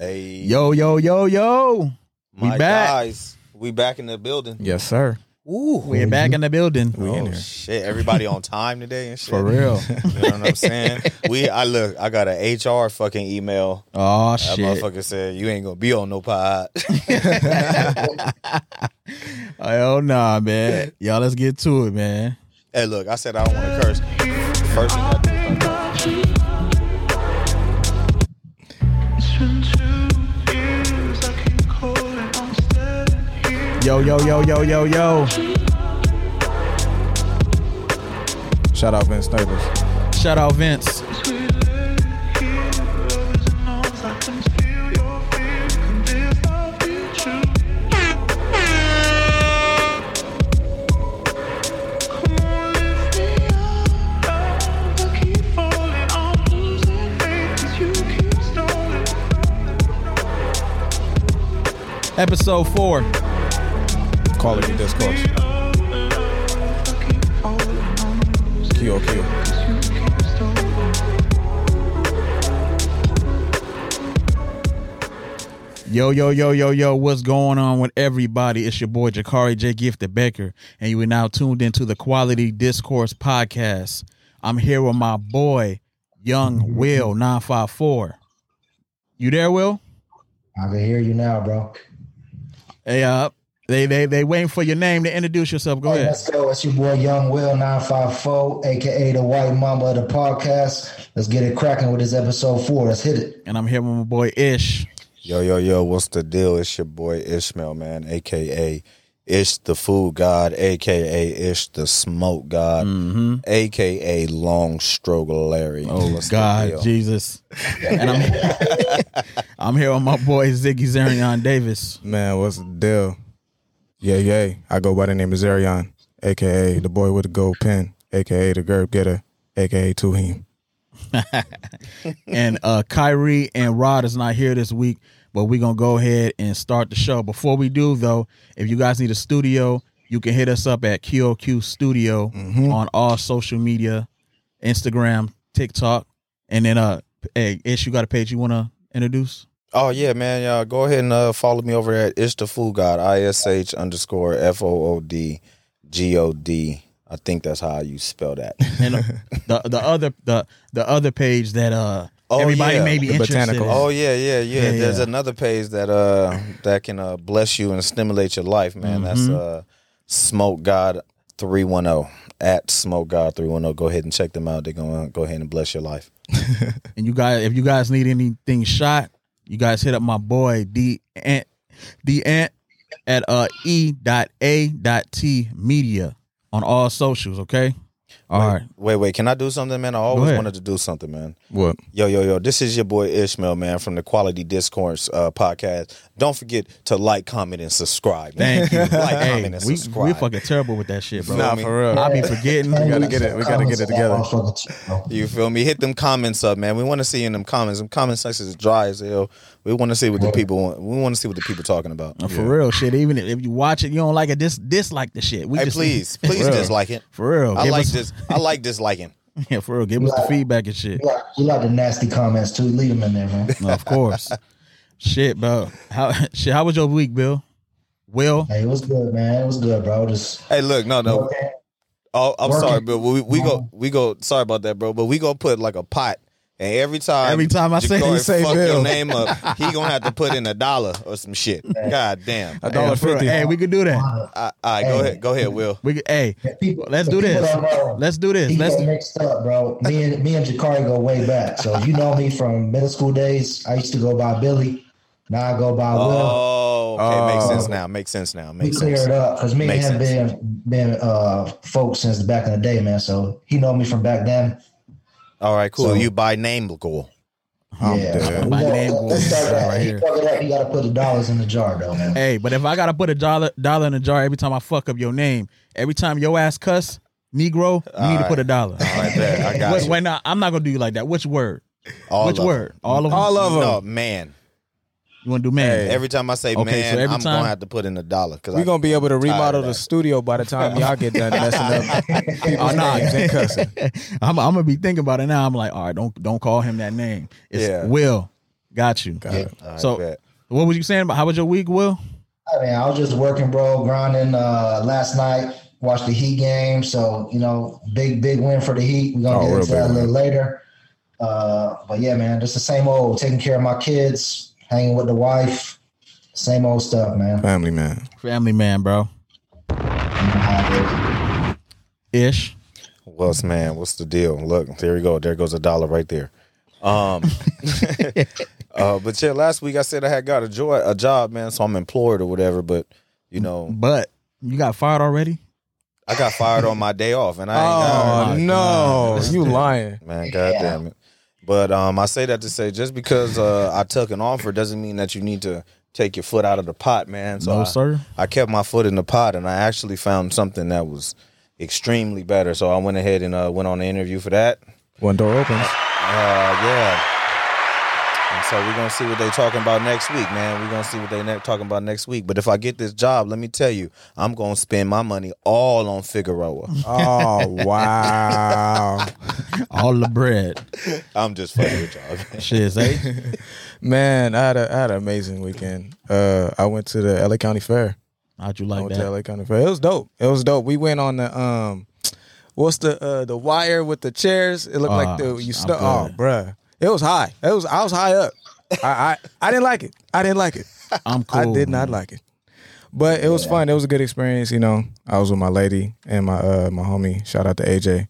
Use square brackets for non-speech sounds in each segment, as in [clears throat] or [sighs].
Hey, Yo, yo, yo, yo. my back. guys, we back in the building. Yes, sir. Ooh, We're back in the building. oh, shit! Everybody on time today and shit. For [laughs] real. you know what [laughs] I'm saying? We, I look, I got an HR fucking email. Oh, That shit. motherfucker said you ain't gonna be on no pod. [laughs] Oh, nah, man. Y'all, let's get to it, man. hey, look, I said I don't want to curse. First thing I do is I curse. Yo, yo, yo, yo, yo, yo. Shout out Vince Staples. Shout out Vince. Episode four. Call it a discourse. QOQ. Yo, yo, yo, yo, yo. What's going on with everybody? It's your boy Jakari J. Gifted Becker, and you are now tuned into the Quality Discourse podcast. I'm here with my boy, Young Will 954. You there, Will? I can hear you now, bro. Hey, uh, they they they waiting for your name to introduce yourself. Go Hey, ahead. let's go. It's your boy Young Will 954, aka the White Mama of the podcast. Let's get it cracking with this episode four. Let's hit it. And I'm here with my boy Ish. Yo, yo, yo, what's the deal? It's your boy Ishmael, man, aka Ish the Food God, aka Ish the Smoke God, aka Long Stroke Larry. Mm-hmm. Oh What's the deal? God, Jesus. and I'm I'm here [laughs] with my boy Ziggy Zarion Davis. Man, what's the deal? Yeah, yeah. I go by the name of Zarion, aka the boy with the gold pen, aka the Gerb Getter, aka Tuhim. And uh Kyrie and Rod is not here this week, but we're gonna go ahead and start the show. Before we do though, if you guys need a studio, you can hit us up at QOQ Studio on all social media, Instagram, TikTok, and then uh hey Ish, you got a page you wanna introduce? Oh yeah, man. Y'all go ahead and uh, follow me over at Ish the Food God. I S H underscore F O O D G O D. I think that's how you spell that. [laughs] and uh, the the other the the other page that uh Oh, everybody yeah. may be The interested in. botanicals. oh yeah, yeah, yeah. Yeah, There's yeah. another page that uh that can uh bless you and stimulate your life, man. That's Mm-hmm. uh Smoke God three one zero at Smoke God three one zero. Go ahead and check them out. They're gonna go ahead and bless your life. And you guys, if you guys need anything shot, you guys hit up my boy D Ant D Ant at uh e dot a dot t media on all socials. Okay, all right. Wait, wait. Can I do something, man? I always ahead. wanted to do something, man. What? Yo, yo, yo, this is your boy Ishmael, man, from the Quality Discourse uh, podcast. Don't forget to like, comment, and subscribe. man. Thank [laughs] you. [laughs] like, Hey, comment, and we subscribe. we fucking terrible with that shit, bro. Nah, Nah, me. for real. I be forgetting. We gotta get it- [laughs] we gotta get it together. You feel me? Hit them comments up, man. We want to see you in them comments. Them comment section is dry as hell. We want to see what the people want. We want to see what the people talking about. For real, shit. Even if- if you watch it, you don't like it. Dis dislike the shit. We Hey, just please, [laughs] please For real. dislike it. For real, I Give like us- this. I like disliking. [laughs] Yeah, for real. Give us the Yeah. feedback and shit. We like, we like the nasty comments too. Leave them in there, man. No, of course. shit, bro. How [laughs] shit? How was your week, Bill? Will Hey, it was good, man. It was good, bro. Just Hey, look, no, no. okay. Oh, I'm Working. sorry, but we, we go, we go. Sorry about that, bro. But we gonna put like a pot, and every time, Every time I say- Jakari say fuck your Bill. name [laughs] up, he gonna have to put in a dollar or some shit. God damn. A Hey, dollar for real. fifty. Hey, we could do that. All right, go ahead, go ahead, Will. We could, hey, If people- let's if do people this. don't know, Let's do this. He Let's get mixed up, bro. Me and me and Jakari go way back. So you know me from middle school days. I used to go by Billy. Now I go by Will. Oh, okay, makes Oh. sense now. Makes sense now. We Makes cleared sense. up because me Makes and him sense. been been uh folks since back in the day, man. So he know me from back then. All right, cool. So- you by name goal. I'm yeah. dead. My We go- name let's goes start that. right You here. fuck it up, You gotta put the dollars in the jar, though, man. hey, but if I gotta put a dollar dollar in a jar every time I fuck up your name, every time your ass cuss, Negro, you need to Alright. put a dollar. All right, there. I got Wait, you. wait, now I'm not gonna do you like that. Which word? All Which of word? All of Them. them. All of them. No, man. You wanna do man? Every time I say Okay, man, so every I'm time- gonna have to put in a dollar because We're gonna be able to remodel that. the studio by the time y'all get done messing up Oh people's nah, names [laughs] and cussing. I'm, I'm gonna be thinking about it now. I'm like, all right, don't don't call him that name. It's Yeah. Will. Got you. Got Yeah. it. I So- bet. What was you saying about how was your week, Will? I mean, I was just working, bro, grinding uh, last night, watched the Heat game. So, you know, big, big win for the Heat. We're Oh, going to real get into that big a little win. later. Uh, but yeah, man, just the same old taking care of my kids, hanging with the wife, same old stuff, man. Family man. Family man, bro. Ish. What's man? What's the deal? Look, there we go. There goes a dollar right there. Um, [laughs] uh, but yeah, last week I said I had got a joy a job, man. So I'm employed or whatever. But you know, But you got fired already? I got fired on my day off, and I ain't got- Oh, Oh, my [laughs] no, God. you lying. man. God Yeah. damn it. But um, I say that to say, just because uh, I took an offer doesn't mean that you need to take your foot out of the pot, man. So no, I, sir. I kept my foot in the pot, and I actually found something that was extremely better. So I went ahead and uh, went on the interview for that. One door opens. Uh, yeah. And so we're gonna see what they talking about next week, man. We're gonna see what they ne- talking about next week. But if I get this job, let me tell you, I'm gonna spend my money all on Figueroa. Oh wow, All the bread. I'm just fucking with y'all. [laughs] man. Shit, eh? [laughs] man! I had a, I had an amazing weekend. Uh, I went to the LA County Fair. How'd you I like went to that? LA County Fair. It was dope. It was dope. We went on the um, what's the uh the wire with the chairs? It looked like Oh, the you I'm stuck. Oh, good. bruh, it was high. It was I was high up. I I, I didn't like it. I didn't like it. I'm cool. I did not like it. But it was fun. It was a good experience, you know. I was with my lady and my uh my homie, shout out to AJ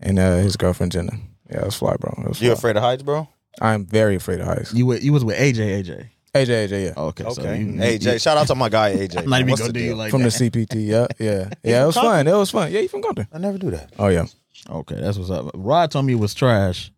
and uh his girlfriend Jenna. Yeah, it was fly, bro. It was You fly. afraid of heights, bro? I'm very afraid of heights. You wa- you was with AJ AJ. AJ, AJ, yeah. Okay. so Okay. you- hey, Jay, shout out to my guy AJ. I'm [laughs] not even What's gonna the do you deal? like From the that. [laughs] CPT, yeah, yeah. Yeah, it was fun. It was fun. Yeah, you from Compton. I never do that. Oh yeah. Okay, that's what's up. Rod told me it was trash.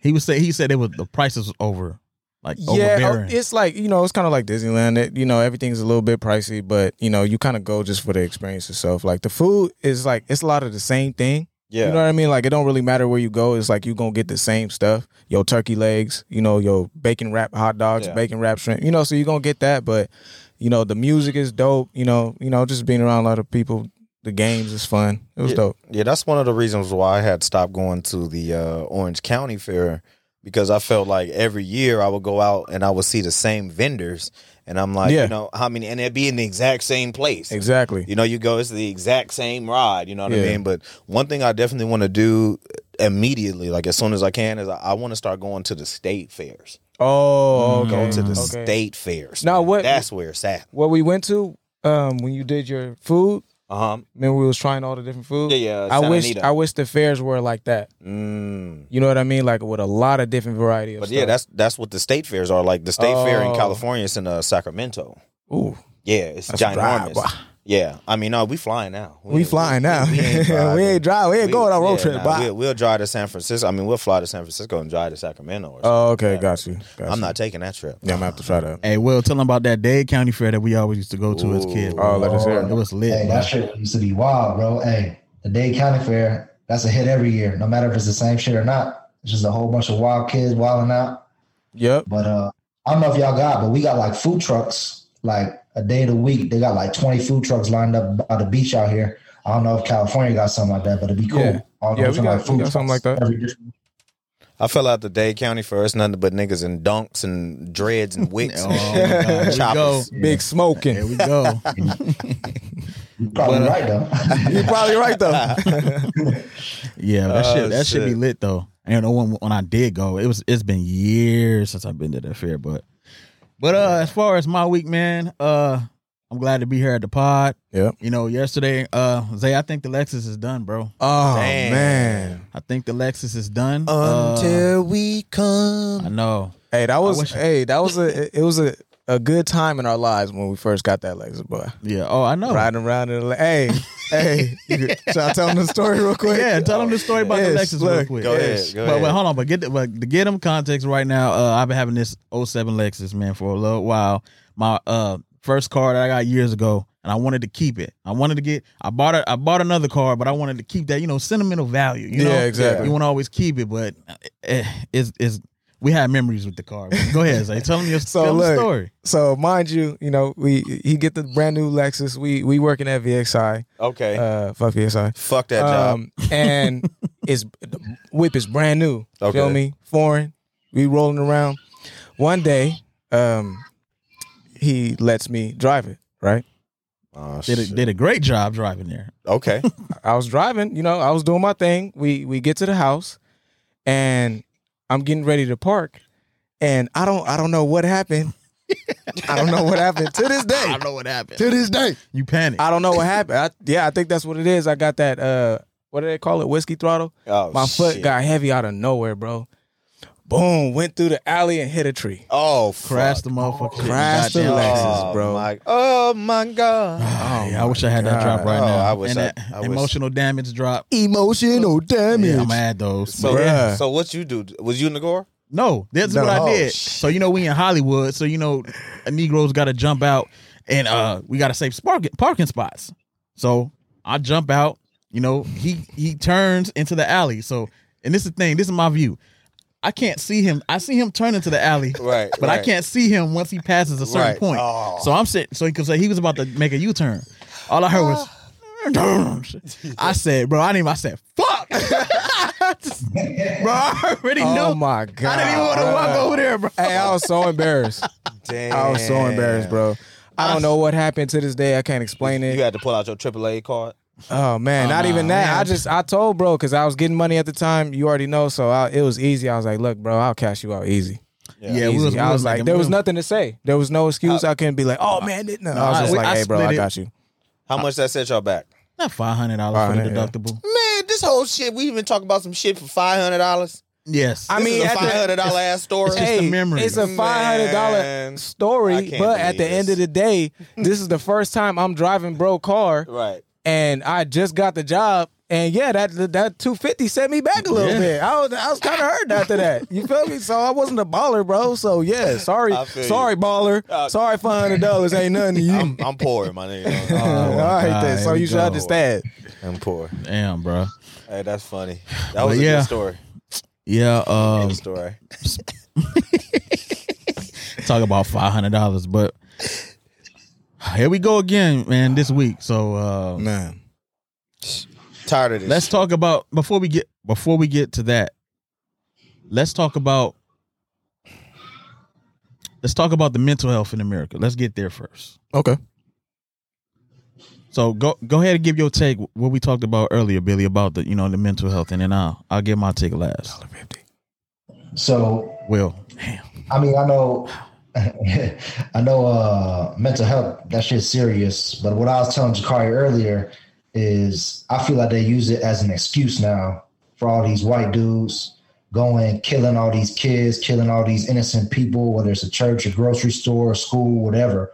He was say he said it was the prices was over. Like Yeah, oh, overbearing. it's like you know, it's kind of like Disneyland. It, you know, everything's a little bit pricey, but you know, you kind of go just for the experience itself. Like the food is like it's a lot of the same thing. Yeah. You know what I mean? Like it don't really matter where you go. It's like you gonna get the same stuff. Your turkey legs, you know, your bacon wrap hot dogs, Yeah. bacon wrap shrimp. You know, so you gonna get that. But you know, the music is dope. You know, you know, just being around a lot of people. The games is fun. It was dope. Yeah, that's one of the reasons why I had stopped going to the uh, Orange County Fair because I felt like every year I would go out and I would see the same vendors, and I'm like, Yeah. you know, how many, and they'd be in the exact same place. Exactly. You know, you go, it's the exact same ride. You know what I Yeah. mean? But one thing I definitely want to do immediately, like as soon as I can, is I, I want to start going to the state fairs. Oh, Mm-hmm. okay. Go to the Mm. Okay. state fairs. Now, man. what- That's where it's at. What we went to um, when you did your food. Uh huh. Remember we was trying all the different food. Yeah, yeah. I Santa wish Anita. I wish the fairs were like that. Mm. You know what I mean? Like with a lot of different variety of But stuff. yeah, that's that's what the state fairs are like. The state fair in Oh. California is in uh, Sacramento. ooh, Yeah, it's That's ginormous. right, boy. Yeah, I mean, no, we flying now. we flying now. [laughs] We, ain't driving. driving. We ain't We- going on road yeah, trip. nah, bye. we'll, we'll drive to San Francisco. I mean, we'll fly to San Francisco and drive to Sacramento. Or something. oh, okay, got you. Got I'm you. not taking that trip. Yeah, I'm gonna have to try that. hey, Will, tell him about that Dade County Fair that we always used to go to as kids. Ooh. bro. Oh, let us hear. it it. was lit. Hey, bro. that shit used to be wild, bro. Hey, the Dade County Fair, that's a hit every year, no matter if it's the same shit or not. It's just a whole bunch of wild kids wilding out. Yep. But uh, I don't know if y'all got, but we got like food trucks, like a day of the week. They got like 20 food trucks lined up by the beach out here. I don't know if California got something like that, but it'd be cool. Yeah. All Yeah, we different, got- we got trucks something like that. every different- I fell out the Dade County for us, nothing but niggas and dunks and dreads and wicks [laughs] Oh, and my God. Here we shit. [laughs] choppers. go. Big Here smoking. we go. [laughs] You're probably But, uh, right, though. [laughs] You're probably [laughs] right though. [laughs] Yeah, that Oh, shit that should be shit. lit though. And when when I did go, it was it's been years since I've been to that fair, but but uh as far as my week, man, uh I'm glad to be here at the pod. Yep. You know, yesterday, uh Zay, I think the Lexus is done, bro. Oh Damn. man. I think the Lexus is done. Uh, Until we I come. know. Hey, that was wish- hey, that was a it was a, a good time in our lives when we first got that Lexus, boy. Yeah. Oh, I know. Riding around in the Le- hey, hey. You, should I tell them the story real quick? Yeah, tell them the story about Yes, the Lexus real look, quick. Go ahead. Yes. Go but, ahead. but hold on, but get the, but to get them context right now, uh, I've been having this 07 Lexus man for a little while. My uh first car that I got years ago, and I wanted to keep it. I wanted to get I bought a, I bought another car, but I wanted to keep that you know sentimental value. You Yeah, know? exactly. You want to always keep it, but eh, it's it's we had memories with the car. Go ahead, Zay. Tell them your So, tell 'em the look. story. So mind you, you know, we he get the brand new Lexus. We we working at VXI. Okay. Uh fuck VXI. Fuck that job. Um [laughs] and it's the whip is brand new. Okay. Feel me? Foreign. We rolling around. one day, um, he lets me drive it. Right, Oh, Did a, shit. did a great job driving there. [laughs] okay. I was driving. You know, I was doing my thing. We we get to the house, and I'm getting ready to park, and I don't I don't know what happened. I don't know what happened to this [laughs] day. know what happened. To this day, You panicked. I don't know what happened. I, yeah, I think that's what it is. I got that. Uh, what do they call it? Whiskey throttle. Oh, My foot shit. got heavy out of nowhere, bro. Boom! Went through the alley and hit a tree. Oh, Crashed fuck. the motherfucker. Crashed the Goddamn Lexus, Oh, bro. Ah, My, oh my [sighs] god. Oh, yeah, I wish I had that drop right Oh, now. I wish and I- that I wish- emotional damage drop. emotional damage. Yeah, I'm gonna add those. So, Bruh. so what you do? Was you in the gore? No, that's No. what I Oh, did. shit. So you know we in Hollywood, so you know Negroes got to jump out, and uh we got to save spark- parking spots. So I jump out. You know he he turns into the alley. So and this is the thing. This is my view. I can't see him. I see him turn into the alley, Right, But I right. can't see him once he passes a certain Right. point. Oh. So I'm sitting. So because he was about to make a U turn, all I heard was. I said, bro, I didn't even, I said, fuck. [laughs] bro, I already know. Oh my god! I didn't even want to bro. walk over there, bro. Hey, I was so embarrassed. Damn. [laughs] I was so embarrassed, bro. I don't know what happened to this day. I can't explain You it. had to pull out your AAA card. Oh man, not even that. I just I told bro because I was getting money at the time. You already know, so I, it was easy. I was like, look, bro, I'll cash you out easy. Yeah, Easy. I was like, making there was moves. nothing to say. There was no excuse. I couldn't be like, oh man, it- no. I was I- just we- like, I hey, bro, split I it. got you. How much that set y'all back? not five hundred dollars for the $500, yeah. deductible. Man, this whole shit. We even talking about some shit for five hundred dollars. Yes, I I mean, mean, at the- five hundred dollar ass story. It's just the memory. It's a Man. five hundred dollar story, I can't but at the believe end this. of [laughs] the day, this is the first time I'm driving bro car, right. and I just got the job. And yeah, that that two fifty set me back a little bit. I was I was kind of hurt after that. You feel me? So I wasn't a baller, bro. [laughs] So yeah, sorry, I feel you. sorry baller, Uh, sorry five hundred dollars ain't nothing to [laughs] you. I'm, I'm poor, my nigga. [laughs] All I'm- right, then. God, So here you we should go. understand. I'm poor. damn, bro. Hey, that's funny. That was But a yeah. good story. Yeah, um, Good story. talk about five hundred dollars, but here we go again, man. This week, so uh, Man, Tired of this. let's talk about before we get before we get to that. Let's talk about let's talk about the mental health in America. Let's get there first. okay. So go go ahead and give your take what we talked about earlier, Billy, about the you know the mental health, and then I'll I'll give my take last. So Will, damn, I mean, I know, [laughs] I know, uh, mental health that shit's serious. But what I was telling Jakari earlier is, I feel like they use it as an excuse now for all these white dudes going killing all these kids, killing all these innocent people, whether it's a church, a grocery store, school, whatever.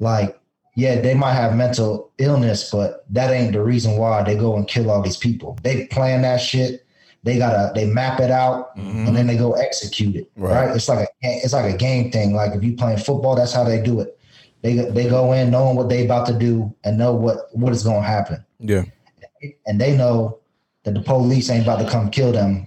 Like, yeah, they might have mental illness, but that ain't the reason why they go and kill all these people. They plan that shit. They gotta they map it out and then they go execute it. Right. Right. It's like a it's like a game thing. Like if you playing football, that's how they do it. They they go in knowing what they about to do and know what what is going to happen. Yeah. And they know that the police ain't about to come kill them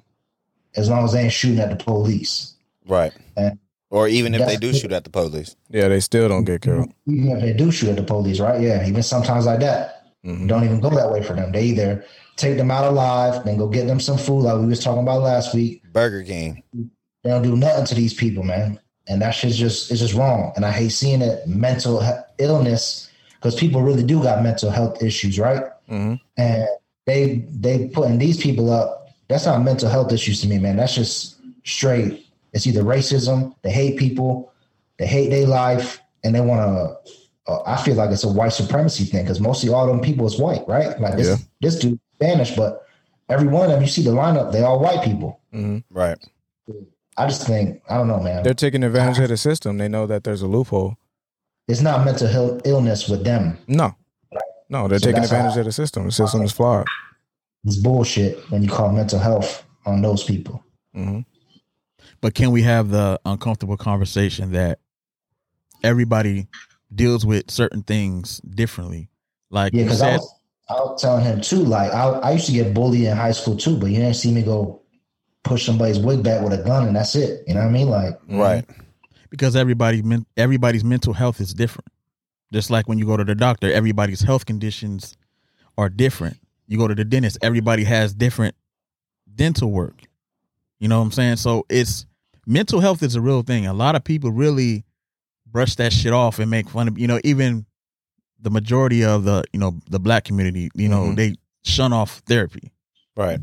as long as they ain't shooting at the police. right. And- Or even if they That's- do shoot at the police. Yeah, they still don't get killed. Even if they do shoot at the police, right? Yeah, even sometimes like that. Mhm. Don't even go that way for them. They either take them out alive, then go get them some food like we was talking about last week. Burger King. They don't do nothing to these people, man. And that shit's just it's just wrong. And I hate seeing it mental he- illness because people really do got mental health issues, right? Mhm. And they they putting these people up. That's not mental health issues to me, man. That's just straight. It's either racism. They hate people. They hate their life, and they want to. Uh, I feel like it's a white supremacy thing because mostly all them people is white, right? Like this Yeah. this dude Spanish, but every one of them you see the lineup, they all white people. Mhm. Right. I just think I don't know, man. They're taking advantage of the system. They know that there's a loophole. it's not mental health illness with them. No, no, they're So taking that's how- advantage of the system. The system is flawed. It's bullshit when you call mental health on those people. hmm but can we have the uncomfortable conversation that everybody deals with certain things differently? Like Yeah, you because I said, was, I was telling him too. Like I, I used to get bullied in high school too, but you didn't see me go push somebody's wig back with a gun, and that's it. You know what I mean? Like Mm-hmm. Right. because everybody men- everybody's mental health is different. Just like when you go to the doctor, everybody's health conditions are different. You go to the dentist, everybody has different dental work. You know what I'm saying? So it's mental health is a real thing. A lot of people really brush that shit off and make fun of you know even the majority of the you know the black community you know Mhm. they shun off therapy. Right.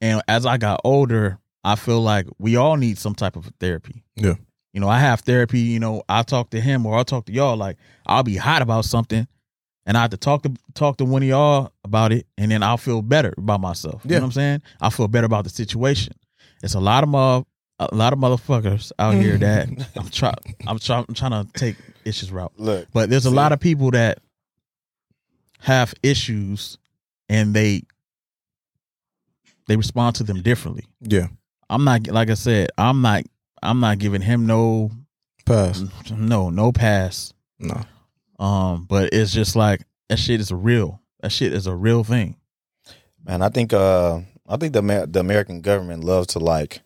And as I got older, I feel like we all need some type of therapy. Yeah. You know, I have therapy, you know, I talk to him or I'll talk to y'all. Like I'll be hot about something and I have to talk to talk to one of y'all about it and then I'll feel better about myself. You Yeah. know what I'm saying? I feel better about the situation. It's a lot of mo- a lot of motherfuckers out Mm. here that I'm try I'm try I'm trying to take issues route. Look. But there's a See? lot of people that have issues and they they respond to them differently. Yeah. I'm not like I said, I'm not I'm not giving him no Pass. no no pass. No. Um but it's just like that shit is real. That shit is a real thing. Man, I think uh I think the Amer- the American government loves to like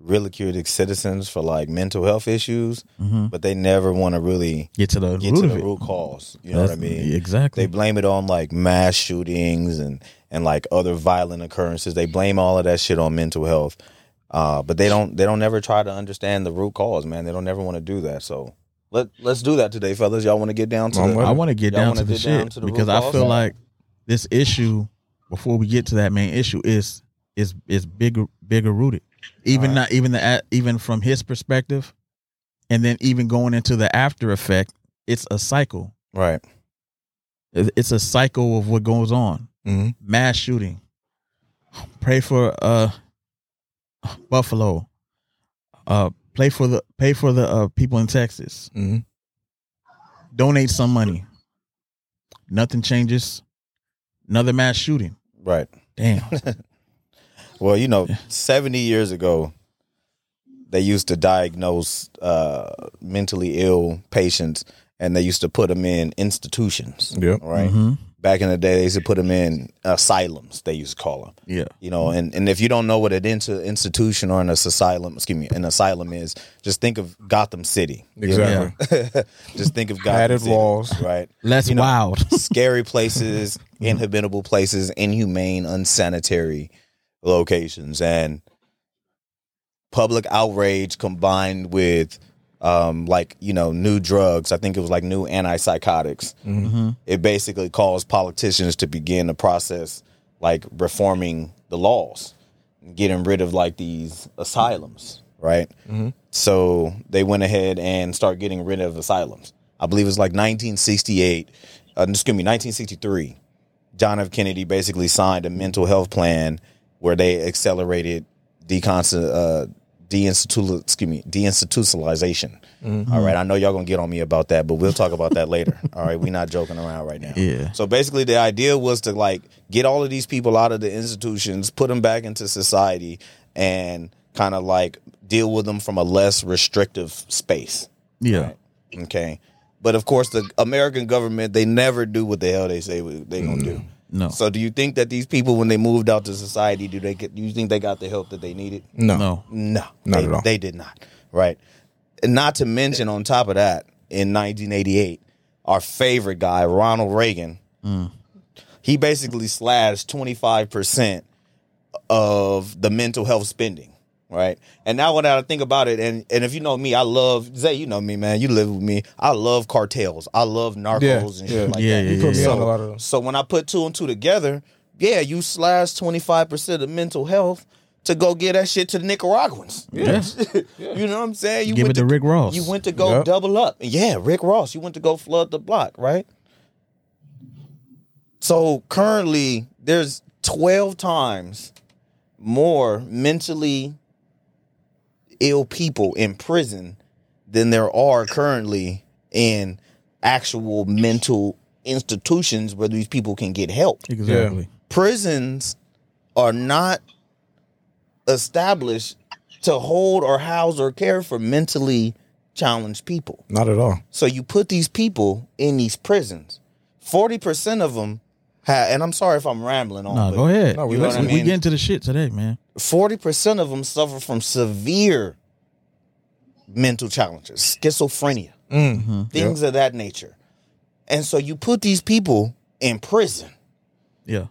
ridicule its citizens for like mental health issues, Mm-hmm. but they never want to really Get to the get root to of the it. root cause. You know what I That's- mean? Exactly. They blame it on like mass shootings and and like other violent occurrences. They blame all of that shit on mental health. Uh, but they don't they don't ever try to understand the root cause, man. They don't ever want to do that. So let let's do that today, fellas. Y'all want to get down to I'm with the, I want to get Y'all down wanna to the get down shit to the because root I cause? feel like this issue. Before we get to that main issue, is is is bigger bigger rooted. Even Alright. not even the even from his perspective, and then even going into the after effect, it's a cycle. right. It- It's a cycle of what goes on. Mm-hmm. Mass shooting. Pray for uh Buffalo. Uh, play for the pay for the uh, people in Texas. Mm-hmm. Donate some money. Nothing changes. Another mass shooting. Right. Damn. Well, you know, 70 years ago, they used to diagnose uh, mentally ill patients and they used to put them in institutions, Yep. right? Mhm. Back in the day, they used to put them in asylums, they used to call them. Yeah. You know, and, and if you don't know what an inter- institution or an asylum, excuse me, an asylum is, just think of Gotham City. Exactly. [laughs] just think of Gotham Padded City, walls. right? Less You know, wild. scary places, inhabitable places, inhumane, unsanitary locations, and public outrage combined with um, like you know new drugs. I think it was like new antipsychotics. Mhm. It basically caused politicians to begin the process like reforming the laws, getting rid of like these asylums, right? So they went ahead and start getting rid of asylums. I believe it was like 1968, uh, excuse me, 1963. John F. Kennedy basically signed a mental health plan where they accelerated deconst- uh, deinstitul- excuse me, deinstitutionalization. All right, I know y'all gonna get on me about that, but we'll talk about that later. [laughs] All right, we're not joking around right now. Yeah. So basically, the idea was to like get all of these people out of the institutions, put them back into society, and kind of like deal with them from a less restrictive space. Yeah. Okay. But of course, the American government, they never do what the hell they say they're going to do. Mm, No. So do you think that these people, when they moved out to society, do they get, do you think they got the help that they needed? No. No. No, Not they, at all. They did not. Right. And not to mention, on top of that, in 1988, our favorite guy, Ronald Reagan, Mm. he basically slashed 25 percent of the mental health spending. Right. And now when I think about it, and, and if you know me, I love Zay, you know me, man. You live with me. I love cartels. I love narcos Yeah, and shit yeah. like Yeah, that. yeah, You put yeah, me so, on a lot of them. so when I put two and two together, yeah, you slash twenty five percent of mental health to go get that shit to the Nicaraguans. Yes. [laughs] you know what I'm saying? You Give it went to Rick Ross. You went to go Yep. double up. Yeah, Rick Ross. You went to go flood the block, right? So currently, there's twelve times more mentally ill people in prison than there are currently in actual mental institutions where these people can get help. Exactly. Prisons are not established to hold or house or care for mentally challenged people. Not at all. So you put these people in these prisons. 40% of them have, and I'm sorry if I'm rambling on, No, but go ahead. No, we we You know what I we mean? get into the shit today, man. 40% of them suffer from severe mental challenges, schizophrenia, Mm-hmm. things of that nature. And so you put these people in prison Yeah.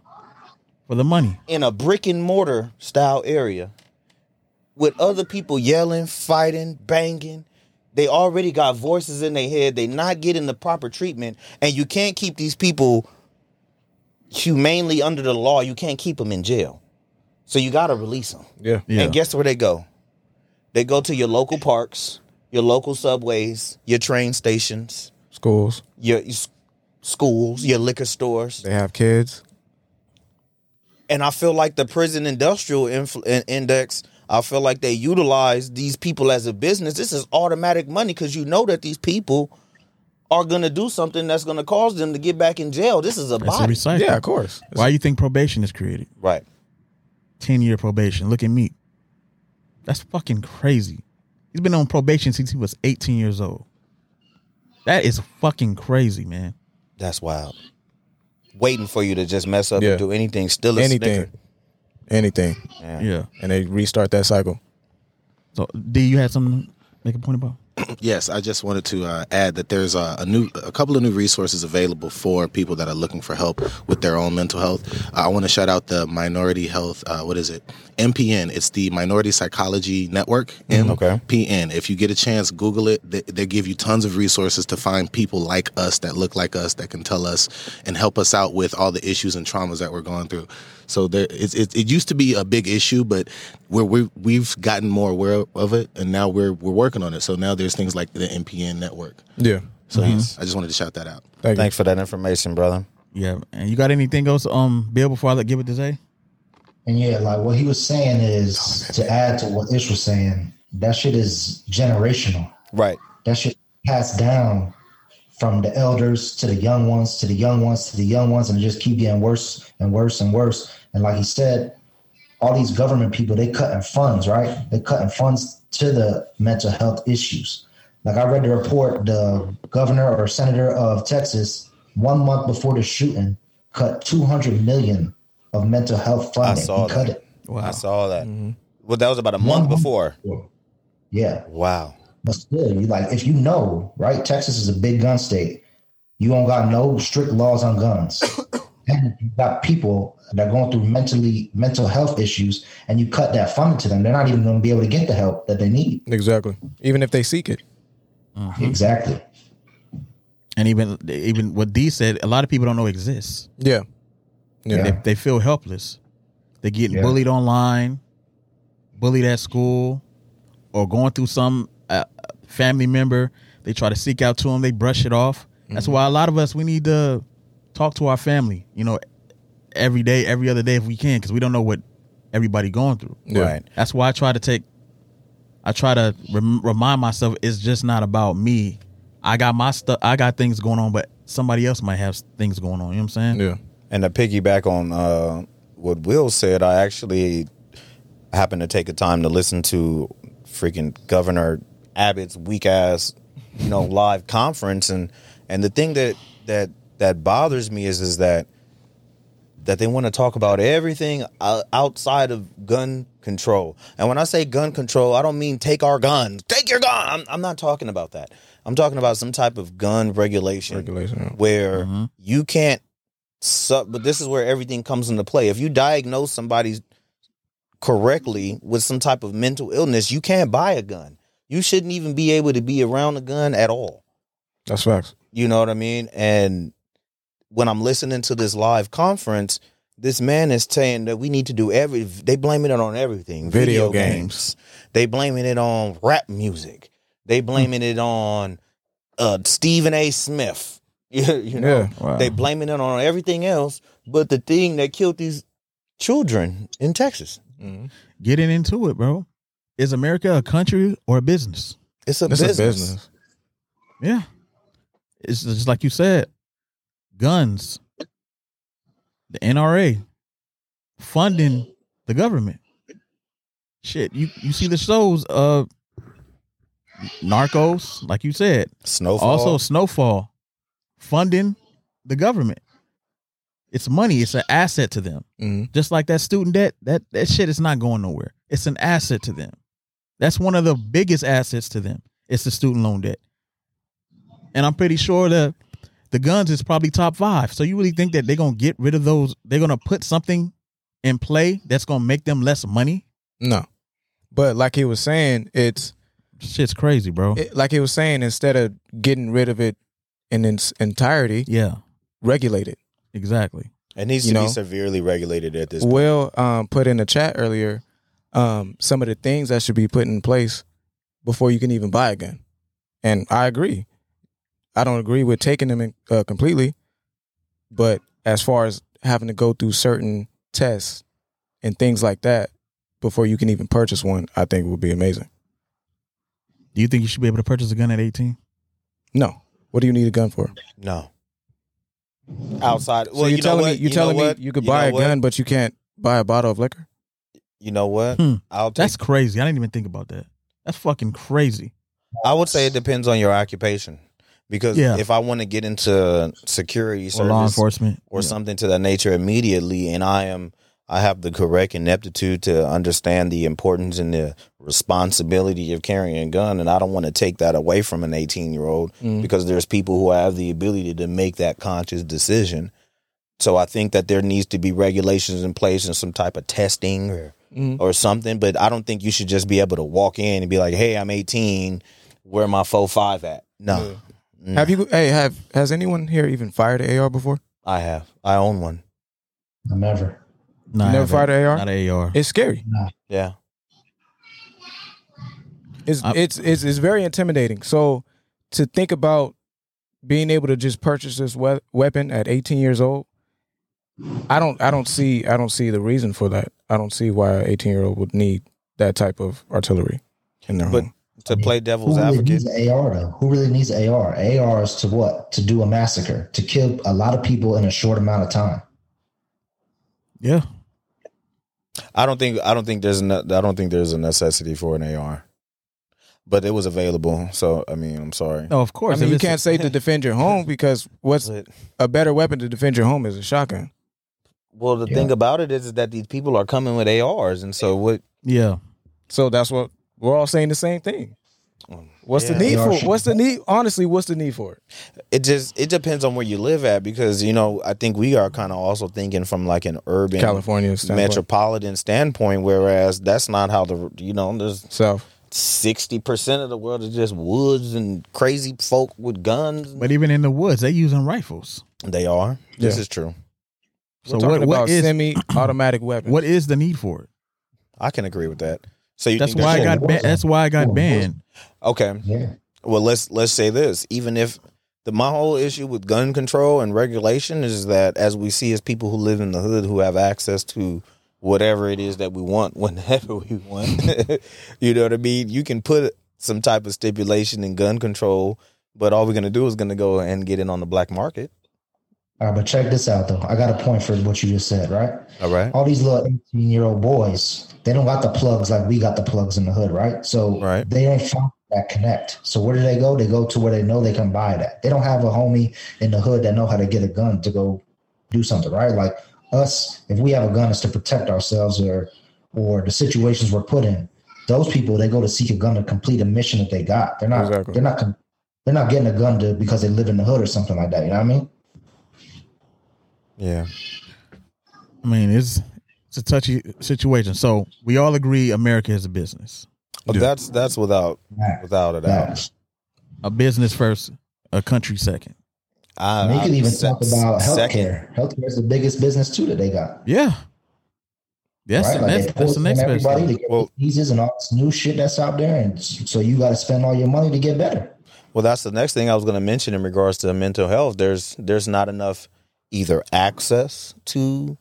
For the money. in a brick and mortar style area with other people yelling, fighting, banging. They already got voices in their head. They not getting the proper treatment, and you can't keep these people humanely under the law. You can't keep them in jail, so you got to release them. Yeah. Yeah. And guess where they go? They go to your local parks, your local subways, your train stations, Schools. your s- schools, your liquor stores. They have kids. And I feel like the prison industrial infl- in- index, I feel like they utilize these people as a business. This is automatic money because you know that these people are going to do something that's going to cause them to get back in jail. This is a That's a body. recycle. Yeah, of course. Why you think probation is created? right. Ten year probation. Look at me. That's fucking crazy. He's been on probation since he was 18 years old. That is fucking crazy, man. That's wild. Waiting for you to just mess up Yeah. and do anything, still a Anything. snicker. Anything. Yeah. And they restart that cycle. So, D, you had something to make a point about? Yes, I just wanted to uh, add that there's a, a new, a couple of new resources available for people that are looking for help with their own mental health. Uh, I want to shout out the Minority Health. Uh, what is it? MPN. It's the Minority Psychology Network. MPN. okay. If you get a chance, Google it. They, they give you tons of resources to find people like us that look like us that can tell us and help us out with all the issues and traumas that we're going through. So there, it, it, it used to be a big issue, but we're, we're, we've gotten more aware of it, and now we're we're working on it. So now there's things like the NPN network. Yeah. So yes, I just wanted to shout that out. Thank you. Thanks for that information, brother. Yeah. And you got anything else, um, Bill, before I let- give it to Zay? And yeah, like what he was saying is to add to what Ish was saying, that shit is generational. Right. That shit passed down from the elders to the young ones, to the young ones, to the young ones, and it just keep getting worse and worse and worse. And like he said, all these government people, they cutting funds, right? They cutting funds to the mental health issues. Like I read the report, the governor or senator of Texas, one month before the shooting, cut 200 million of mental health funding. He saw cut that. it. Wow. I saw that. Well, that was about a Mm-hmm. month before. Yeah. Wow. But still, you like if you know, right? Texas is a big gun state. You don't got no strict laws on guns. and you got people that are going through mentally mental health issues, and you cut that funding to them. They're not even going to be able to get the help that they need. Exactly. Even if they seek it. Mm-hmm. Uh-huh. Exactly. And even even what D said, a lot of people don't know exists. Yeah. Yeah. Yeah. They, they feel helpless. They're getting Yeah. bullied online, bullied at school, or going through some uh, family member. They try to seek out to them. They brush it off. That's Mm-hmm. why a lot of us we need to talk to our family. You know, every day, every other day if we can, because we don't know what everybody going through. Yeah. Right. That's why I try to take. I try to rem- remind myself it's just not about me. I got my stuff. I got things going on, but somebody else might have s- things going on. You know what I'm saying? Yeah. And to piggyback on uh, what Will said, I actually happened to take the time to listen to freaking Governor Abbott's weak ass, you [laughs] know, live conference. And and the thing that that that bothers me is is that that they want to talk about everything o- outside of gun control. And when I say gun control, I don't mean take our guns, take your gun. I'm, I'm not talking about that. I'm talking about some type of gun regulation, Regulation, yeah. Mm-hmm. where you can't. Sub, but this is where everything comes into play. If you diagnose somebody correctly with some type of mental illness, you can't buy a gun. You shouldn't even be able to be around a gun at all. That's facts. You know what I mean? And when I'm listening to this live conference, this man is saying that we need to do every. They blaming it on everything. Video They blaming it on rap music. They Hmm. blaming it on uh, Stephen A. Smith. [laughs] you you know, Yeah. Wow. they blaming it on everything else, but the thing that killed these children in Texas. Mm-hmm. getting into it, bro. Is America a country or a business? It's a, It's business. a business. Yeah. It's just like you said guns, the NRA, funding the government. Shit, you, you see the shows of Narcos, like you said, Snowfall. also Snowfall, funding the government. It's money, it's an asset to them. Mhm. Just like that student debt, that that shit is not going nowhere. It's an asset to them. That's one of the biggest assets to them. It's the student loan debt. And I'm pretty sure that the guns is probably top five. So you really think that they're gonna get rid of those? They're gonna put something in play that's gonna make them less money? No. But like he was saying, it's Shit's crazy, bro. it, like he was saying, instead of getting rid of it in its entirety, yeah, regulate it. exactly. It needs You to know? be severely regulated at this point. Will um, put in the chat earlier um, some of the things that should be put in place before you can even buy a gun. And I agree. I don't agree with taking them in, uh, completely, but as far as having to go through certain tests and things like that before you can even purchase one, I think would be amazing. Do you think you should be able to purchase a gun at eighteen? No. What do you need a gun for? No. Outside. Well, so you're you know telling what? me you're know telling what? me you could You know buy a what? gun, but you can't buy a bottle of liquor. You know what? Hmm. I'll take, That's crazy. I didn't even think about that. That's fucking crazy. I would say it depends on your occupation. Because Yeah. if I want to get into security Or law service enforcement or Yeah. something to that nature immediately and I am I have the correct ineptitude to understand the importance and the responsibility of carrying a gun and I don't want to take that away from an 18 year old Mm-hmm. because there's people who have the ability to make that conscious decision. So I think that there needs to be regulations in place and some type of testing or Mm-hmm. Mhm. or something. But I don't think you should just be able to walk in and be like, "Hey, I'm 18. Where my four five at?" No, Mm. No. Have you? Hey, have has anyone here even fired an AR before? I have. I own one. I never. Nah, You I never haven't. fired an AR? Not an AR. It's scary. Yeah, It's I- it's it's it's very intimidating. So to think about being able to just purchase this we- weapon at 18 years old, I don't I don't see I don't see the reason for that. I don't see why an 18 year old would need that type of artillery in their But- home. to play devil's Who really advocate. needs an AR though? Who really needs an AR? AR is to what? To do a massacre, to kill a lot of people in a short amount of time. yeah, I don't think. I don't think there's. No, I don't think there's a necessity for an AR. But it was available, so I mean, I'm sorry. no, of I course. mean, If you it's- can't say to defend [laughs] your home because what's But- a better weapon to defend your home is a shotgun. Well, the Yeah. thing about it is, is that these people are coming with ARs, and so what? Yeah, So that's what we're all saying the same thing. What's Yeah. the need AR for? should- What's the need? Honestly, what's the need for it? It just it depends on where you live at, because you know I think we are kind of also thinking from like an urban California, standpoint. metropolitan standpoint, whereas that's not how the you know there's South. sixty percent of the world is just woods and crazy folk with guns. but even in the woods, they using rifles. they are. This Yeah. is true. So We're what? talking What about is? semi-automatic weapons? What is the need for it? I can agree with that. So you That's think why I there's- got. Ba- that's why I got Whoa. banned. okay. Yeah. Well, let's let's say this. Even if the my whole issue with gun control and regulation is that as we see as people who live in the hood who have access to whatever it is that we want [laughs] whenever we want. [laughs] you know what I mean? You can put some type of stipulation in gun control, but all we're gonna do is gonna go and get it on the black market. All right, but check this out though. I got a point for what you just said, right? All right. All these little 18 year old boys, they don't got the plugs like we got the plugs in the hood, right? So Right. they ain't found that connect. So where do they go? They go to where they know they can buy that. They don't have a homie in the hood that know how to get a gun to go do something, right? Like us, if we have a gun, it's to protect ourselves or or the situations we're put in. Those people, they go to seek a gun to complete a mission that they got. They're not. Exactly. They're not. com- They're not getting a gun to because they live in the hood or something like that. You know what I mean? Yeah. I mean, it's it's a touchy situation. So we all agree America is a business, But that's that's without Nah, without a nah. doubt. a business first, a country second. I, We I- could even se- talk about second. healthcare. Healthcare is the biggest business too that they got. Yeah, that's right? the next, they that's the poison next best everybody thing. to get Well- diseases and all this new shit that's out there, and s- so you got to spend all your money to get better. Well, that's the next thing I was going to mention in regards to mental health. There's there's not enough either access to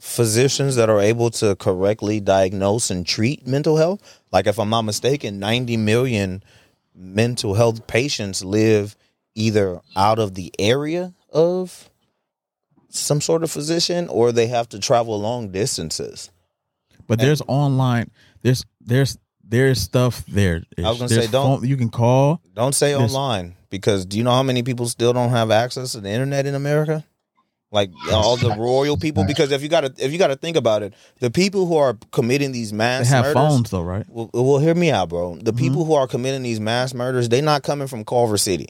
physicians that are able to correctly diagnose and treat mental health. Like if I'm not mistaken, 90 million mental health patients live either out of the area of some sort of physician or they have to travel long distances. But there's online. There's there's there's stuff there. I was gonna There's say, don't- phone- you can call. Don't say Yes. online because do you know how many people still don't have access to the internet in America? Like all the royal people, because if you got to if you got to think about it, the people who are committing these They mass have murders. phones though, right? Well, well, hear me out, bro. The people who are committing these mass murders, they're not coming from Culver City.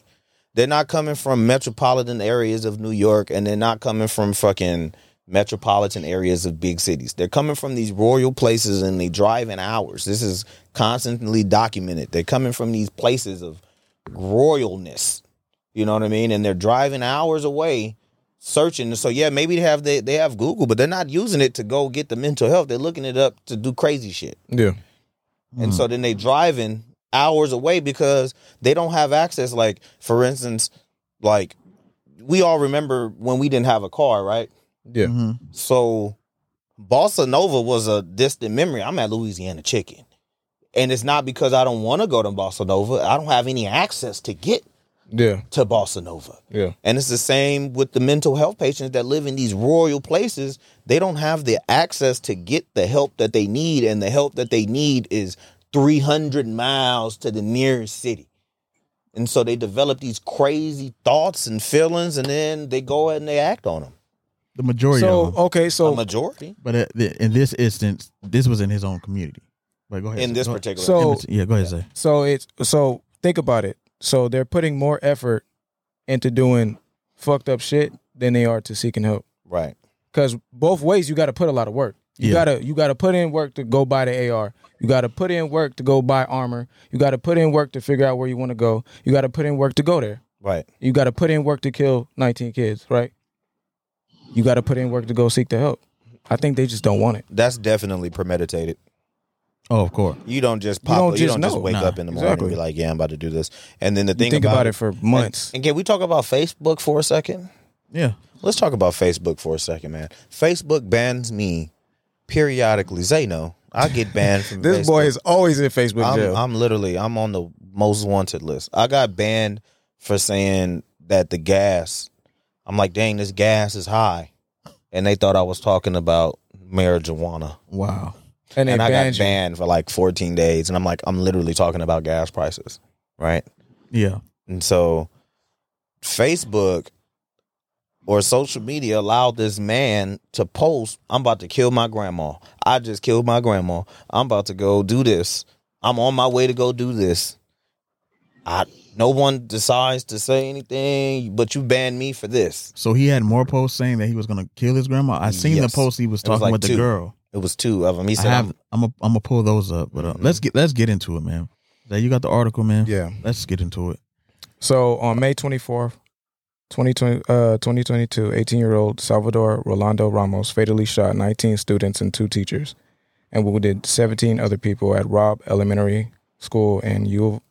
They're not coming from metropolitan areas of New York, and they're not coming from fucking metropolitan areas of big cities. They're coming from these royal places and they drive in hours. This is constantly documented. They're coming from these places of royalness. You know what I mean? And they're driving hours away searching. So yeah, maybe they have they, they have Google, but they're not using it to go get the mental health. They're looking it up to do crazy shit. Yeah. Mm-hmm. And so then they driving hours away because they don't have access. Like, for instance, like we all remember when we didn't have a car, right? Yeah. Mhm. So Bossa Nova was a distant memory. I'm at Louisiana Chicken. And it's not because I don't want to go to Bossa Nova. I don't have any access to get Yeah. to Bossa Nova. Yeah. And it's the same with the mental health patients that live in these royal places. They don't have the access to get the help that they need, and the help that they need is 300 miles to the nearest city. And so they develop these crazy thoughts and feelings, and then they go ahead and they act on them. The majority So of them. okay, The so majority But uh, the, in this instance, this was in his own community. But go ahead. in this go- particular. So- in parti- yeah, go ahead, Zay. so it's so think about it. So they're putting more effort into doing fucked up shit than they are to seeking help. right, Cause both ways you gotta put a lot of work. You Yeah. gotta you gotta put in work to go buy the AR. You gotta put in work to go buy armor. You gotta put in work to figure out where you wanna go. You gotta put in work to go there. right, You gotta put in work to kill nineteen kids, right? You gotta put in work to go seek the help. I think they just don't want it. that's definitely premeditated. Oh, of course. You don't just You pop. You don't don't just, just know. wake Nah, up in the morning exactly. and be like, "Yeah, I'm about to do this." And then the You thing think about, about it for months. And can we talk about Facebook for a second? Yeah. Let's talk about Facebook for a second, man. Facebook bans me periodically. Zay, no, I get banned from [laughs] This Facebook. boy is always in Facebook I'm, jail. I'm literally I'm on the most wanted list. I got banned for saying that the gas. I'm like, dang, this gas is high, and they thought I was talking about marijuana, Wow. and they and I banned got you. banned for like 14 days, and I'm like, I'm literally talking about gas prices, right? Yeah. And so Facebook or social media allowed this man to post, I'm about to kill my grandma. I just killed my grandma. I'm about to go do this. I'm on my way to go do this. I no one decides to say anything, but you banned me for this. So he had more posts saying that he was going to kill his grandma. I seen Yes. the post he was It was talking like with two. the girl. It was two of them. He I said, have. I'm- Mm-hmm. I'm gonna I'm gonna pull those up. But uh, let's get let's get into it, man. Zay, you got the article, man. Yeah. Let's get into it. So on May 24th, 2020, uh, 2022, 18 year old Salvador Rolando Ramos fatally shot 19 students and two teachers and wounded 17 other people at Robb Elementary School in U-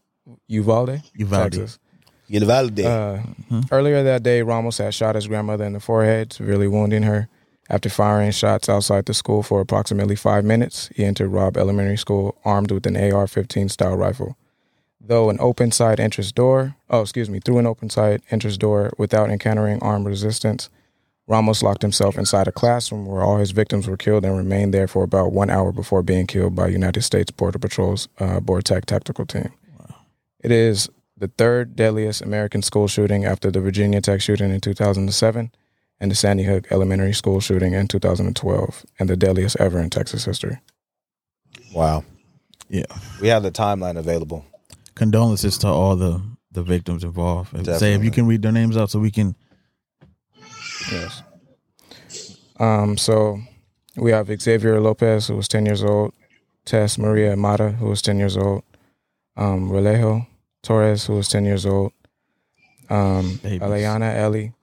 Uvalde, Uvalde. Texas. "You're the validator." Uh, Earlier that day, Ramos had shot his grandmother in the forehead, severely wounding her. After firing shots outside the school for approximately five minutes, he entered Robb Elementary School armed with an AR 15 style rifle. Though an open side entrance door, oh, excuse me, through an open side entrance door without encountering armed resistance, Ramos locked himself inside a classroom where all his victims were killed and remained there for about one hour before being killed by United States Border Patrol's uh, BORTAC tactical team. It is the third deadliest American school shooting after the Virginia Tech shooting in 2007 and the Sandy Hook Elementary School shooting in 2012, and the deadliest ever in Texas history. wow. Yeah. We have the timeline available. Condolences to all the the victims involved. If- Zay, if Definitely. you can read their names out, so we can. Yes. Um, so we have Xavier Lopez, who was 10 years old, Tess Maria Amata, who was 10 years old, um, Relejo Torres, who was 10 years old, um, Babies. Eliana Ellie,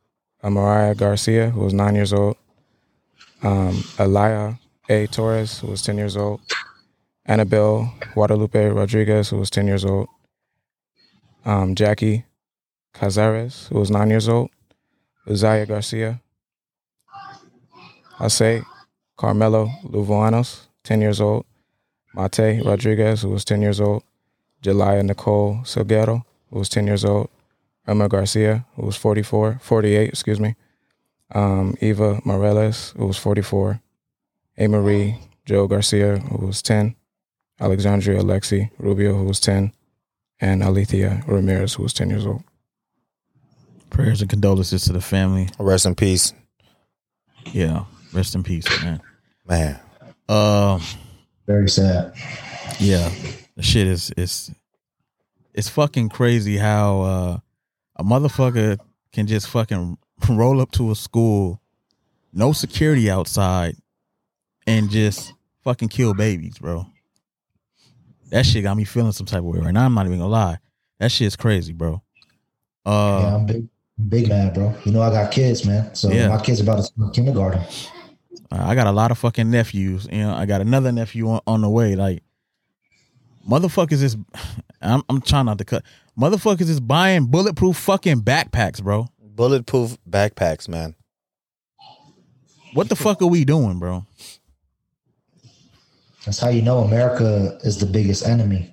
uh, Mariah Garcia, who was 9 years old, um, Elia A. Torres, who was 10 years old, Annabelle Guadalupe Rodriguez, who was 10 years old, um, Jackie Cazares, who was 9 years old, Uzziah Garcia, Jose Carmelo Luvanos, 10 years old, Mate Rodriguez, who was 10 years old, Jelaya Nicole Silguero, who was 10 years old, Irma Garcia, who was 44, 48, excuse me, um, Eva Morales, who was 44, A. Marie Joe Garcia, who was 10, Alexandria Alexi Rubio, who was 10, and Alethea Ramirez, who was 10 years old. Prayers and condolences to the family. Rest in peace, Yeah. Rest in peace, man. man. Um. Very sad. Yeah. The shit is it's it's fucking crazy how [laughs] uh a motherfucker can just fucking roll up to a school no security outside, and just fucking kill babies, bro. That shit got me feeling some type of way right now. I'm not even gonna lie. That shit's crazy, bro. yeah, Uh, I'm big, big mad, bro. You know I got kids, man. So Yeah. my kids about to start kindergarten. Uh, I got a lot of fucking nephews. You know, I got another nephew on, on the way. Like, motherfuckers is, [sighs] I'm, I'm trying not to cut. Motherfuckers is buying bulletproof fucking backpacks, bro. Bulletproof backpacks, man. What the fuck are we doing, bro? That's how you know America is the biggest enemy,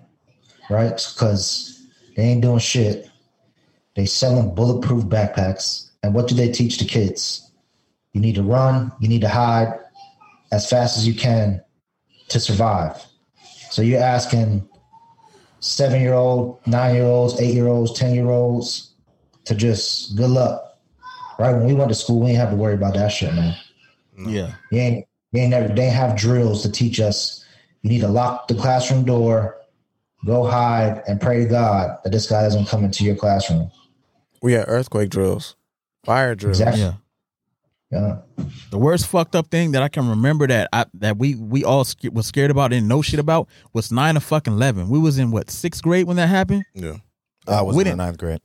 right? Because they ain't doing shit. They selling bulletproof backpacks, and what do they teach the kids? You need to run. You need to hide as fast as you can to survive. So you're asking seven year old, nine year olds, eight year olds, ten year olds to just good luck. Right when we went to school, we ain't have to worry about that shit, man. Yeah. You ain't, you ain't never, they have drills to teach us. You need to lock the classroom door, go hide, and pray to God that this guy doesn't come into your classroom. We had earthquake drills, fire drills. Exactly. Yeah. Yeah. The worst fucked up thing that I can remember that I that we we all sca- was scared about and know shit about was nine to fucking eleven. We was in what sixth grade when that happened? Yeah. I was We in the didn't- ninth grade.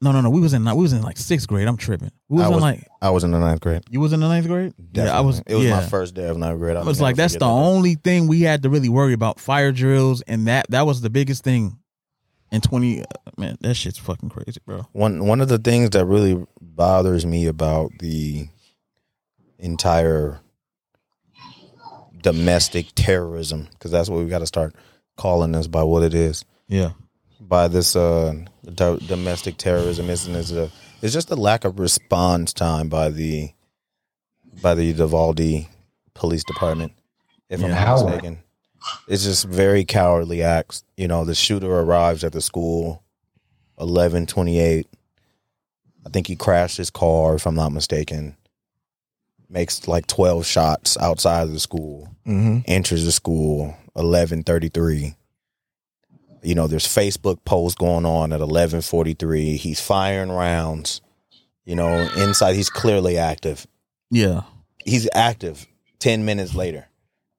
No, no, no. We was in ni- we was in like sixth grade. I'm tripping. We was I in was- like I was in the ninth grade. you was in the ninth grade. Yeah, I Definitely. was. It was yeah. my first day of ninth grade. I I'll was never like, that's forget the that. only thing we had to really worry about fire drills and that that was the biggest thing in twenty. uh, Man, that shit's fucking crazy, bro. One one of the things that really bothers me about the entire domestic terrorism, because that's what we got to start calling this by what it is. Yeah, by this uh, do- domestic terrorism incident is a it's just a lack of response time by the by the Uvalde Police Department. If I'm Yeah. not Coward. mistaken, it's just very cowardly acts. You know, the shooter arrives at the school eleven twenty eight. I think he crashed his car, if I'm not mistaken. Makes like twelve shots outside of the school Mm-hmm. enters the school 11:33 you know there's facebook posts going on at 11:43 he's firing rounds you know inside he's clearly active yeah. he's active 10 minutes later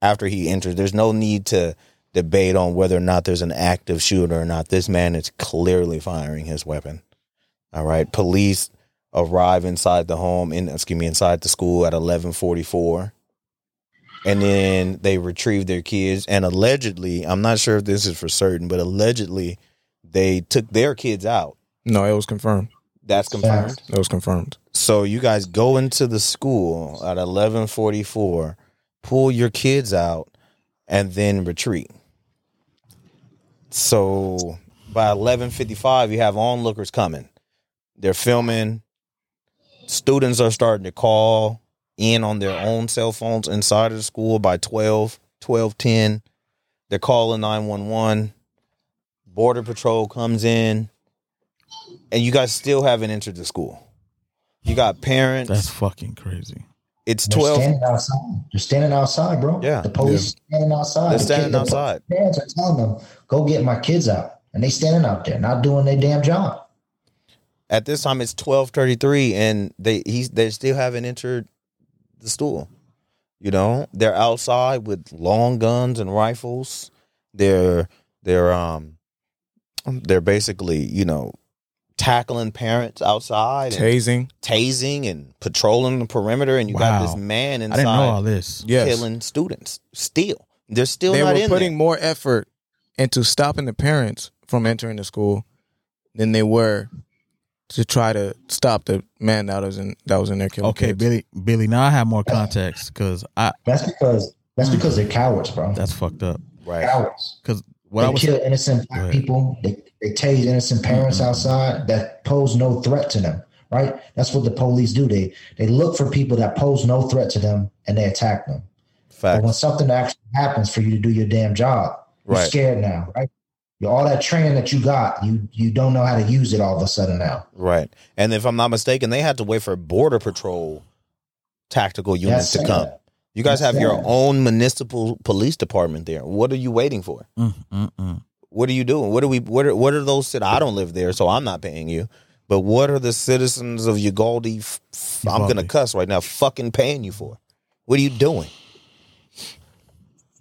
after he enters there's no need to debate on whether or not there's an active shooter or not this man is clearly firing his weapon all right police arrive inside the home in excuse me inside the school at 11:44 and then they retrieve their kids and allegedly I'm not sure if this is for certain but allegedly they took their kids out No, it was confirmed. that's confirmed Facts. It was confirmed. so you guys go into the school at eleven forty four, pull your kids out, and then retreat. So by eleven fifty five, you have onlookers coming. They're filming. Students are starting to call in on their own cell phones inside of the school by 12, 1210. They're calling 911. Border Patrol comes in. And you guys still haven't entered the school. You got parents. That's fucking crazy. It's They're 12. standing outside. They're standing outside, bro. Yeah. The police standing outside. They're The standing the outside. Parents are telling them, go get my kids out. And they standing out there, not doing their damn job. At this time, it's 1233 and they he's, they still haven't entered the school. You know, they're outside with long guns and rifles. They're they're um they're basically, you know, tackling parents outside and Tasing. tasing and patrolling the perimeter and you got Wow. this man I didn't know all inside this. Yes. killing students. Still. They're still they not were in putting there. more effort into stopping the parents from entering the school than they were to try to stop the man that was in that was in there killing. Okay, kids. Billy, Billy. Now I have more context because I That's because that's because they're cowards, bro. that's fucked up. Hmm. Right. cowards. Because what I they was kill innocent black ahead. people. They, they tase innocent parents Mm-hmm. outside that pose no threat to them. Right? That's what the police do. They they look for people that pose no threat to them and they attack them. But when Facts. something actually happens for you to do your damn job, you're Right. scared now. Right? You're, all that training that you got, you you don't know how to use it all of a sudden now. Right. And if I'm not mistaken, they had to wait for border patrol tactical That's units to sad. come. You guys That's have your sad. own municipal police department there. What are you waiting for? Mm, mm, mm. What are you doing? What are we what are what are those that I don't live there, so I'm not paying you. But what are the citizens of Ugaldi? F- f- I'm going to Uvalde. cuss right now. Fucking paying you for? What are you doing?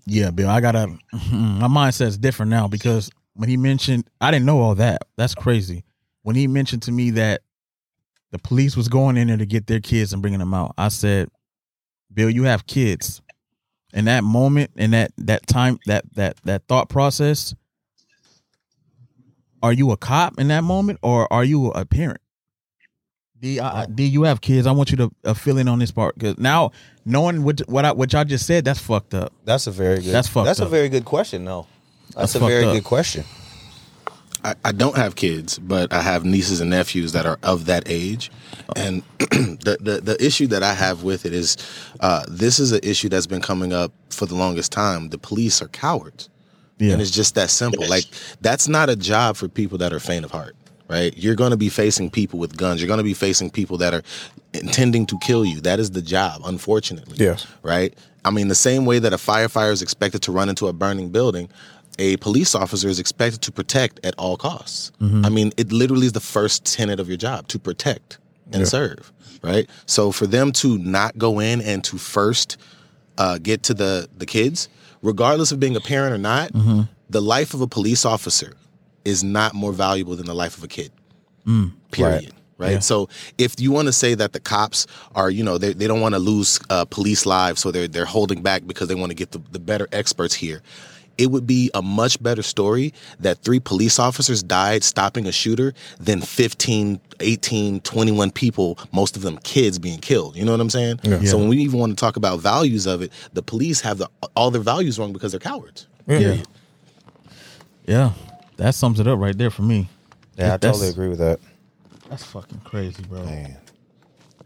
Yeah, Bill, I gotta. mm-hmm, My mindset's different now because when he mentioned, I didn't know all that. That's crazy. When he mentioned to me that the police was going in there to get their kids and bringing them out, I said, "Bill, you have kids." In that moment, in that that time, that that that thought process, are you a cop in that moment, or are you a parent? D, I, I- D, you have kids. I want you to uh, fill in on this part because now knowing what what I what y'all just said, that's fucked up. That's a very good. That's fucked That's a up. very good question. though. that's, That's a fucked very up. good question. I, I don't have kids, but I have nieces and nephews that are of that age, and [clears throat] the, the the issue that I have with it is, uh, this is an issue that's been coming up for the longest time. The police are cowards. Yeah. And it's just that simple. Like that's not a job for people that are faint of heart, right? You're going to be facing people with guns. You're going to be facing people that are intending to kill you. That is the job, unfortunately. Yes. Right? I mean, the same way that a firefighter is expected to run into a burning building, a police officer is expected to protect at all costs. I mean, it literally is the first tenet of your job to protect and serve, right? So for them to not go in and to first uh, get to the the kids, regardless of being a parent or not, the life of a police officer is not more valuable than the life of a kid. Period. Right. So if you want to say that the cops are, you know, they, they don't want to lose uh, police lives, so they're they're holding back because they want to get the, the better experts here. It would be a much better story that three police officers died stopping a shooter than 15, 18, 21 people, most of them kids being killed. You know what I'm saying? So when we even want to talk about values of it, the police have the, all their values wrong because they're cowards. Yeah. Yeah. That sums it up right there for me. Yeah, I That's- totally agree with that. That's fucking crazy, bro. Man.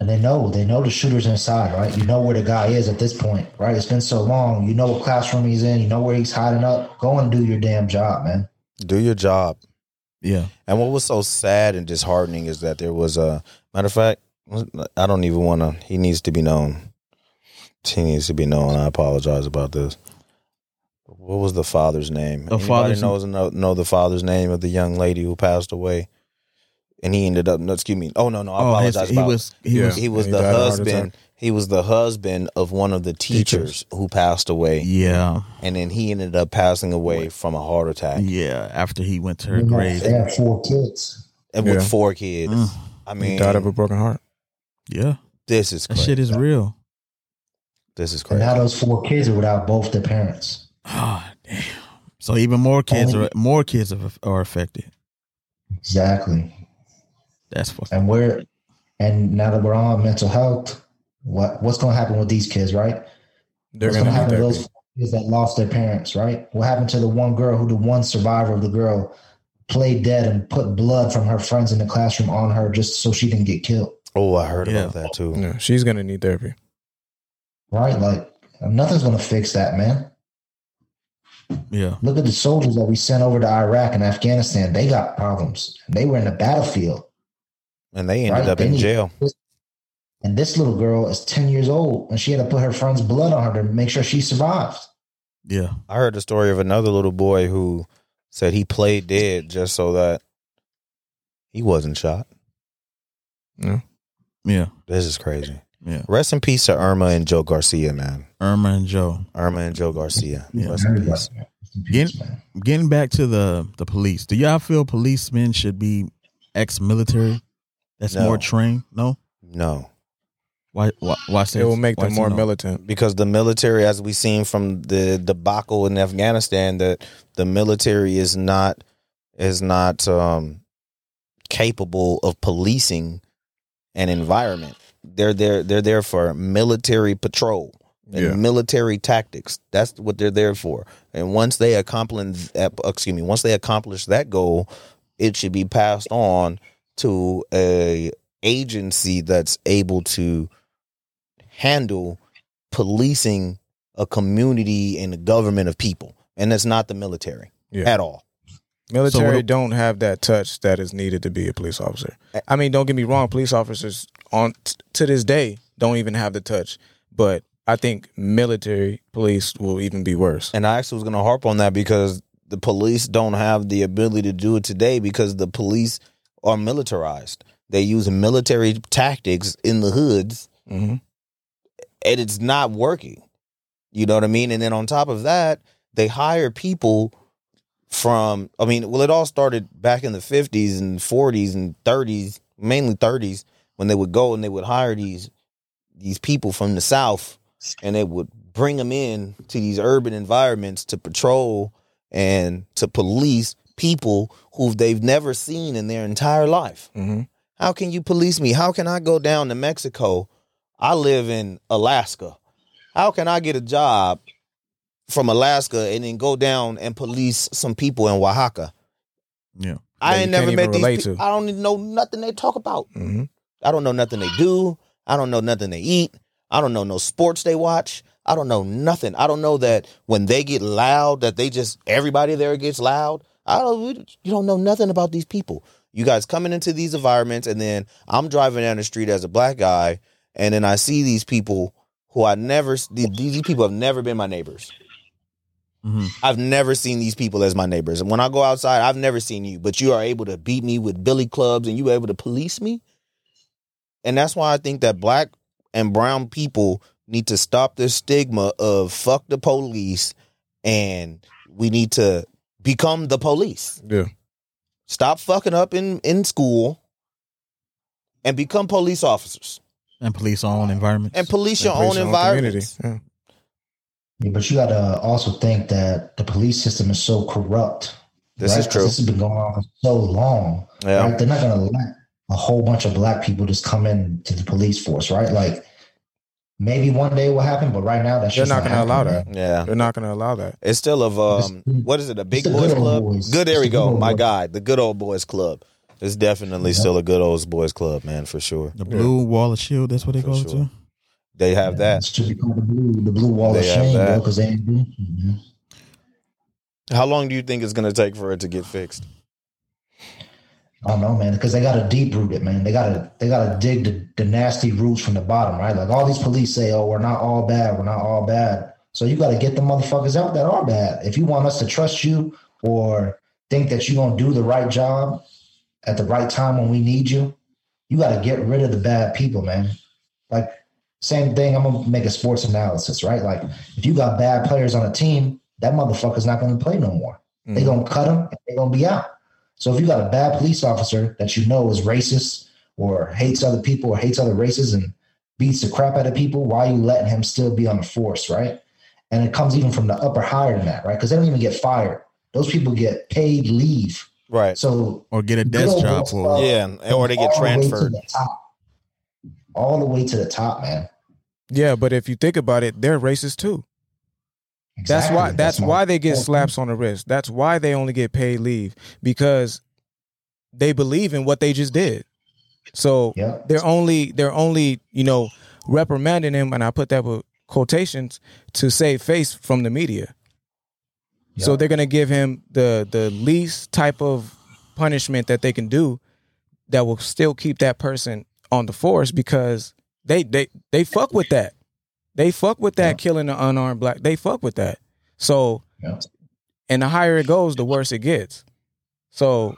And they know, they know the shooter's inside, right? You know where the guy is at this point, right? It's been so long. You know what classroom he's in. You know where he's hiding up. Go and do your damn job, man. Do your job. Yeah. And what was so sad and disheartening is that there was a matter of fact, I don't even want to. He needs to be known. He needs to be known. I apologize about this. What was the father's name? The Anybody father's- knows know, know the father's name of the young lady who passed away, and he ended up. No, excuse me. Oh no, no, I oh, apologize. his, he about- was he Yeah. was he was He the died of a heart husband. He was the husband of one of the teachers, Teachers. who passed away, yeah. and then he ended up passing away from a heart attack, Yeah, after he went to her grave. They have four kids. and with Yeah. four kids. Mm. I He mean, died of a broken heart. Yeah. this is That crazy. shit is real. This is And crazy. now those four kids are without both their parents. Ah, damn. So even more kids Oh. are more kids are, are affected. Exactly. That's fucking and we're and now that we're on mental health, what what's going to happen with these kids, right? They're what's gonna gonna happen need to that. those kids that lost their parents, right? What happened to the one girl who, the one survivor of the girl, played dead and put blood from her friends in the classroom on her just so she didn't get killed, Oh, I heard Yeah. about that too. Yeah, she's gonna need therapy. right? Like nothing's going to fix that, man. yeah. Look at the soldiers that we sent over to Iraq and Afghanistan. They got problems. They were in the battlefield. And they ended Right, up they in need- jail. And this little girl is 10 years old and she had to put her friend's blood on her to make sure she survived. Yeah. I heard the story of another little boy who said he played dead just so that he wasn't shot. Yeah. This is crazy. Yeah. Rest in peace to Irma and Joe Garcia, man. Irma and Joe. Irma and Joe Garcia. Yeah. Rest in peace. Peace, man. Getting back to the the police. Do y'all feel policemen should be ex military? That's No. more trained? No? No, Why why why say It will make why them say more no? militant. because the military, as we seen from the debacle in Afghanistan, that the military is not is not um, capable of policing an environment. They're there. They're there for military patrol. and Yeah. military tactics. That's what they're there for. And once they accomplish, excuse me, once they accomplish that goal, it should be passed on to a agency that's able to handle policing a community and the government of people, and that's not the military Yeah. at all. Military what- don't have that touch that is needed to be a police officer. I mean, don't get me wrong, police officers on t- to this day don't even have the touch. But I think military police will even be worse. And I actually was going to harp on that because the police don't have the ability to do it today because the police are militarized. They use military tactics in the hoods, Mhm. and it's not working. You know what I mean? And then on top of that, they hire people from. I mean, well, it all started back in the fifties and forties and thirties, mainly thirties, when they would go and they would hire these these people from the south, and they would bring them in to these urban environments to patrol and to police people who they've never seen in their entire life. Mhm. How can you police me? How can I go down to Mexico? I live in Alaska. How can I get a job from Alaska and then go down and police some people in Oaxaca? Yeah. I That you ain't never can't met even these. relate peo- to. I don't even know nothing they talk about. hmm I don't know nothing they do. I don't know nothing they eat. I don't know no sports they watch. I don't know nothing. I don't know that when they get loud, that they just everybody there gets loud. I don't. we- You don't know nothing about these people. You guys coming into these environments, and then I'm driving down the street as a black guy, and then I see these people who I never. These these people have never been my neighbors. hmm I've never seen these people as my neighbors. And when I go outside, I've never seen you, but you are able to beat me with billy clubs and you were able to police me. And that's why I think that black and brown people need to stop this stigma of fuck the police and we need to become the police. Yeah. Stop fucking up in, in school and become police officers And police own environments. and police your own environment. Yeah. Yeah, but you got to also think that the police system is so corrupt. This right? is 'Cause true. This has been going on for so long. Yeah. Right? They're not going to let a whole bunch of black people just come in to the police force, right? Like maybe one day it will happen, but right now that's They're just not gonna allow happening, Yeah. They're not going to allow that. It's still of um, It's- what is it? A big the boys good old club. boys. Good. There It's we the good go. old My boys. God, the good old boys club. It's definitely Yeah. still a good old boys club, man, for sure. the blue wall of shield. That's what they For call it sure. too. They man. have that. It should be called the blue, the blue wall of They have shame, that. because they ain't doing shit, man. How long do you think it's gonna take for it to get fixed? I don't know, man, because they gotta deep root it, man. They gotta they gotta dig the, the nasty roots from the bottom, right? Like all these police say, oh, we're not all bad, we're not all bad. So you gotta get the motherfuckers out that are bad. If you want us to trust you or think that you're gonna do the right job at the right time when we need you, you gotta get rid of the bad people, man. Like same thing, I'm gonna make a sports analysis, right? Like if you got bad players on a team, that motherfucker's not gonna play no more. They gonna cut them. They gonna be out. So if you got a bad police officer that you know is racist or hates other people or hates other races and beats the crap out of people, why you letting him still be on the force, right? And it comes even from the upper higher than that, right? Because they don't even get fired. Those people get paid leave. Right. So Or get a Good desk old job boys for club. it. Yeah, or they get Uh, all the way to transferred. the top. all the way to the top, man. Yeah, but if you think about it, they're racist too. That's why Exactly. that's, my why they get point. slaps on the wrist. That's why they only get paid leave because they believe in what they just did. So Yep. they're only they're only, you know, reprimanding him and I put that with quotations to save face from the media. So Yeah. they're going to give him the the least type of punishment that they can do that will still keep that person on the force because they they they fuck with that. They fuck with that killing the unarmed black. They fuck with that. So Yeah. and the higher it goes, the worse it gets. So,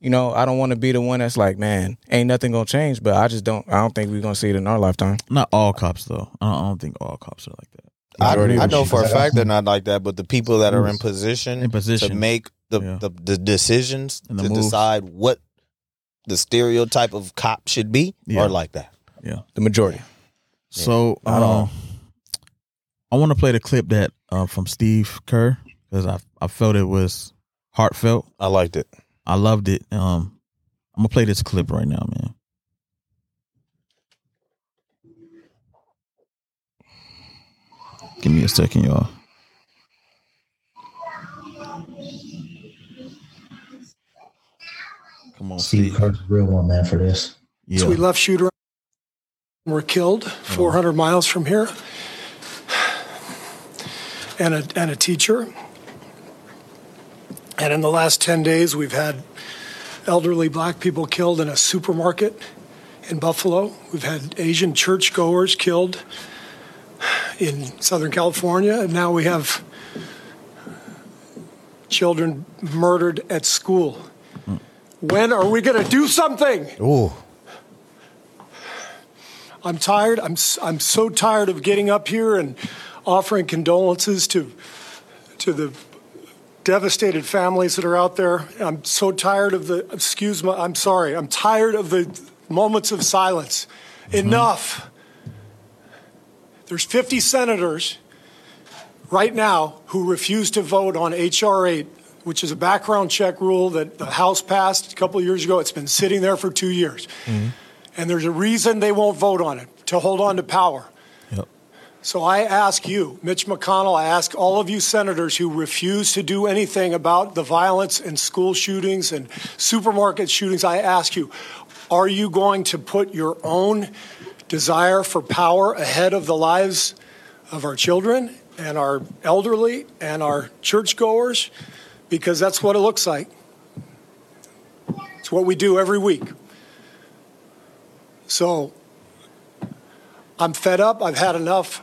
you know, I don't want to be the one that's like, man, ain't nothing gonna change. But I just don't. I don't think we're gonna see it in our lifetime. Not all cops though. I don't, I don't think all cops are like that. I, Majority I of know them. for a fact they're not like that, but the people that are in position, In position. to make the, Yeah. the, the decisions And the to moves. decide what the stereotype of cop should be Yeah. are like that. The majority. So I don't uh, I want to play the clip that uh, from Steve Kerr because I I felt it was heartfelt. I liked it. I loved it. Um, I'm gonna play this clip right now, man. Give me a second, y'all. Come on, Steve Steve. Kerr's a real one, man, for this. Yeah. We left shooter were killed 400 miles from here, and a and a teacher. And in the last 10 days, we've had elderly black people killed in a supermarket in Buffalo. We've had Asian churchgoers killed in Southern California, and now we have children murdered at school When are we going to do something? Ooh. I'm tired. I'm s- I'm so tired of getting up here and offering condolences to to the devastated families that are out there. I'm so tired of the excuse me. I'm sorry. I'm tired of the moments of silence. Enough. There's 50 senators right now who refuse to vote on HR 8, which is a background check rule that the House passed a couple of years ago. It's been sitting there for 2 years. And there's a reason they won't vote on it to hold on to power. So I ask you, Mitch McConnell, I ask all of you senators who refuse to do anything about the violence and school shootings and supermarket shootings, I ask you, are you going to put your own desire for power ahead of the lives of our children and our elderly and our churchgoers? Because that's what it looks like. It's what we do every week. So I'm fed up. I've had enough.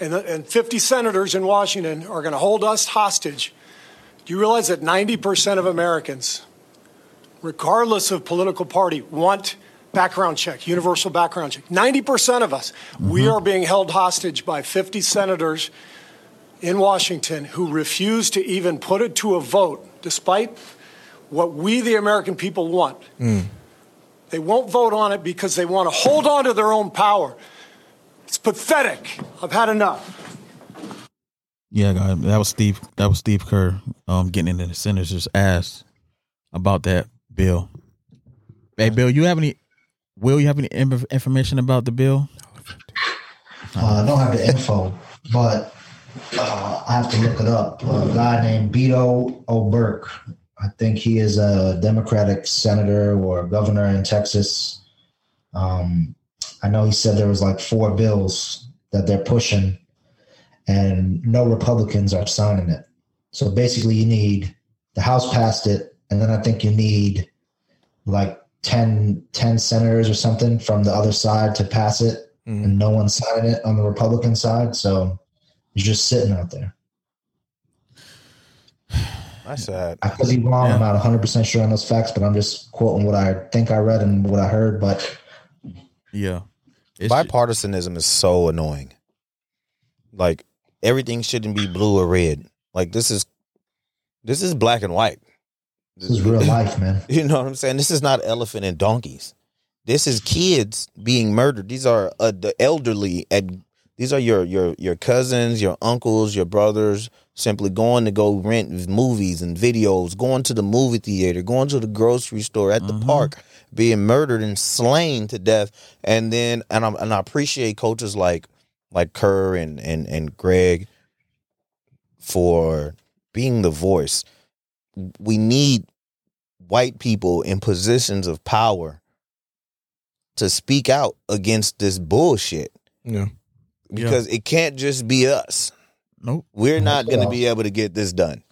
And, and 50 senators in Washington are going to hold us hostage. Do you realize that 90% of Americans, regardless of political party, want background check, universal background check? 90% of us. We are being held hostage by 50 senators in Washington who refuse to even put it to a vote, despite what we, the American people, want. They won't vote on it because they want to hold on to their own power. It's pathetic. I've had enough. Yeah, God, that was Steve. That was Steve Kerr um, getting into the senator's ass about that bill. Hey, Bill, you have any? Will you have any inf- information about the bill? Uh, I don't have the info, but uh, I have to look it up. A guy named Beto O'Burke. I think he is a Democratic senator or governor in Texas. Um, I know he said there was like four bills that they're pushing, and no Republicans are signing it. So basically, you need the House passed it, and then I think you need like 10, 10 senators or something from the other side to pass it and no one signed it on the Republican side, so it's just sitting out there. That's sad. I could be wrong. I'm not 100 percent sure on those facts, but I'm just quoting what I think I read and what I heard. But Yeah, it's Bipartisanism is so annoying. Like everything shouldn't be blue or red. Like this is this is black and white. this is real life, man. [laughs] You know what I'm saying? This is not elephant and donkeys. This is kids being murdered. These are uh, the elderly at these are your your your cousins, your uncles, your brothers simply going to go rent movies and videos, going to the movie theater, going to the grocery store at the park, being murdered and slain to death. And then and I'm and I appreciate coaches like like Kerr and and and Greg for being the voice. We need white people in positions of power to speak out against this bullshit Yeah. because it can't just be us. Nope. We're not going to be able to get this done.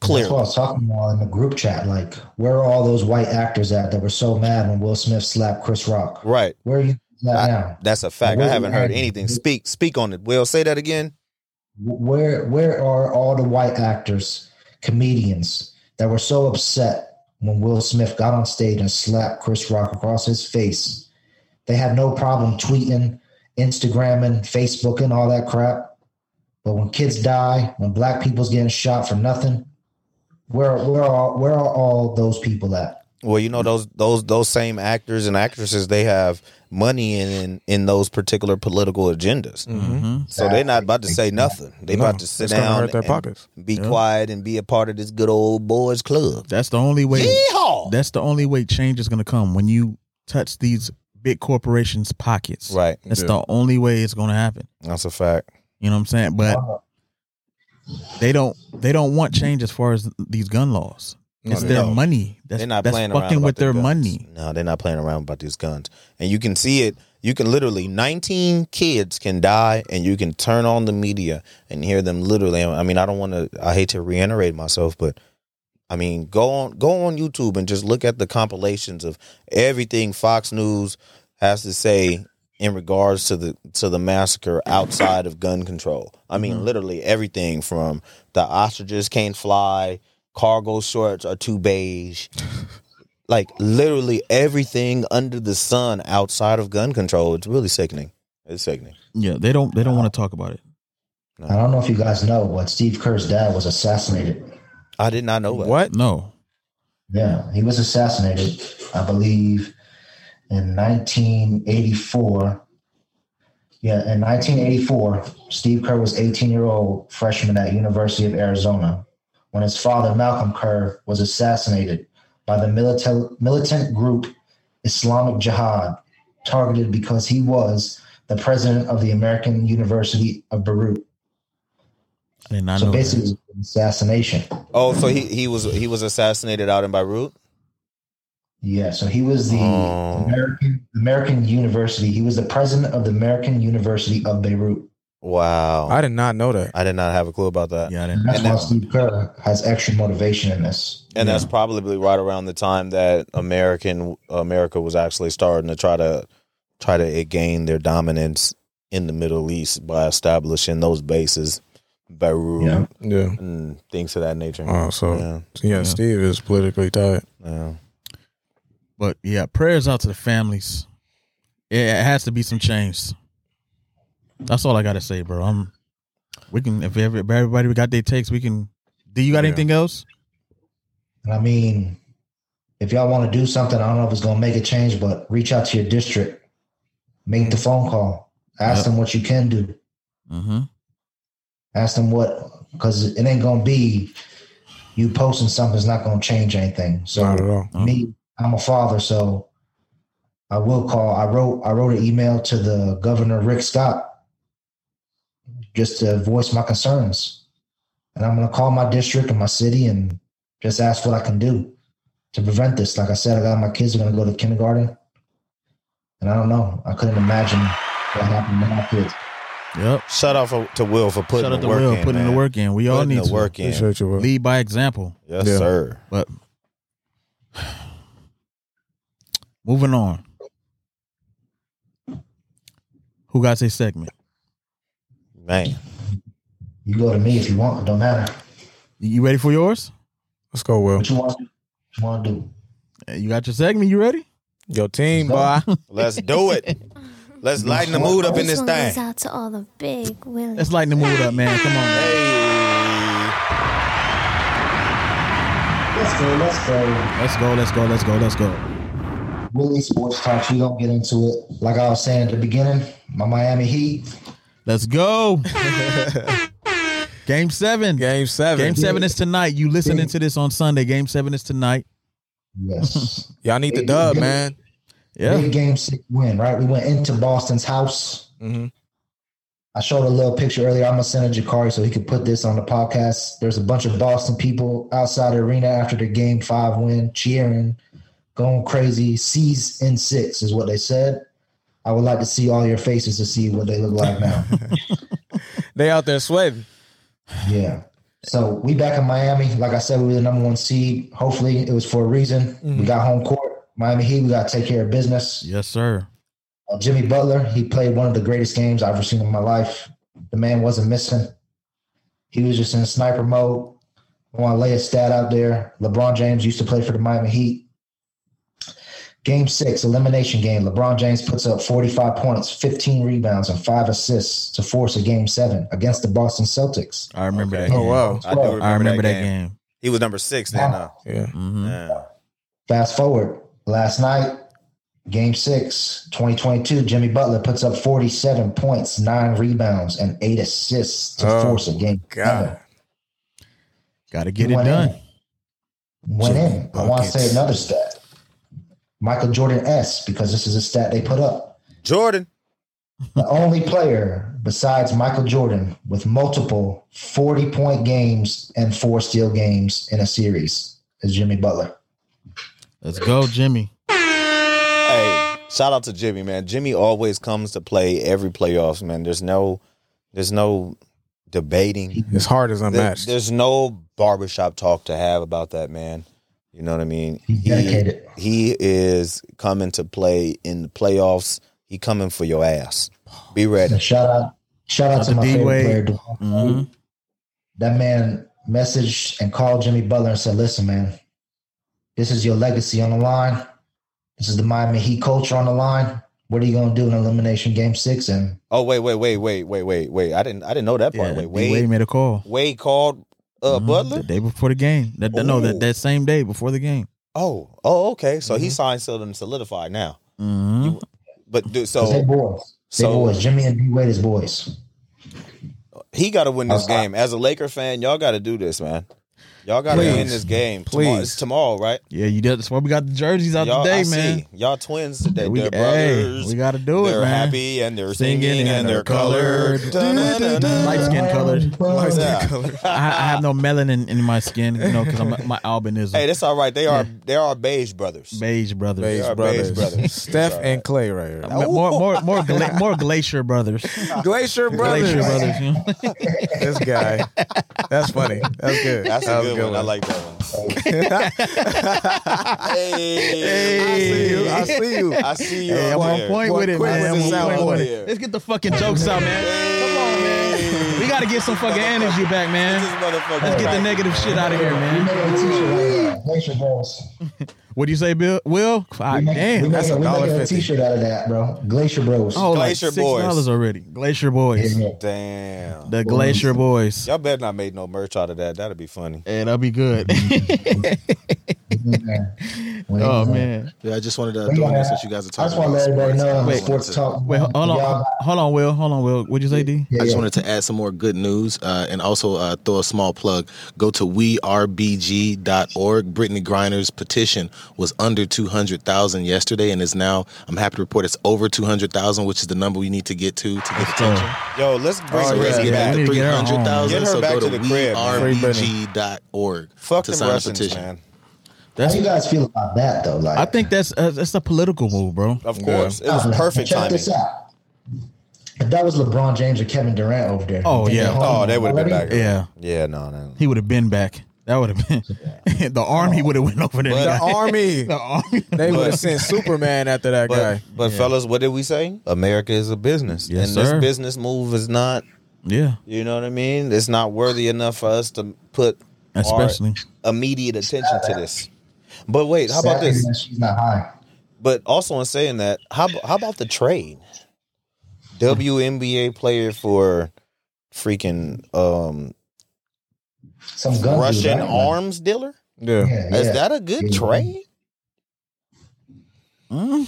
That's what I Clearly. was talking about in the group chat. Like, where are all those white actors at that were so mad when Will Smith slapped Chris Rock? Right. Where are you at I- now? That's a fact. I Where- haven't heard anything. Speak speak on it. Will say that again. where where are all the white actors, comedians that were so upset when Will Smith got on stage and slapped Chris Rock across his face? They had no problem tweeting, Instagramming, Facebooking, all that crap. But when kids die, when black people's getting shot for nothing, where where are where are all those people at? Well, you know those those those same actors and actresses they have money in in, in those particular political agendas. Mm-hmm. So they're not about to say nothing. They about to sit it's gonna down hurt their and pockets. be quiet and be a part of this good old boys club. That's the only way. Yeehaw! That's the only way change is going to come when you touch these big corporations' pockets. Right. That's the only way it's going to happen. That's a fact. You know what I'm Uh-huh. saying? But they don't. They don't want change as far as these gun laws. It's No, their no. money. That's, they're not that's playing around fucking about with their guns. money. No, they're not playing around about these guns, and you can see it. You can literally 19 kids can die, and you can turn on the media and hear them literally. I mean, I don't want to. I hate to reiterate myself, but I mean, go on, go on YouTube and just look at the compilations of everything Fox News has to say in regards to the to the massacre outside of gun control. I mean, Mm-hmm. literally everything from the ostriches can't fly, cargo shorts are too beige. Like literally everything under the sun outside of gun control. It's really sickening. It's sickening. Yeah, they don't. They don't want to talk about it. I don't know if you guys know, but Steve Kerr's dad was assassinated. I did not know that. What? No, Yeah, he was assassinated, I believe, in 1984. Yeah, in 1984, Steve Kerr was 18 year old freshman at University of Arizona when his father Malcolm Kerr was assassinated by the milita- militant group Islamic Jihad, targeted because he was the president of the American University of Beirut. I did not So know. that. basically, it was an assassination. Oh, so he, he was he was assassinated out in Beirut. Yeah, so he was the Oh. American American University. He was the president of the American University of Beirut. Wow. I did not know that. I did not have a clue about that. Yeah, I And didn't. that's And why that's- Steve Kerr has extra motivation in this. And that's probably right around the time that American America was actually starting to try to try to gain their dominance in the Middle East by establishing those bases, Beirut Yeah. Yeah. and things of that nature. Oh, so yeah, yeah, Steve is politically tied. yeah. But yeah, prayers out to the families. It, it has to be some change. That's all I gotta say, bro. I'm. We can if, every, if everybody got their takes, we can. Do you got Yeah. anything else? And I mean, if y'all want to do something, I don't know if it's gonna make a change, but reach out to your district, make the phone call, ask Yep. them what you can do, Mm-hmm. ask them what, because it ain't gonna be you posting something's not gonna change anything. So Not at all. me i'm a father so i will call i wrote i wrote an email to the governor rick scott just to voice my concerns and i'm going to call my district and my city and just ask what i can do to prevent this like i said i got my kids are going to go to kindergarten and i don't know i couldn't imagine what happened to my kids Yep. Shout out for, to Will for putting Shout out the to work Will in. putting man. the work in. We all Putting need the to work in. Appreciate you, Will. lead by example. Yes, Yeah. sir. But moving on. Who got their segment? Man, you go to me if you want it don't matter You ready for yours? Let's go, Will. what you want to do what you want to do Uh, You got your segment. You ready? Your team, boy. Let's let's do it. [laughs] Let's lighten the mood up in This this one thing. goes out to all the big Willie. Let's lighten the mood up, man. Come on. man. Hey, let's go let's go Let's go. Let's go. Let's go. Let's go. Willie Sports Talks. We gonna get into it. Like I was saying at the beginning, my Miami Heat. Let's [laughs] go. Game seven. [laughs] Game seven. Game seven is tonight. You listening to this on Sunday. Game seven is tonight. [laughs] Yes, Y'all need the dub, man. Yeah. big game six win. Right, we went into Boston's house. Mhm. I showed a little picture earlier. I'm gonna send it to Jakari so he could put this on the podcast. There's a bunch of Boston people outside the arena after the game five win, cheering, going crazy. C's in six is what they said. I would like to see all your faces to see what they look like now. They out there sweating. Yeah. So we back in Miami. Like I said, we were the number one seed. Hopefully, it was for a reason. We got home court. Miami Heat. We got to take care of business. Yes, sir. Uh, Jimmy Butler. He played one of the greatest games I've ever seen in my life. The man wasn't missing. He was just in sniper mode. I want to lay a stat out there. LeBron James used to play for the Miami Heat. Game six, elimination game. LeBron James puts up 45 points, 15 rebounds, and five assists to force a game seven against the Boston Celtics. I remember Okay. that. Game. Oh wow. I do remember, I remember that, that game. game. He was number six then. huh? Yeah. hmm Yeah. Fast forward last night, game six, 2022, Jimmy Butler puts up 47 points, nine rebounds, and eight assists to Oh, force a game. God. Got to seven. get it done. In. Went Jimmy in. I want to say buckets. another stat. Michael Jordan S, because this is a stat they put up. Jordan. The only player besides Michael Jordan with multiple 40 point games and four steal games in a series is Jimmy Butler. Let's go, Jimmy. Hey, shout out to Jimmy, man. Jimmy always comes to play every playoffs, man. There's no, there's no debating. His heart is There- unmatched. there's no barbershop talk to have about that, man. You know what I mean? He's dedicated. he is coming to play in the playoffs. He coming for your ass. Oh, Be ready. And shout out, shout out Shout to to my D-Wade. favorite player. Devon. Mhm. That man messaged and called Jimmy Butler and said, "Listen, man, this is your legacy on the line. This is the Miami Heat culture on the line. What are you gonna do in elimination game six? And Oh wait, wait, wait, wait, wait, wait, wait. I didn't, I didn't know that part. Yeah, wait, Wade, Wade, made a call. Wade called uh, Mhm, Butler. the day before the game. That no, Ooh. that, that same day before the game. Oh, oh, okay. So Mm-hmm. he signed, sealed, and solidified now. Mhm. You- But dude, 'cause they so boys, they so- boys. Jimmy and D Wade is boys. he got to win this Outside. game. As a Laker fan, y'all got to do this, man. Y'all got to Please. win this game. Tomorrow, Please. it's tomorrow, right? Yeah, you did. That's why we got the jerseys out y'all, today, I man. See. Y'all twins today. Yeah, we, they're hey, brothers. we gotta do it, they're man. happy and they're singing, and, they're colored. Da-da-da-da. Light skin colored. [laughs] Boys. Yeah. [laughs] I, I have no melanin in my skin, you know, because I'm [laughs] my albinism. Hey, that's all right. They are they are beige brothers. beige brothers. They Beige are brothers. beige brothers. [laughs] Steph Sorry. and Clay right here. More, more, more, [laughs] gla- more glacier brothers. Glacier Brothers. Glacier brothers. You [laughs] know? This guy. That's funny. That's good. That's That a was good, one. I like that [laughs] one. I see you. I hey, see you. I see you. Hey, I'm out on there. point with it, quick man. with I'm on the point sound with over here. it. Let's get the fucking jokes out, man. Come on, man. We gotta get some fucking energy back, This man. motherfucker. Let's get the right. negative shit out of here, We man. making a t-shirt. out of that. Glacier boys. What do you say, Bill? Will? We God making- we damn. That's making- a we dollar making a fifty. t-shirt out of that, bro. Glacier bros. Oh, like Glacier six Boys. dollars already. Glacier Boys. Yeah. Damn. The Glacier Boys. Y'all better not made no merch out of that. That'd be funny. Hey, that'll be good. [laughs] oh man. Yeah, I just wanted to We throw in gotta- there since you guys are I just talking want to let everybody know on the Wait. sports talk. Wait, ho- hold on, Y'all- hold on, Will, hold on, Will. What'd you say, D? I Yeah, just yeah. wanted to add some more good news uh, and also uh, throw a small plug. Go to werbg.org. Brittany Griner's petition was under 200,000 yesterday and is now, I'm happy to report, it's over 200,000, which is the number we need to get to to get attention. Yo, let's bring So let's Oh, get Brittany yeah. back. that We need to to get her on. 300,000. Get her So back go to, to the crib, man. werbg.org Fuck to them sign a Russians, petition. man. How That's you guys feel about that though? Like, I think that's uh, that's a political move, bro. Of course, it was Nah, perfect check timing. this out. If that was LeBron James or Kevin Durant over there, Oh, think yeah. they hung Oh, they would have been already? back. Yeah. Yeah. No. [laughs] No. He would have been back. That would have been [laughs] the army would have went over there. [laughs] The and got- army. the army. They would have sent Superman after that But, guy. but fellas, what did we say? America is a business, Yes, and sir. this business move is not. Yeah, You know what I mean? It's not worthy enough for us to put our especially. immediate attention to this. But wait, how about Sadly, this? man, She's not high. But also in saying that, how how about the trade? WNBA player for freaking um Some gun dude, Russian right? arms dealer? Yeah, Yeah. yeah. Is that a good Yeah. trade? Mm.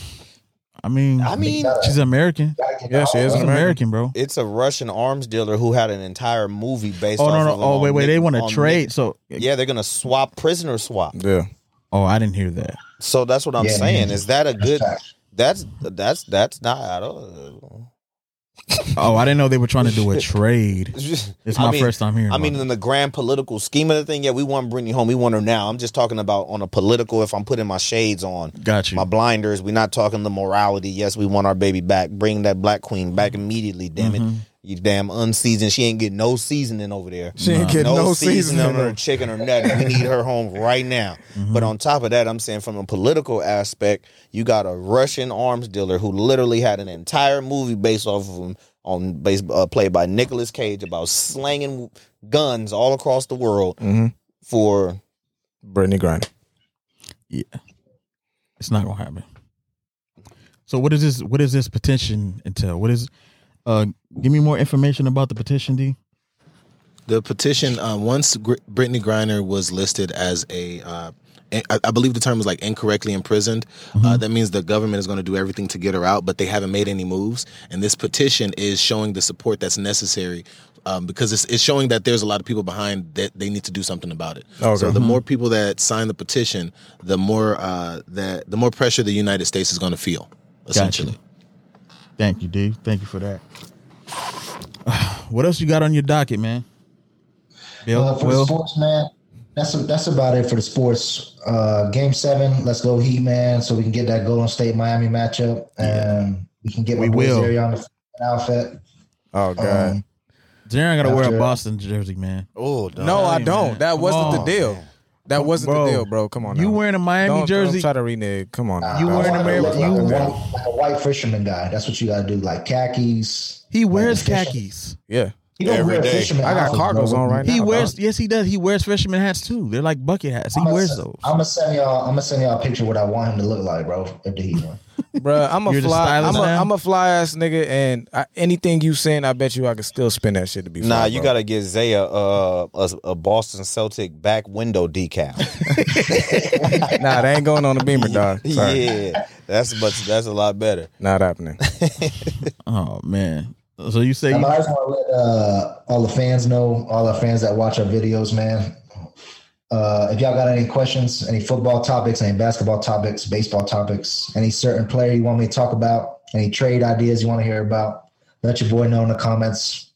I mean, I mean, she's American. Gotta get Yeah, she all is She's an of American, them. bro. American. it's a Russian arms dealer who had an entire movie based Oh off no, of no. him Oh on wait, wait. Nick- They want to on trade. So Nick- Yeah, they're gonna swap prisoner swap. Yeah. oh, I didn't hear that. So that's what I'm Yeah, saying. man. Is that a good That's facts. that's that's that's not I don't Oh, I didn't know they were trying to [laughs] do a trade. It's my I mean- first time hearing. I mean, about it. in the grand political scheme of the thing, yeah, we want Brittany home. We want her now. I'm just talking about on a political. If I'm putting my shades on, got you. my blinders, we're not talking the morality. Yes, we want our baby back. Bring that black queen Mm-hmm. back immediately. Damn it, you damn unseasoned. She ain't getting no seasoning over there. She ain't getting no seasoning. Mm-hmm. on her chicken or nothing. We need her home right now. But on top of that, I'm saying from a political aspect, you got a Russian arms dealer who literally had an entire movie based off of him on base uh, played by Nicolas Cage about slanging guns all across the world Mm-hmm. for Brittany Griner. It's not gonna happen. So what is this? What is this petition entail? What is? Uh, give me more information about the petition, D. The petition, um, once Gr- Brittany Griner was listed as a, uh, I, I believe the term is like incorrectly imprisoned, uh, that means the government is going to do everything to get her out, but they haven't made any moves. And this petition is showing the support that's necessary um, because it's, it's showing that there's a lot of people behind that they need to do something about it. Okay. So the more people that sign the petition, the more uh, that the more pressure the United States is going to feel, essentially. Thank you, D. Thank you for that. [sighs] What else you got on your docket, man? Bill, Well, Uh, for the Will, sports man, That's that's about it for the sports. Uh, game seven, let's go Heat, man, so we can get that Golden State Miami matchup, and we can get We my boy will. Jerry on the f- outfit. Oh God. Um, Darren got to wear a After- Boston jersey, man. Oh, dog. No, I Hey, don't. man. That Come wasn't on, the deal. That wasn't Bro, the deal, bro. Come on. You now. wearing a Miami Don't- jersey? Don't try to renege. Come on. now. You I wearing wanna a Ameri- look like you- a white, like a white fisherman guy. That's what you got to do, like khakis. he wears Like a fish- khakis. Yeah. He don't Every wear day. fisherman. I got outfits, cargoes bro. on right He now. wears dog. yes, he does. He wears fisherman hats too. They're like bucket hats. He I'ma wears se- those. I'ma send y'all. I'ma send y'all a picture of what I want him to look like, bro. If the Heat win. Bruh, I'm a You're the fly. I'm stylist a, now? I'm a fly ass nigga, and I, anything you saying, I bet you I could still spin that shit to be. Nah, fair, you bro. gotta get Zaya uh, a, a Boston Celtic back window decal. Nah, that ain't going on [laughs] the beamer, dog. [laughs] Sorry. yeah, that's much. That's a lot better. Not happening. Oh man. So you say I you, just want to let uh, all the fans know, all our fans that watch our videos, man. Uh, if y'all got any questions, any football topics, any basketball topics, baseball topics, any certain player you want me to talk about, any trade ideas you want to hear about, let your boy know in the comments.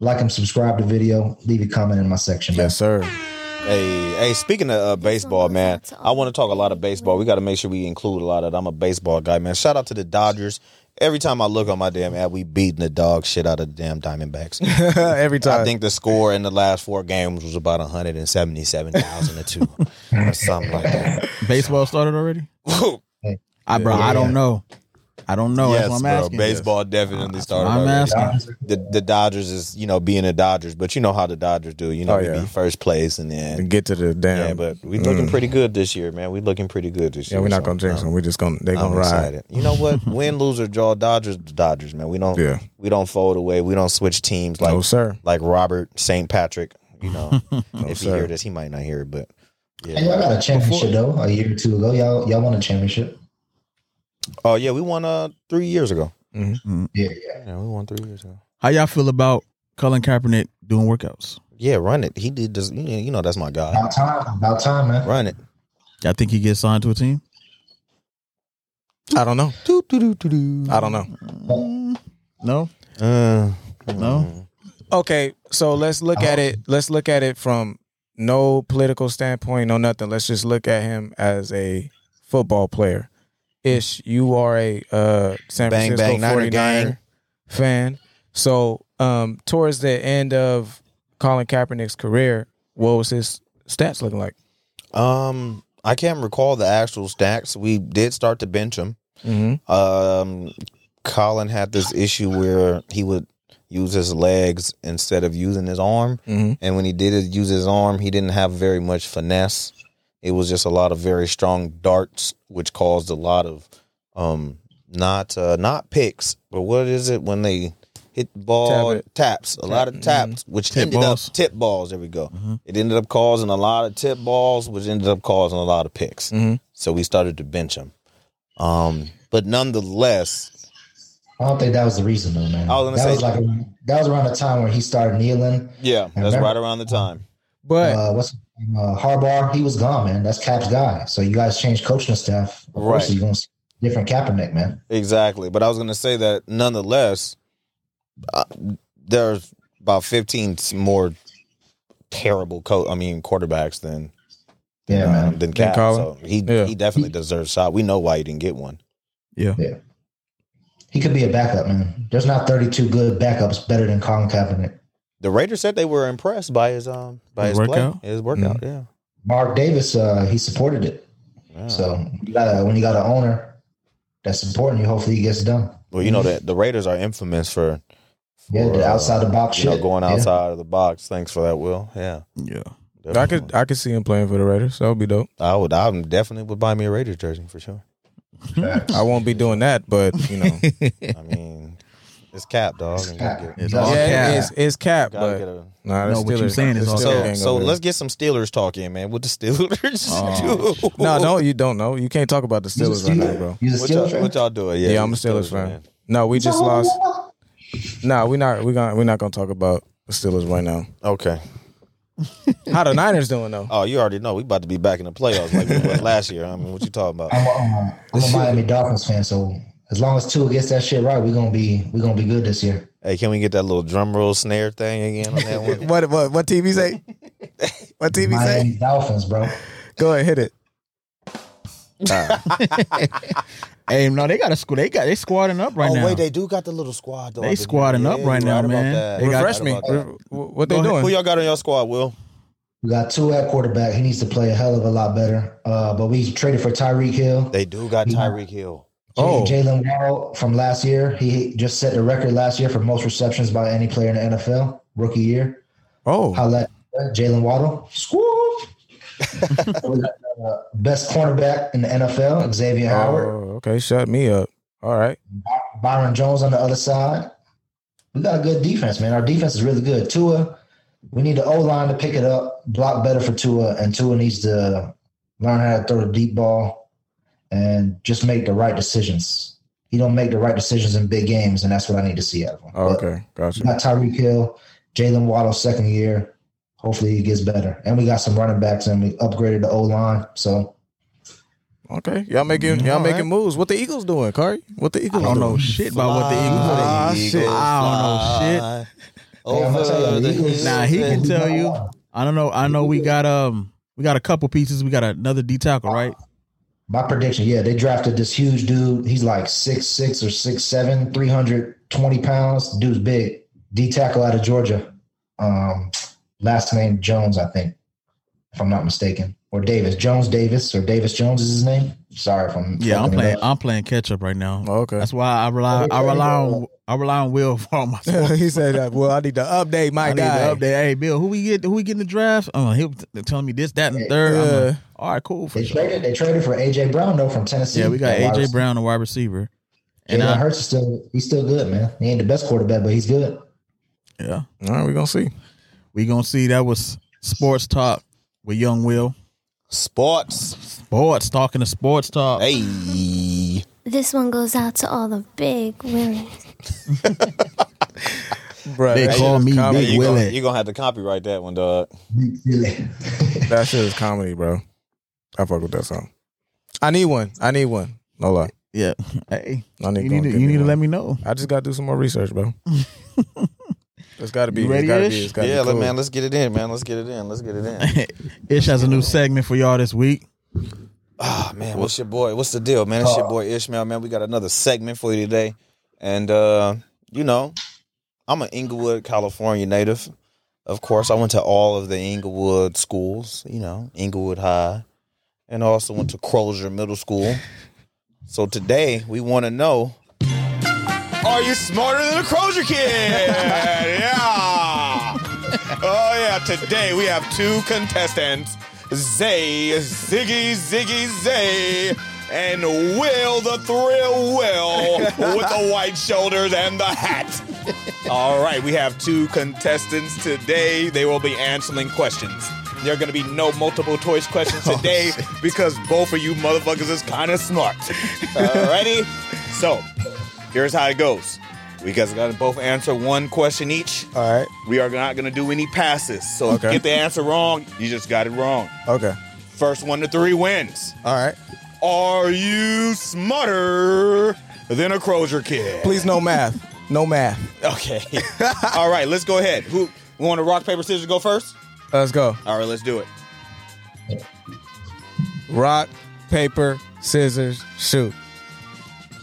Like and subscribe to video. Leave a comment in my section. man. yes, sir. [laughs] Hey, hey. Speaking of uh, baseball, man, I want to talk a lot of baseball. We got to make sure we include a lot of. It. I'm a baseball guy, man. Shout out to the Dodgers. Every time I look on my damn app, we beating the dog shit out of the damn Diamondbacks. Every time. I think the score in the last four games was about 177,000 or two or something like that. baseball started already? [laughs] I bro, I don't know. I don't know. yes, That's what I'm bro. asking. Baseball definitely started. I'm already. asking. The, the Dodgers is, you know, being the Dodgers, but you know how the Dodgers do. You know, Oh, we yeah. be first place and then. get to the damn. Yeah, but we looking Mm. pretty good this year, man. We looking pretty good this year. Yeah, we're not so gonna jinx I'm- them. We're just gonna they Oh. I'm gonna ride. excited. You know [laughs] what? Win, lose, or draw, Dodgers, the Dodgers, man. We don't, Yeah. we don't fold away. We don't switch teams like no sir. like Robert St. Patrick. You [laughs] know, if he sir. hear this, he might not hear it, but And y'all yeah. got a championship though. A year or two ago, y'all y'all won a championship. Oh yeah, we won uh three years ago. Yeah, yeah. Yeah, we won three years ago. How y'all feel about Colin Kaepernick doing workouts? Yeah, run it. He did this. You know, you know that's my guy. About time. About time, man. Run it. Y'all think he gets signed to a team? I don't know. I don't know. No? Uh, No? Okay, so let's look Oh. at it. Let's look at it from no political standpoint, no nothing. Let's just look at him as a football player. Ish, you are a uh, San Bang, Francisco bang, Niner 49er gang. fan. So, um, towards the end of Colin Kaepernick's career, what was his stats looking like? Um, I can't recall the actual stats. We did start to bench him. Mm-hmm. Um, Colin had this issue where he would use his legs instead of using his arm, Mm-hmm. and when he did it- use his arm, he didn't have very much finesse. It was just a lot of very strong darts, which caused a lot of um not uh, not picks, but what is it when they hit the ball Tap it. taps a lot of mhm. taps, which Tip ended balls. Mm-hmm. up tip balls. There we go. It ended up causing a lot of tip balls, which ended up causing a lot of picks. Mm-hmm. Mhm. So we started to bench him. Um, but nonetheless, I don't think that was the reason though, man. I was gonna that say- was like that was around the time where he started kneeling. yeah, that's Remember- right around the time. But uh, what's uh, Harbaugh? He was gone, man. That's Cap's guy. So you guys changed coaching staff. Of Right. course, you're gonna see different Kaepernick, man. Exactly. But I was going to say that nonetheless, uh, there's about 15 more terrible co- I mean quarterbacks than Yeah, uh, man. than Cap. Colin? So he Yeah. he definitely deserves a shot. We know why he didn't get one. He could be a backup, man. There's not 32 good backups better than Colin Kaepernick. The Raiders said they were impressed by his um by His his, play, workout? Mm-hmm. his workout. Mark Davis, uh, he supported it. Yeah. yeah. So you gotta, when you got an owner that's supporting you, hopefully he gets it done. Well, you know [laughs] that the Raiders are infamous for, for Mm. Yeah, the uh, outside the box you know, shit. going Yeah. outside of the box. Thanks for that, Will. Yeah, Yeah. Uh, I could I could see him playing for the Raiders. That would be dope. I would, I would definitely would buy me a Raiders jersey for sure. I won't be doing that, but [laughs] you know, yeah, I mean, it's cap, dog. and you Cap. get- It's you all gotta cap. it is it's cap. gotta But get a- No, nah, that's what Steelers, you're saying is the all Steelers cap. so ain't so gonna do let's it. get some Steelers talk in, man. What the Steelers Oh. [laughs] do? No, no, you don't know. You can't talk about the He's a Steelers right now, bro. He's a What Steelers y'all, fan? what y'all doing? Yeah, I'm a Steelers fan. No, we just lost. Nah, we not we gonna we not gonna talk about the Steelers right now. Okay. How the Niners doing [laughs] though? Oh, you already know we about to be back in the playoffs like we [laughs] was last year. I mean, what you talking about? I'm a, um, I'm a Miami Dolphins fan, so as long as Tua gets that shit right, we're gonna be we're gonna be good this year. Hey, can we get that little drum roll snare thing again on that one? [laughs] What what what TV say? What TV say? Miami Dolphins, bro. Go ahead, hit it. Hey, no, they got a school. They got they squadding up right oh now. wait, they do got the little squad though. They squadding up right now, man. They got- Refresh me. Re- What they Who doing? y'all got on your squad, Will? We got two at quarterback. He needs to play a hell of a lot better. Uh, but we traded for Tyreek Hill. They do got Tyreek Hill. Oh. Jalen Waddle from last year. He just set the record last year for most receptions by any player in the NFL rookie year. Oh, How that Jalen Waddle [laughs] squall. we got uh, best cornerback in the NFL, Xavier Howard. Oh, okay. Shut me up. All right. Byron Jones on the other side. We got a good defense, man. Our defense is really good. Tua, we need the O line to pick it up, block better for Tua, and Tua needs to learn how to throw the deep ball and just make the right decisions. He don't make the right decisions in big games, and that's what I need to see out of him. Oh, But okay, We gotcha. got Tyreek Hill, Jalen Waddle, second year. Hopefully he gets better. And we got some running backs, and we upgraded the O line. So Okay. Y'all making y'all all making moves. What the Eagles doing, Kari? What the Eagles I don't doing? know shit about Oh, what the Eagles are. Ah, shit. I Yeah, I'm Over gonna tell you, the Eagles- hills Nah, he can and- tell you. I don't know. I know we got um we got a couple pieces. We got another D tackle, right? My prediction, yeah, they drafted this huge dude. He's like six six or six seven, three hundred twenty pounds. Dude's big. D tackle out of Georgia. Um, last name Jones, I think, if I'm not mistaken, or Davis Jones Davis or Davis Jones is his name. Sorry if I'm Yeah, I'm fucking it playing. up. I'm playing catch up right now. Oh, okay. That's why I rely. I rely on. I rely on Will [laughs] for all my. [laughs] he said, uh, "Well, I need to update my I need guy." to update. Hey, Bill, who we get? Who we get in the draft? Oh, he'll t- tell me this, that, and the third. I'm like, all right, cool. For They sure. traded. They traded for AJ Brown though from Tennessee. Yeah, we got That wide AJ receiver. Brown, the wide receiver. And Jalen I, Hurts is still he's still good, man. He ain't the best quarterback, but he's good. [laughs] yeah, All right, we gonna see. we gonna see. That was sports talk with Young Will. Sports. Sports talking to sports talk. Hey. This one goes out to all the big willies. Bruh, They that call shit is me comedy. Big you Willie. Gonna, you gonna have to copyright that one, dog. That shit is comedy, bro. I fuck with that song. I need one. I need one. No lie. Yeah. Hey, I need you to go need and to, you get me need to one. let me know. [laughs] I just gotta do some more research, bro. it's gotta be. You It's gotta ready-ish? be. It's gotta yeah, be let- cool. man. Let's get it in, man. Let's get it in. Let's get it in. Ish has a new segment for y'all this week. Oh man, what's your boy? What's the deal, man? It's your boy Ishmael, man. We got another segment for you today. And uh, you know, I'm an Inglewood, California native. Of course, I went to all of the Inglewood schools, you know, Inglewood High, and also went to Crozier Middle School. So today we want to know Are you smarter than a Crozier kid? yeah. Oh yeah, today we have two contestants, Zay, Ziggy, Ziggy, Zay, and Will the Thrill Will with the white shoulders and the hat. All right, we have two contestants today. They will be answering questions. There are going to be no multiple choice questions today because both of you motherfuckers is kind of smart. Alrighty, so here's how it goes. We guys got to both answer one question each. All right. We are not going to do any passes. So if you Okay. get the answer wrong, you just got it wrong. Okay. First one to three wins. All right. Are you smarter than a Crozier kid? Please, no math. No math. Okay. [laughs] All right, let's go ahead. Who want to rock paper scissors go first? Let's go. All right, let's do it. Rock, paper, scissors, shoot.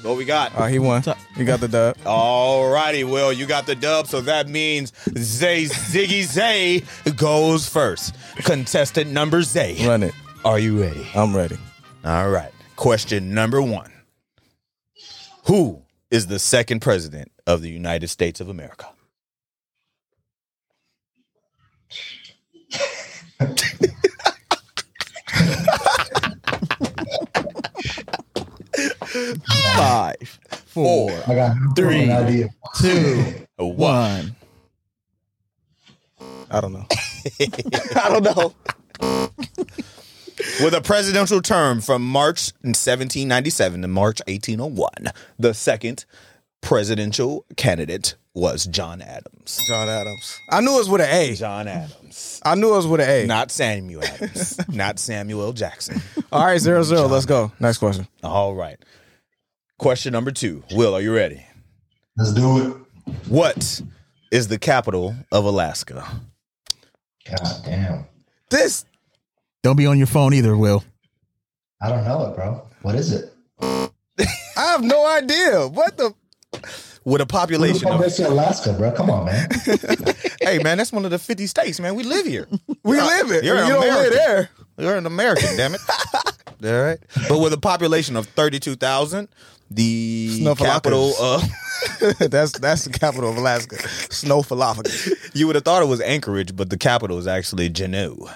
What we got? Oh, he won. You got [laughs] the dub. All righty, Will, you got the dub, so that means Zay Ziggy Zay goes first. Contestant number Zay, Run it. are you ready? I'm ready. All right. Question number one Who is the second president of the United States of America? Five, four, Four, I got no Three. fucking idea. two, one. one. I don't know. [laughs] I don't know. [laughs] With a presidential term from March 1797 to March 1801, the second presidential candidate was John Adams. John Adams. I knew it was with an A. John Adams. I knew it was with an A. Not Samuel [laughs] Adams. Not Samuel Jackson. All right, zero zero. Let's go. Next question. All right. Question number two. Will, are you ready? Let's do it. What is the capital of Alaska? God damn. this? Don't be on your phone either, Will. I don't know it, bro. What is it? I have no idea. What the? Who with a the [laughs] population fuck of goes to Alaska, bro? Come on, man. hey man, that's one of the fifty states, man. We live here. We live it. You're you don't live American. there. You're an American, damn it. All right, but with a population of thirty-two thousand, the Snuffleupagus. capital of [laughs] [laughs] that's that's the capital of Alaska. Snow Falafel. you would have thought it was Anchorage, but the capital is actually Juneau.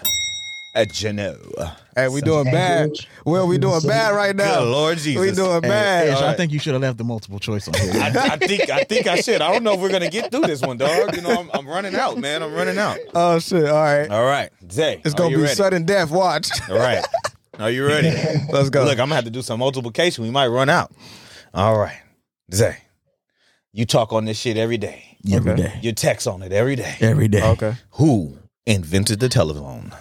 At Juneau, Hey, we doing bad. Anchorage. Well, we doing So- bad right now. Good Lord Jesus, We doing Hey, bad. Ish, all I right. think you should have left the multiple choice [laughs] on here. I, I think I think I should. I don't know if we're gonna get through this one, dog. You know, I'm, I'm running out, man. I'm running out. Oh shit! All right, All right, Zay, it's are gonna you be ready? sudden death. Watch. All right, are you ready? [laughs] Let's go. Look, I'm gonna have to do some multiplication. We might run out. All right, Zay, you talk on this shit every day. Every day. You text on it every day. Every day. Okay. Who invented the telephone?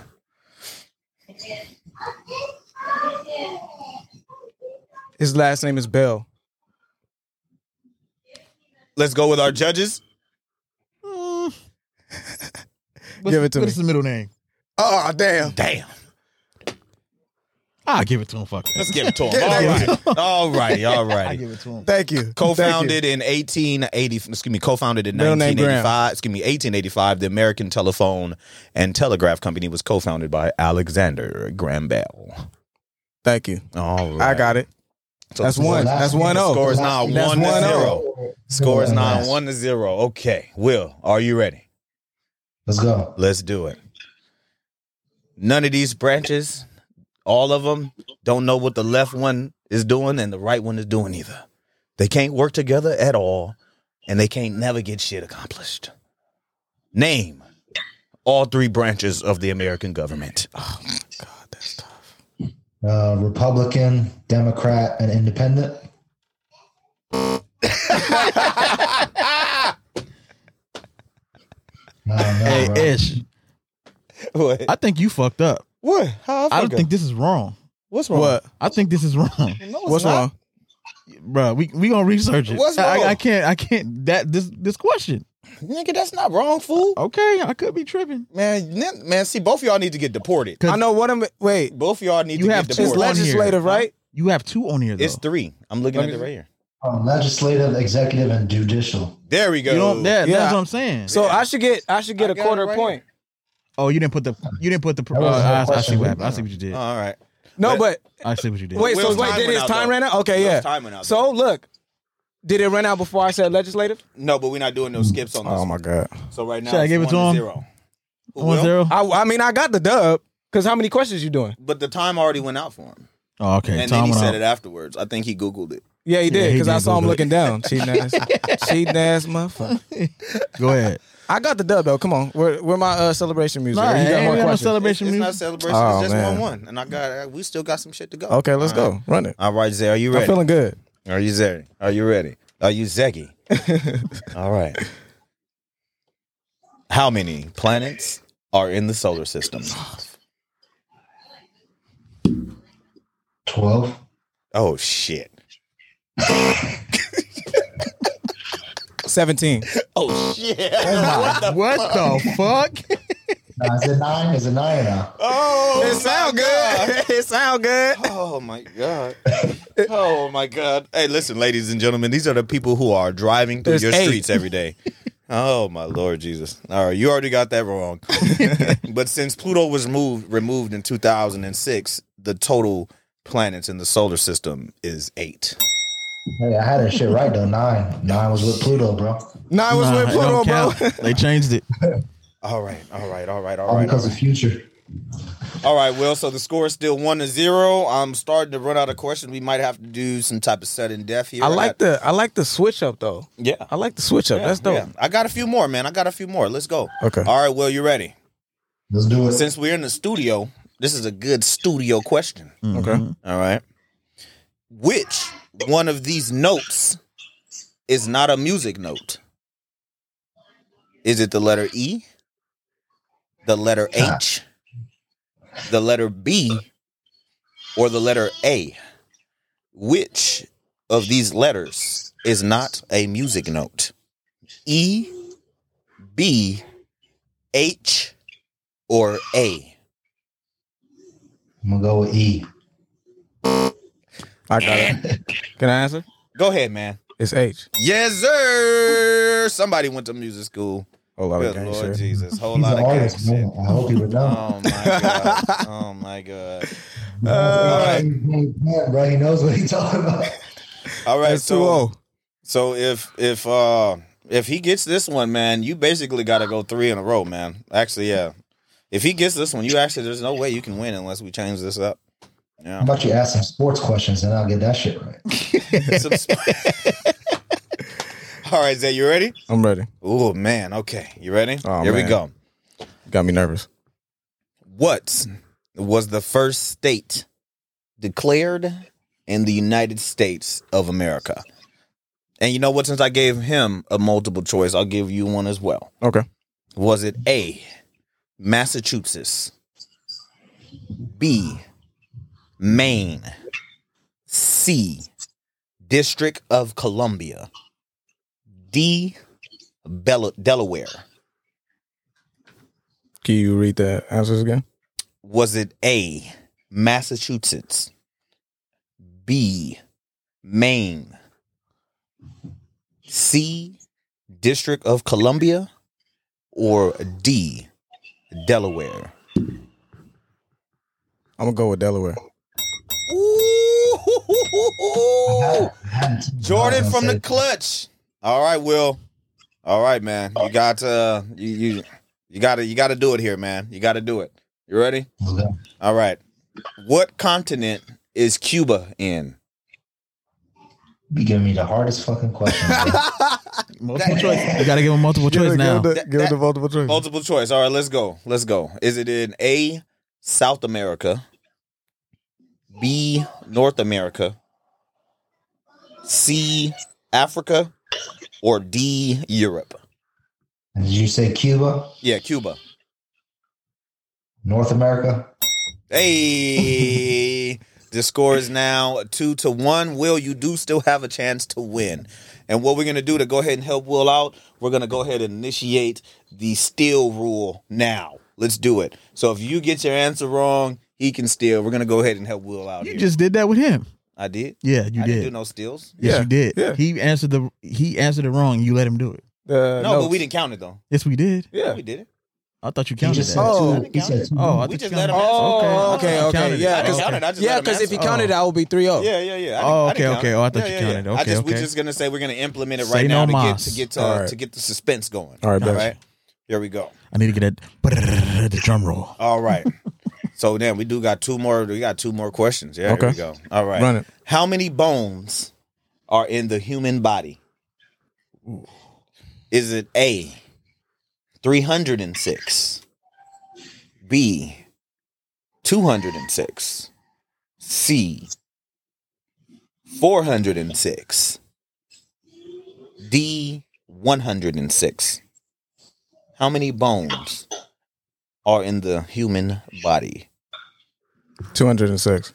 His last name is Bell. Let's go with our judges. [laughs] What's- Give it to what me. is the middle name? Oh damn! Damn. I'll give it to him. Fuck. [laughs] it. Let's give it to him. Yeah, All yeah. right. All right. All [laughs] I right. give it to him. Thank you. Co-founded in 1880, excuse me, co-founded in Middle name Graham. 1985, excuse me, 1885, the American Telephone and Telegraph Company was co-founded by Alexander Graham Bell. Thank you. All right. I got it. So That's one. That's one The score zero. is now That's one to one oh. zero. Score is now Nice. one to zero. Okay. Will, are you ready? Let's go. Let's do it. None of these branches, all of them, don't know what the left one is doing and the right one is doing either. They can't work together at all, and they can't never get shit accomplished. Name all three branches of the American government. Uh, Republican, Democrat, and [laughs] Independent. No, no, Hey, bro. Ish, What? I think you fucked up. What? How I don't think this is wrong. What's wrong? What? I think this is wrong. What's wrong? Bruh, we we gonna research it. What's I, wrong? I can't. I can't. That this this question. Nigga, that's not wrong, fool. Oh, Okay, I could be tripping. Man, n- man, see, both of y'all need to get deported. Cause I know what I'm. Wait, Both of y'all need You to have get two it's It's deported. left. on here. legislative, right? you have two on here though. It's three. I'm looking Let at me it see. right here. Um, legislative, executive, and judicial. There we go. you don't. That, Yeah. That's what I'm saying. So I should get. I should get I a got it quarter right point. oh, you didn't put the. You didn't put the. That Uh, wasn't I, a I see question. what happened. I see what you did. All right. No, but I see what you did. wait. So Will's wait, time did went his out, time though. ran out? Okay, Will's yeah. time went out, So look, did it run out before I said legislative? No, but we're not doing no skips on this. Oh my god. So right now, Should I it's give it to one him? Zero. Who One will? zero. I, I mean, I got the dub. Cause how many questions you doing? But the time already went out for him, Oh, okay. and Tom then he went said out. it afterwards. I think he googled it. Yeah, he did. he Cause I did saw him Google it. looking [laughs] down. Cheating ass, cheating ass, motherfucker. Go [laughs] ahead. I got the dub though. Come on, where, where my uh, celebration music? Nah, Or you ain't got got more no questions? It's, celebration it's not music. celebration. Oh, it's just one man. one, and I got uh, we still got some shit to go. okay, let's All right. go. Run it. All right, Zay, are you ready? I'm feeling good. are you Zay? Are you ready? Are you [laughs] Zeggy? All right. How many planets are in the solar system? 12. Oh shit! Seventeen. Oh shit! What the [laughs] fuck? Nah, is it nine? Is it nine now? Oh, It sound my God. good. [laughs] it sound good. Oh my god. Oh my god. Hey, listen, ladies and gentlemen, these are the people who are driving through There's your eight. streets every [laughs] day. Oh my lord Jesus. All right, you already got that [laughs] wrong. but since Pluto was moved removed in 2006, the total planets in the solar system is 8. Hey, I had that shit right though. Nine. Nine was with Pluto, bro. Nah, I was with Nah, it Pluto, don't bro. count. They changed [laughs] it. All right. All right. All right. All All Oh. right. All because right. of future. All right, Will. So the score is still 1 to 0. I'm starting to run out of questions. We might have to do some type of sudden death here. I like the I like the switch up though. Yeah. I like the switch up. That's dope. Yeah. I got a few more, man. I got a few more. Let's go. Okay. All right, Will, you ready? Let's do it. Since we're in the studio, this is a good studio question. Okay. All right. Which one of these notes is not a music note? Is it the letter E, the letter H, the letter B, or the letter A? Which of these letters is not a music note? E, B, H, or A? I'm gonna go with E. I got it. Can I answer? Go ahead, man. It's H. Yes, sir. Somebody went to music school. A lot of Good gang Lord shit. Jesus. Whole He's lot an of gang artist, shit. man. I hope he would [laughs] know. Oh my god. [laughs] Oh my god. uh, Yeah, bro, he knows what he's talking about. All right, That's two so O. so if if uh if he gets this one, man, you basically got to go three in a row, man. Actually, yeah. If he gets this one, you actually there's no way you can win unless we change [laughs] this up. How about you ask some sports questions and I'll get that shit right? Some sp- [laughs] All right, Zay, you ready? I'm ready. Oh man, okay, you ready? Oh, Here we man. go. Got me nervous. What was the first state declared in the United States of America? And you know what? Since I gave him a multiple choice, I'll give you one as well. Okay. Was it A, Massachusetts, B, Maine, C, District of Columbia, D, Bel- Delaware? Can you read the answers again? was it A, Massachusetts, B, Maine, C, District of Columbia, or D, Delaware? I'm gonna go with Delaware. Ooh, Jordan from the clutch. All right, Will. All right, man. You got uh you you you gotta you gotta do it here, man. You gotta do it. You ready? Okay. All right. What continent is Cuba in? You giving me the hardest fucking [laughs] question. bro. Multiple choice. You got to give him multiple choice now. Give, That- give it the multiple Hmm. choice. Multiple choice. All right, let's go. Let's go. Is it in A, South America, B, North America, C, Africa, or D, Europe? Did you say Cuba, Yeah, Cuba. North America? Hey, the score is now two to one. Will, you do still have a chance to win. And what we're going to do to go ahead and help Will out, we're going to go ahead and initiate the steal rule now. Let's do it. So if you get your answer wrong, he can steal. We're going to go ahead and help Will out. You here. just did that with him. I did. Yeah, you I did. didn't do no steals. yes, Yeah, you did. yeah. He answered the he answered it wrong. You let him do it. Uh, No, but we didn't count it though. Yes, we did. Yeah, Yeah. we did it. I thought you He counted just that. said Oh. two. He said two. Oh, I We thought just you let him counted- answer. okay, Oh, okay, okay, okay, yeah, I didn't okay. count it. I just Yeah, let him because if answer. he counted, I would be 3 0. Yeah, yeah, yeah. I Oh, didn't- I didn't okay, okay. count it. Oh, I thought Yeah, you counted. yeah. I Okay, just we're okay. just gonna say we're gonna implement it Say right now no to mas. get to get uh, to, All right. to get the suspense going. All right, all bet. right. Here we go. I need to get that the drum roll. [laughs] All right. so then we do got two more. We got two more questions. Yeah. Here Okay. we go. All right. Run it. How many bones are in the human body? Is it A, three hundred and six, B, two hundred and six, C, four hundred and six, D, one hundred and six? How many bones are in the human body? 206.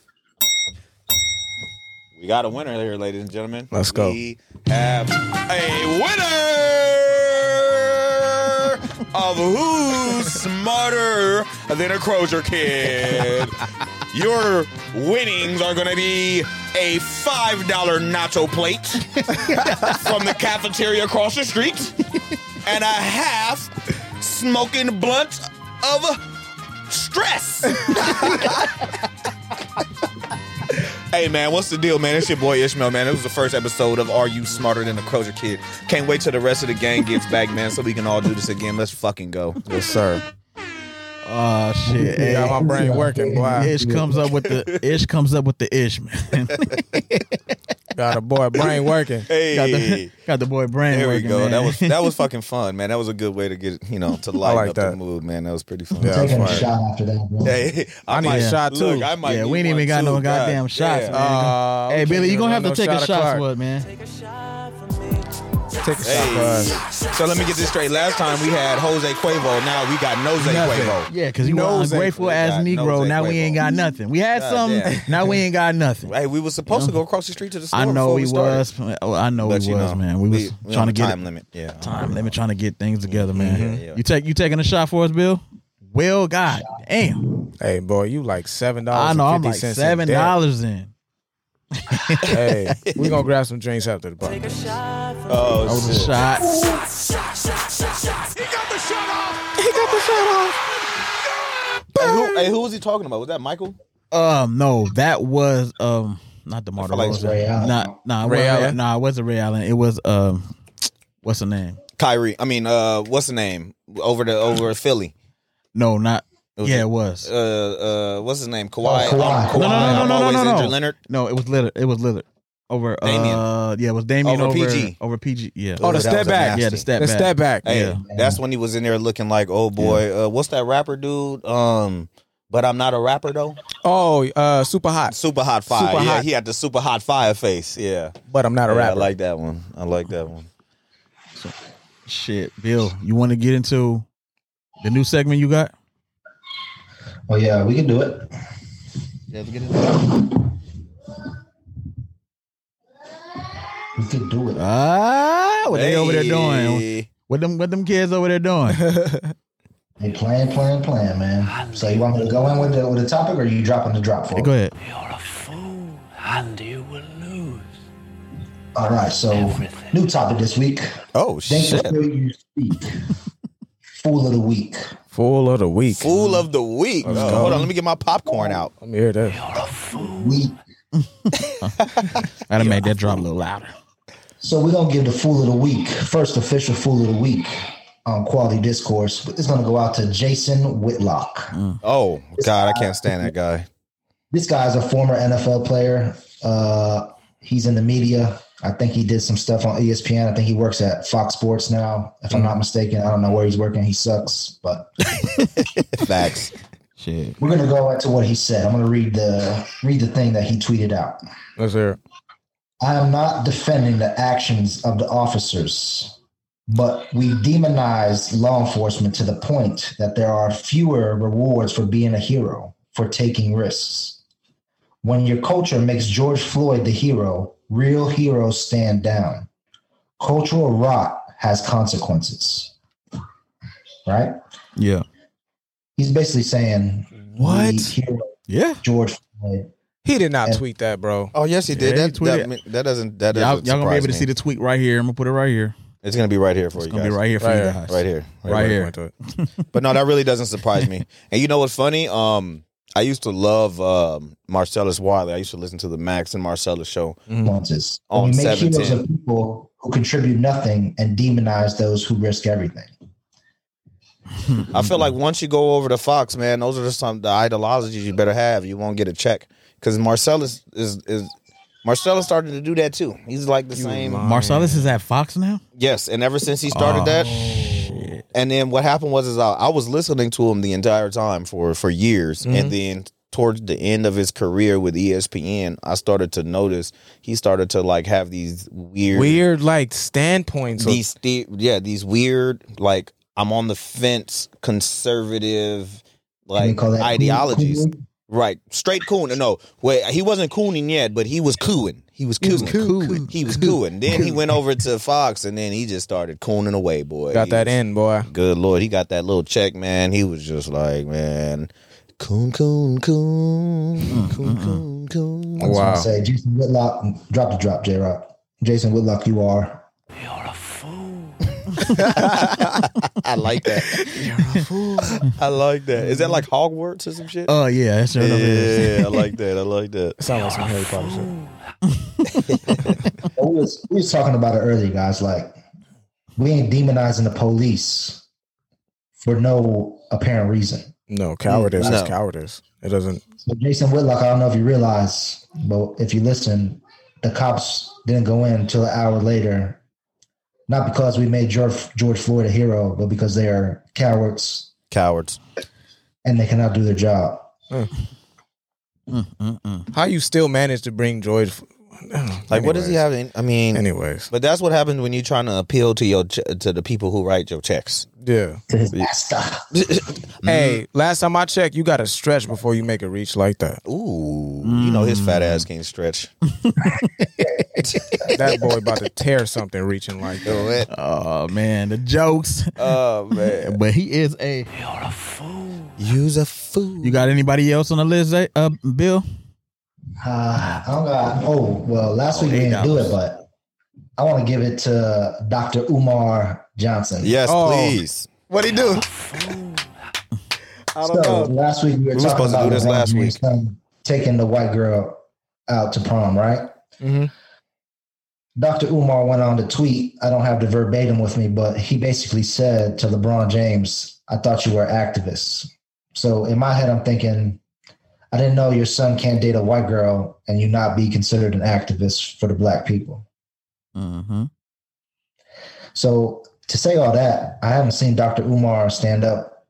We got a winner here, ladies and gentlemen. Let's go. We have a winner of Who's Smarter Than a Crozier Kid. Your winnings are going to be a $5 nacho [laughs] plate from the cafeteria across the street and a half smoking blunt of stress. Hey man, what's the deal, man? It's your boy Ishmael, man. It was the first episode of Are You Smarter Than a Crozier Kid? Can't wait till the rest of the gang gets back, man, so we can all do this again. Let's fucking go. Yes, sir. Oh Ah, shit! Hey, Got my brain working, boy. Ish comes up with the ish comes up with the ish man. [laughs] Got a boy brain working. Hey, got, the, got the boy brain. there we working, go. man. [laughs] That was that was fucking fun, man. That was a good way to get you know to lighten like up the that. mood, man. That was pretty fun. Yeah, Taking a fire. shot after that. Bro. Hey, [laughs] I, need a might- shot, look, too. I might yeah, need we ain't even one, got no too. goddamn God shots, Uh, damn. man. hey, Billy, you gonna have to take a shot for for it, man. Take a shot Hey. for us. So let me get this straight. Last time we had Jose Quavo. Now we got Nose Nothing. Quavo. Yeah, because you were Nose ain't- ungrateful we ass got nose Negro. ain't Now we Quavo. ain't got nothing. We had God some. damn. Now we ain't got nothing. Hey, we were supposed to go across the street to the store. I know before we started. was. oh, I know we But was, you know, man. We was trying on to a get time it- limit. Yeah, time limit, trying to get things together, man. yeah. You take you taking a shot for us, Bill? Well, God damn. Hey, boy, you like seven dollars. I know. I'm like seven dollars in. Hey, [laughs] we gonna grab some drinks after the party. Oh, I was a shot. Hey, who, hey, who was he talking about? Was that Michael? Um, no, that was um not the like it's DeRozan. Ray Allen. Nah, nah, it Ray wasn't- Allen? Nah, it wasn't Ray Allen. It was um, what's the name? Kyrie. I mean, uh, what's the name? Over the over Philly. No, not. was yeah, a- it was. Uh, uh, what's his name? Kawhi. Oh, Kawhi. No, I'm- no, no, no, I'm no, always no, no. injured. Leonard. no, it was Lillard. It was Lillard over Uh, Damian. yeah, it was Damien Over over, over PG. PG. Yeah. Oh, the That step was a back. nasty. yeah, the step The back. step back. Hey, Yeah. that's when he was in there looking like, oh boy, uh, what's that rapper dude? Um, but I'm not a rapper though. Oh, uh, super hot. Super hot fire. Super yeah, hot. he had the super hot fire face. Yeah, But I'm not a Yeah, I rapper. like that one. I like that one. Shit, Bill, you want to get into the new segment you got? Oh yeah, we can do it. We can do it. Ah, what they over there doing? Hey. What them? What them kids over there [laughs] doing? They plan, plan, plan, man. So you want me to go in with the with the topic, or you dropping the drop for? it? Go ahead. All right. So new topic this week. Oh Think shit! before you speak. Fool of the week. Full of the week. Fool of the week. Oh, go. hold on, let me get my popcorn out. Let me hear that. Week. I done made that drop a little louder. So we're gonna give the fool of the week first official fool of the week on quality discourse. It's gonna go out to Jason Whitlock. Mm. Oh God, I can't stand that guy. this guy's a former NFL player. Uh, he's in the media. I think he did some stuff on E ESPN. I think he works at Fox Sports now, if Mm. I'm not mistaken. I don't know where he's working. He sucks, but Facts. Shit. we're gonna go into what he said. I'm gonna read the read the thing that he tweeted out. Let's hear. it. I am not defending the actions of the officers, but we demonize law enforcement to the point that there are fewer rewards for being a hero, for taking risks. When your culture makes George Floyd the hero, real heroes stand down. Cultural rot has consequences. Right? Yeah. He's basically saying What? we hero Yeah. George Floyd. He did not Yeah. tweet that, bro. [laughs] Oh yes, he did. Yeah, he that, that tweeted. mi- that doesn't that Y'all, doesn't y'all gonna be able to surprise see me. the tweet right here. I'm gonna put it right here. It's gonna be right here for It's you gonna guys. be right here for Right you here. guys. Right here. Right here. Went to it. But no, that really [laughs] doesn't surprise me. And you know what's funny? Um, I used to love um, Marcellus Wiley. I used to listen to the Max and Marcellus show. influences. Mm-hmm. On When you make heroes 710. of people who contribute nothing and demonize those who risk everything. I feel like once you go over to Fox, man, those are just some the ideologies you better have. You won't get a check because Marcellus is is Marcellus started to do that too. He's like the same. Marcellus is at Fox now. Yes, and ever since he started Oh, that, shit. and then what happened was is I, I was listening to him the entire time for for years, and then towards the end of his career with E ESPN, I started to notice he started to like have these weird, Weird, like standpoints. of- these the, yeah these weird like I'm on the fence conservative Can we like call that ideologies. cool- cool? Right, straight cooning. No, wait, he wasn't cooning yet, but he was cooing. He was cooing. He was cooing. Then he went over to Fox, and then he just started cooning away, boy. Got He that was- in, boy. Good lord, he got that little check, man. He was just like, man, coon, coon, Mm, coon, coon, coon, coon. That's what I Wow. Say Jason Whitlock, mm, drop the drop, J Rock. Jason Whitlock, you [laughs] are. I like that. I like that. Is that like Hogwarts or some shit? Oh yeah, that's sure enough it is. yeah, [laughs] I like that. I like that. Sound like some Harry Potter shit. We was, we was talking about it earlier, guys. Like we ain't demonizing the police for no apparent reason. No, cowardice is No. cowardice. It doesn't. So Jason Whitlock, I don't know if you realize, but if you listen, the cops didn't go in until an hour later. Not because we made George, George Floyd a hero, but because they are cowards Cowards. and they cannot do their job. Mm, mm, mm. How you still manage to bring George? F- Like, what does he have? In, I mean, Anyways, But that's what happens when you're trying to appeal to your che- to the people who write your [laughs] checks. yeah. To his master. Hey, last time I checked, you got to stretch before you make a reach like that. Ooh, you know his fat ass can't [laughs] stretch. That boy about to tear something reaching like that. Oh man, the jokes. Oh man, But he is a use a food. You got anybody else on the list, Zay- uh, Bill? Uh, I don't got. Oh well, last week we didn't do it, but I want to give it to Dr. Umar Johnson. Yes, Oh. please. What he do? I So last week we were, were talking supposed to about do this LeBron last James' week. son taking the white girl out to prom, right? Mhm. Dr. Umar went on to tweet. I don't have the verbatim with me, but he basically said to LeBron James, "I thought you were activists." So in my head, I'm thinking, I didn't know your son can't date a white girl and you not be considered an activist for the black people. Mm-hmm. So to say all that, I haven't seen Dr. Umar stand up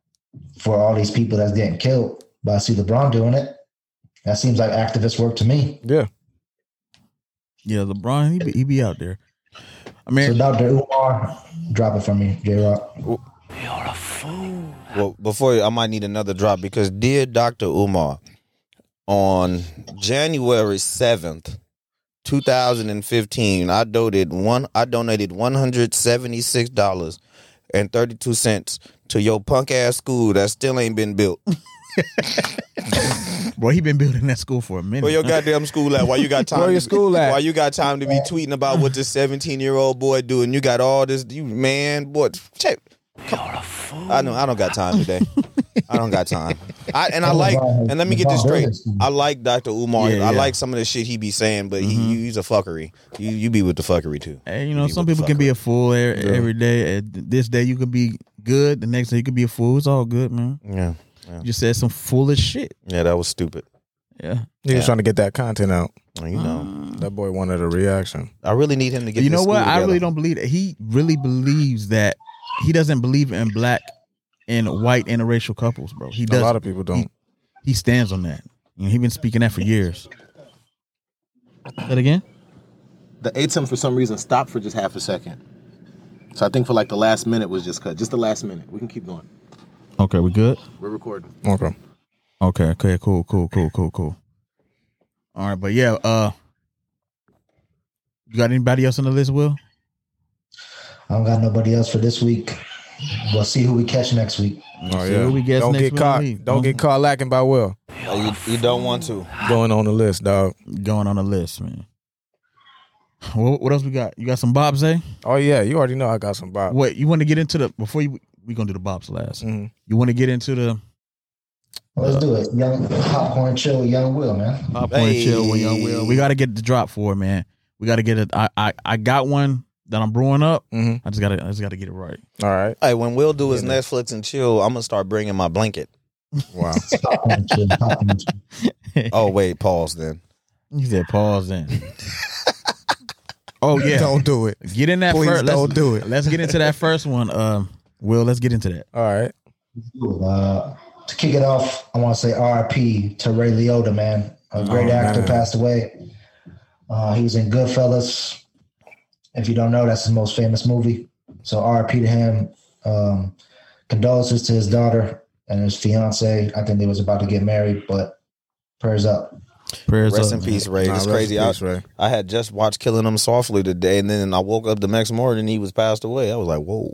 for all these people that's getting killed, but I see LeBron doing it. That seems like activist work to me. Yeah, LeBron, he be, he be out there. I So mean, Dr. Umar, drop it for me, J Rock. Well, before I might need another drop because dear Dr. Umar, on January seventh, two thousand and fifteen, I donated one. I donated one hundred seventy six dollars and thirty two cents to your punk ass school that still ain't been built. boy, he been building that school for a minute. Where your goddamn school at? Why you got time? [laughs] Where your to be- school at? Why you got time to be tweeting about what this seventeen year old boy doing? You got all this, you man, boy. Check. I know. I don't got time [laughs] today. I don't got time. I, and I like. And let me get this straight. I like Dr. Umar. Yeah, Mm-hmm. I yeah. like some of the shit he be saying, but he, he's a fuckery. You you be with the fuckery too. Hey, you know, be some with people the can be a fool every, every day. Uh, This day you can be good, the next day you can be a fool. It's all good, man. Yeah. You just said some foolish shit. Yeah, that was stupid. Yeah. He was trying to get that content out. Well, You know, That boy wanted a reaction. I really need him to get. Uh. you know this what? school I really together. don't believe that. He really believes that he doesn't believe in black and white interracial couples, bro. He A does. lot of people don't. he stands on that. You know, he been speaking that for years. That again? The ATEM for some reason stopped for just half a second. So I think for like the last minute was just cut. Just the last minute. We can keep going. Okay, we good? We're recording. Okay. Okay, okay, cool, cool, cool, cool, cool. All right, but yeah, uh you got anybody else on the list, Will? I don't got nobody else for this week. We'll see who we catch next week. Oh who we guess don't next get week caught. leave. Don't get caught lacking by Will. Uh, You, you don't want to. Going on the list, dog. Going on the list, man. What, what else we got? You got some bobs, eh? Oh yeah, you already know I got some Bob. Wait, you want to get into the before you we gonna do the bobs last. Mhm. You want to get into the Let's do it. Young popcorn chill, young Will, man. popcorn chill when y'all will. We gotta get the drop for it, man. We gotta get it. I I I got one that I'm brewing up. Mhm. I just gotta I just gotta get it right. All right. Hey, when Will do his Netflix and chill, I'm gonna start bringing my blanket. [laughs] Wow. Popcorn chill, popcorn chill. Oh wait, pause then. He said pause [laughs] then. oh yeah. Don't do it. Get in that Please first. don't do it. Let's get into that first one. Um, Will, let's get into that. All right. Uh, to kick it off, I want to say RIP to Ray Liotta, man. A great actor passed away. Uh, he was in Goodfellas. If you don't know, that's his most famous movie. So RIP to him. Um, condolences to his daughter and his fiance. I think they was about to get married, but prayers up. Prayers Rest up, in man. peace, Ray. Nah, That's rest in crazy. I, peace, Ray. I had just watched Killing Him Softly today, and then I woke up the next morning and he was passed away. I was like, whoa.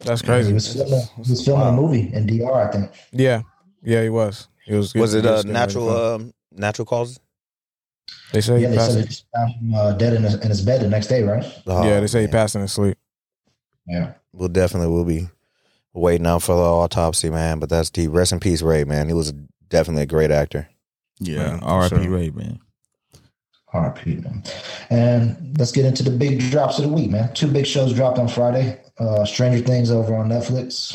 That's He crazy. was filming, he was filming a movie in DR, I think. Yeah. Yeah, he was. It was. Was it he uh, doing natural fun. um, natural causes? they say he Yeah, they passed. said they just found him uh, dead in his, in his bed the next day, right? Oh, yeah, they say he man. passed in his sleep. Yeah. We'll definitely will be waiting out for the autopsy, man. But that's deep. Rest in peace, Ray, man. He was definitely a great actor. Yeah, Man, for R.I.P. sure. Ray, man. RP, man. And let's get into the big drops of the week, man. Two big shows dropped on Friday. Uh, Stranger Things over on Netflix.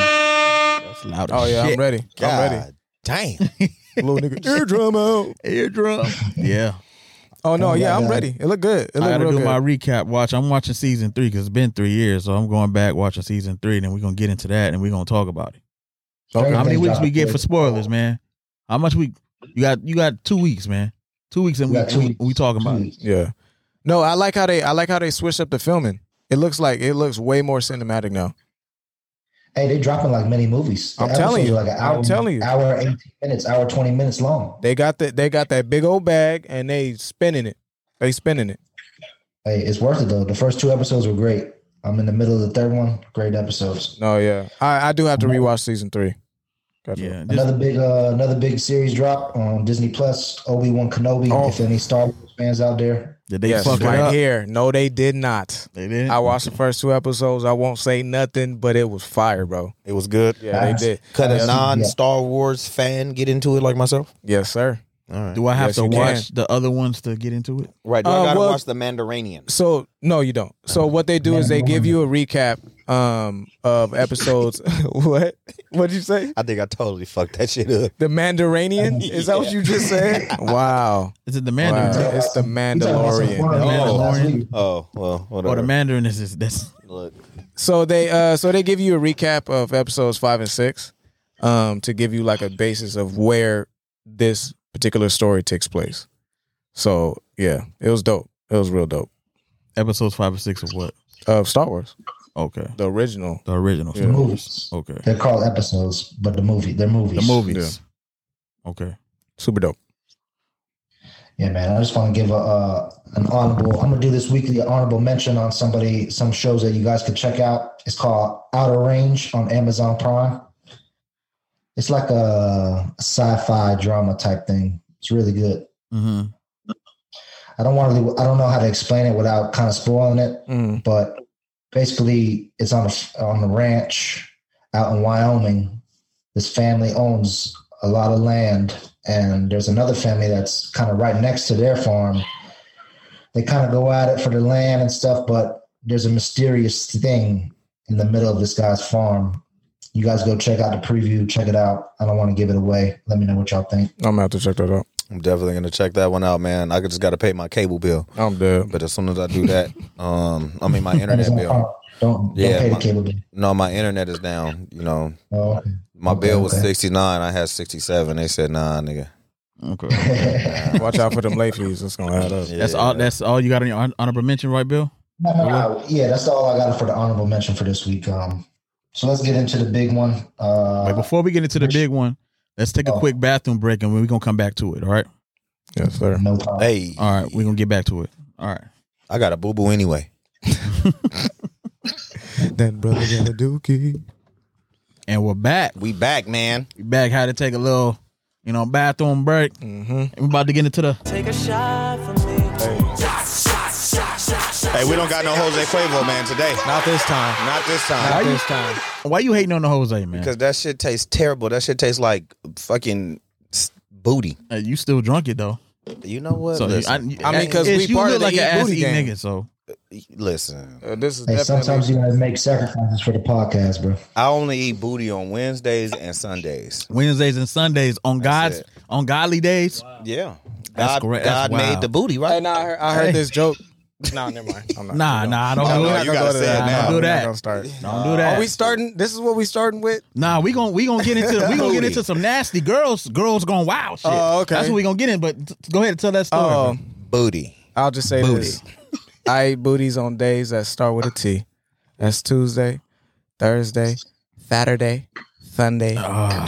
That's loud. Oh yeah, I'm ready. I'm ready. Damn. [laughs] Little nigga eardrum out. Eardrum. [laughs] Yeah, Oh no, Oh, yeah, my I'm God. ready. It look good. It I look gotta real do good. my recap. Watch. I'm watching season three because it's been three years, so I'm going back watching season three, and then we're gonna get into that, and we're gonna talk about it. Okay. How many Everything weeks we dropped get good. for spoilers, man? How much we? You got you got two weeks, man. Two weeks, and We we got two we, weeks. we talking Two about it. weeks. Yeah. No, I like how they I like how they switched up the filming. It looks like it looks way more cinematic now. Hey, they dropping like many movies. The I'm telling episodes you. are like an I'm hour, telling you. hour and eighteen minutes, hour twenty minutes long. They got that they got that big old bag and they spinning it. They spinning it. Hey, it's worth it though. The first two episodes were great. Oh, I'm in the middle of the third one. Great episodes. No, yeah. I, I do have to rewatch season three. Gotcha. Yeah, this- Another big, uh, another big series drop on Disney Plus. Obi Wan Kenobi. Oh. If any Star Wars fans out there, did they Yes, fuck it right up? here. Here, no, they did not. They did. I watched the first two episodes. I won't say nothing, but it was fire, bro. It was good. Yeah, Nice. they did. Could a Yeah. non Star Wars fan get into it like myself? Yes, sir. All right. Do I have Yes, to you watch the other ones to get into it? Right. Do Uh, I gotta well- watch the Mandarinian? So no, you don't. So what they do is they give you a recap um of episodes. [laughs] what? What'd you say? I think I totally fucked that shit up. The Mandarinian? Is that what you [laughs] just said? wow. Is it the wow. Mandarin? It's the We talked about some Mandalorian. foreign language last Mandalorian. week. Oh well, whatever. Or the Mandarin is is- that's Look, So they uh so they give you a recap of episodes five and six, um, to give you like a basis of where this particular story takes place. So yeah, it was dope. It was real dope. episodes five or six of what? Of Star Wars. Okay, The original. the original. Yeah. Star Wars. Movies. Okay, They're called episodes, but the movie, they're movies. the movies. Okay, Super dope. Yeah, man. I just want to give a uh, an honorable. I'm gonna do this weekly honorable mention on somebody, some shows that you guys could check out. It's called Outer Range on Amazon Prime. It's like a sci-fi drama type thing. It's really good. hmm I don't want to. I don't know how to explain it without kind of spoiling it. Mm. but basically it's on a, on the ranch out in Wyoming. This family owns a lot of land, and there's another family that's kind of right next to their farm. They kind of go at it for the land and stuff, but there's a mysterious thing in the middle of this guy's farm. You guys go check out the preview, check it out. I don't want to give it away. Let me know what y'all think. I'm gonna have to check that out. I'm definitely gonna check that one out, man. I just gotta pay my cable bill, I'm dead. but as soon as I do [laughs] that, um, I mean my internet Amazon Prime. bill. Don't, don't Yeah, pay the my- cable bill. No, my internet is down. You know, Oh, my bill was Okay. 69. I had 67. They said, nah, nigga. Okay, okay. Watch out for them late fees. It's gonna add up. that's all. That's all you got on your hon- honorable mention, right, Bill? No, no, no. Yeah, that's all I got for the honorable mention for this week. Um, so let's get into the big one. Wait, Uh, before we get into the big one, let's take a Oh. quick bathroom break and we're gonna come back to it. All right. Yes, sir. no problem. Hey, All right. We're gonna get back to it. All right. I got a boo boo anyway. That brother got a dookie. And we're back. We back, man. We back. Had to take a little, you know, bathroom break. Mm-hmm. We're about to get into the. Hey, we don't got no Jose Cuervo, man, today. Not this time. Not this Not time. this time. Why you hating on the Jose man? Because that shit tastes terrible. That shit tastes like fucking s- booty. Hey, you still drunk it though. You know what? So you- listen, I mean, 'cause it's- we you part of look the like eat an ass booty eat gang. nigga. So listen. Uh, this is Hey, definitely. sometimes you gotta make sacrifices for the podcast, bro. I only eat booty on Wednesdays and Sundays. Wednesdays and Sundays on God's it. on godly days. Yeah. That's God, great. That's God made wild. the booty, Hey, right? nah, I heard, I heard this joke. nah, never mind. I'm not. Nah, nah, don't No, do no, that. you Don't gotta say it now. do We're that. not gonna start. Don't do that. Are we starting? This is what we starting with. Nah, we gon' we gonna get into we gonna get Booty. into some nasty girls girls going wild shit. Oh, okay. That's what we gonna get in. But t- go ahead and tell that story. Oh, Booty. I'll just say this: I eat booties on days that start with a T. That's Tuesday, Thursday, Saturday, Sunday. Oh.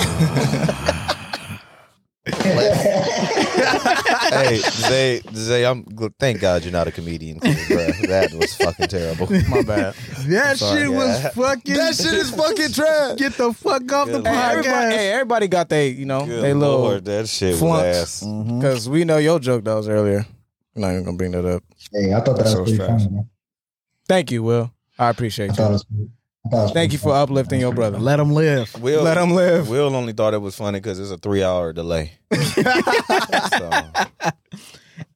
hey, Zay, Zay, I'm gl- thank God you're not a comedian, Chris, bruh. That was fucking terrible. My bad. bro. that shit was Yeah. fucking. that shit is fucking trash. get the fuck off the Good Hey, podcast. everybody, hey, everybody got they, you know, Good they little. Lord, that shit flunks. was ass. Mm-hmm. Because we know your joke that was earlier. I'm not even gonna bring that up. Hey, I thought that That's was pretty so funny. man. Thank you, Will. I I appreciate thought it you. was. I thought it was Thank you for uplifting your brother. Let them live. Will, Let 'em live. Will only thought it was funny because it's a three hour delay. so,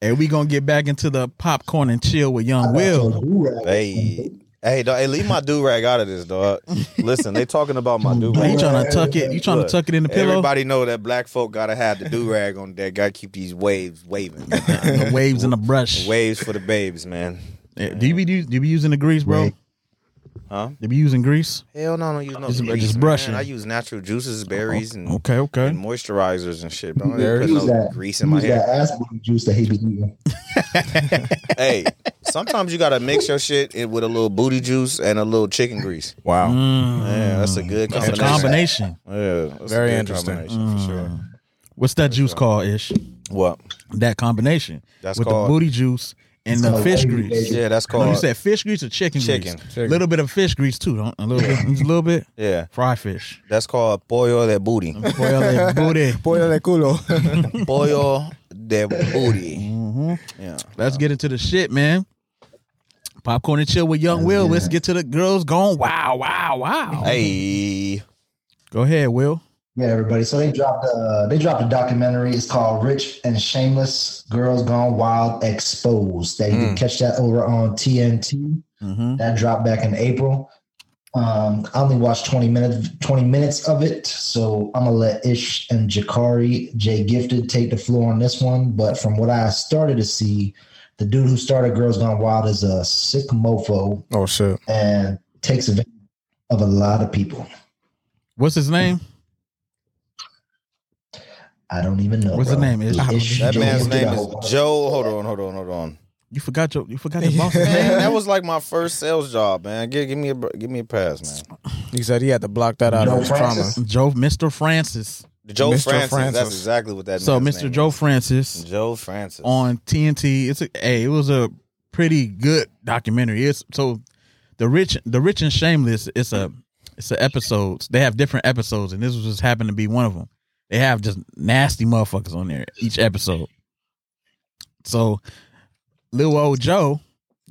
And we gonna get back into the popcorn and chill with Young Will. hey, hey, dog, hey, leave my do rag out of this, dog. Listen, they talking about my do Are you rag. trying to tuck it? You trying to Look, tuck it in the pillow? Everybody know that black folk gotta have the do rag on deck. Gotta keep these waves waving. [laughs] the [laughs] waves and the brush. waves for the babes, man. Eh, Do you be do you be using the grease, bro? Wait. Huh? You be using grease? Hell no, I don't use no Just- grease, just man. brushing. Oh, I use natural juices, berries, and Okay, and okay. moisturizers and shit, bro. I There don't Use put no that grease in my use hair. That ass booty juice that he be eating. Hey, sometimes you gotta mix your shit in with a little booty juice and a little chicken grease. Wow. Yeah, that's a good It's Mm. a combination. combination. Mm. Yeah, that's a Very good interesting. combination, for sure. What's that juice called, Ish? What? That combination That's with called- the booty juice and the called fish Wagyu grease. bacon. Yeah, that's No, called. you said fish grease or chicken, Chicken. grease? Chicken. little bit of fish grease too. Don't a little bit, just a little bit. yeah, Fry fish. that's called pollo de [laughs] booty. Boil [laughs] that booty. Pollo de culo. pollo de booty. Mhm. Yeah. Let's get into the shit, man. Popcorn and chill with Young Will. Let's get to the girls going. Wow, wow, wow. Hey. Go ahead, Will. Yeah, everybody. So they dropped uh they dropped a documentary. It's called Rich and Shameless Girls Gone Wild Exposed. That you can catch that over on TNT. Mm-hmm. That dropped back in April. Um, I only watched 20 minutes, 20 minutes of it. So I'm gonna let Ish and Jakari, Jay Gifted, take the floor on this one. But from what I started to see, the dude who started Girls Gone Wild is a sick mofo Oh shit. and takes advantage of a lot of people. What's his name? I don't even know. What's the bro. name? Ish? Ish, That Jay man's Gifted, name I is hope. Joe. Hold on, hold on, [laughs] hold on. You forgot your you forgot your [laughs] boss's name. Man, that was like my first sales job, man. Give, give me a br- give me a pass, man. He said he had to block that out Joe of his trauma. Francis? Joe, Mr. Francis. Joe Mr. Francis, That's Francis. exactly what that. So man's Mr. name Joe is. Francis Joe Francis. on TNT. It's a hey, it was a pretty good documentary. It's so the rich the rich and shameless. It's a it's a episodes. They have different episodes, and this was just happened to be one of them. They have just nasty motherfuckers on there each episode. So little old Joe, you know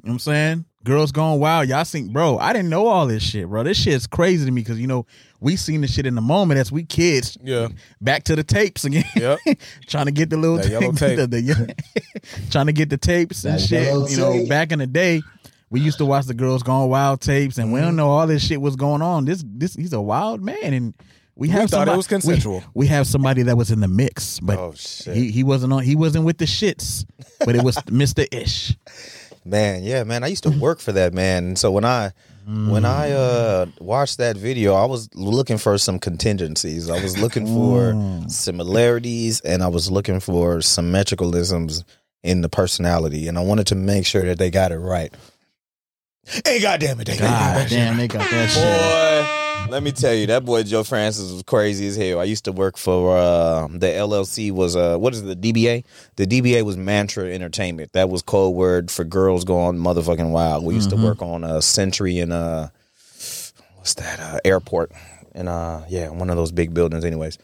what I'm saying? Girls going wild. Y'all seen, bro, I didn't know all this shit, bro. This shit's crazy to me because, you know, we seen this shit in the moment as we kids. Yeah. Back to the tapes again. Yep. [laughs] trying to get the little [laughs] That yellow thing- the- tape. the ye- [laughs] trying to get the tapes and That shit. yellow You know, tape. back in the day, we used to watch the girls going wild tapes, and we Mm-hmm. don't know all this shit was going on. This this he's a wild man, and we have thought it somebody- was we- consensual. We, have somebody that was in the mix, but oh shit, he, he wasn't on. He wasn't with the shits, but it was Mister Ish. man. Yeah, man. I used to work for that man, and so when I when I uh watched that video, I was looking for some contingencies. I was looking for similarities, and I was looking for symmetricalisms in the personality, and I wanted to make sure that they got it right. And goddamn it, they got it God right. Ah, damn, they got that shit. Boy, let me tell you, that boy Joe Francis was crazy as hell. I used to work for uh, the LLC was uh, what is it, the DBA? The DBA was Mantra Entertainment. That was code word for girls going motherfucking wild. We used Mm-hmm. to work on uh, Century and uh, what's that uh, airport and uh, yeah, one of those big buildings. Anyways,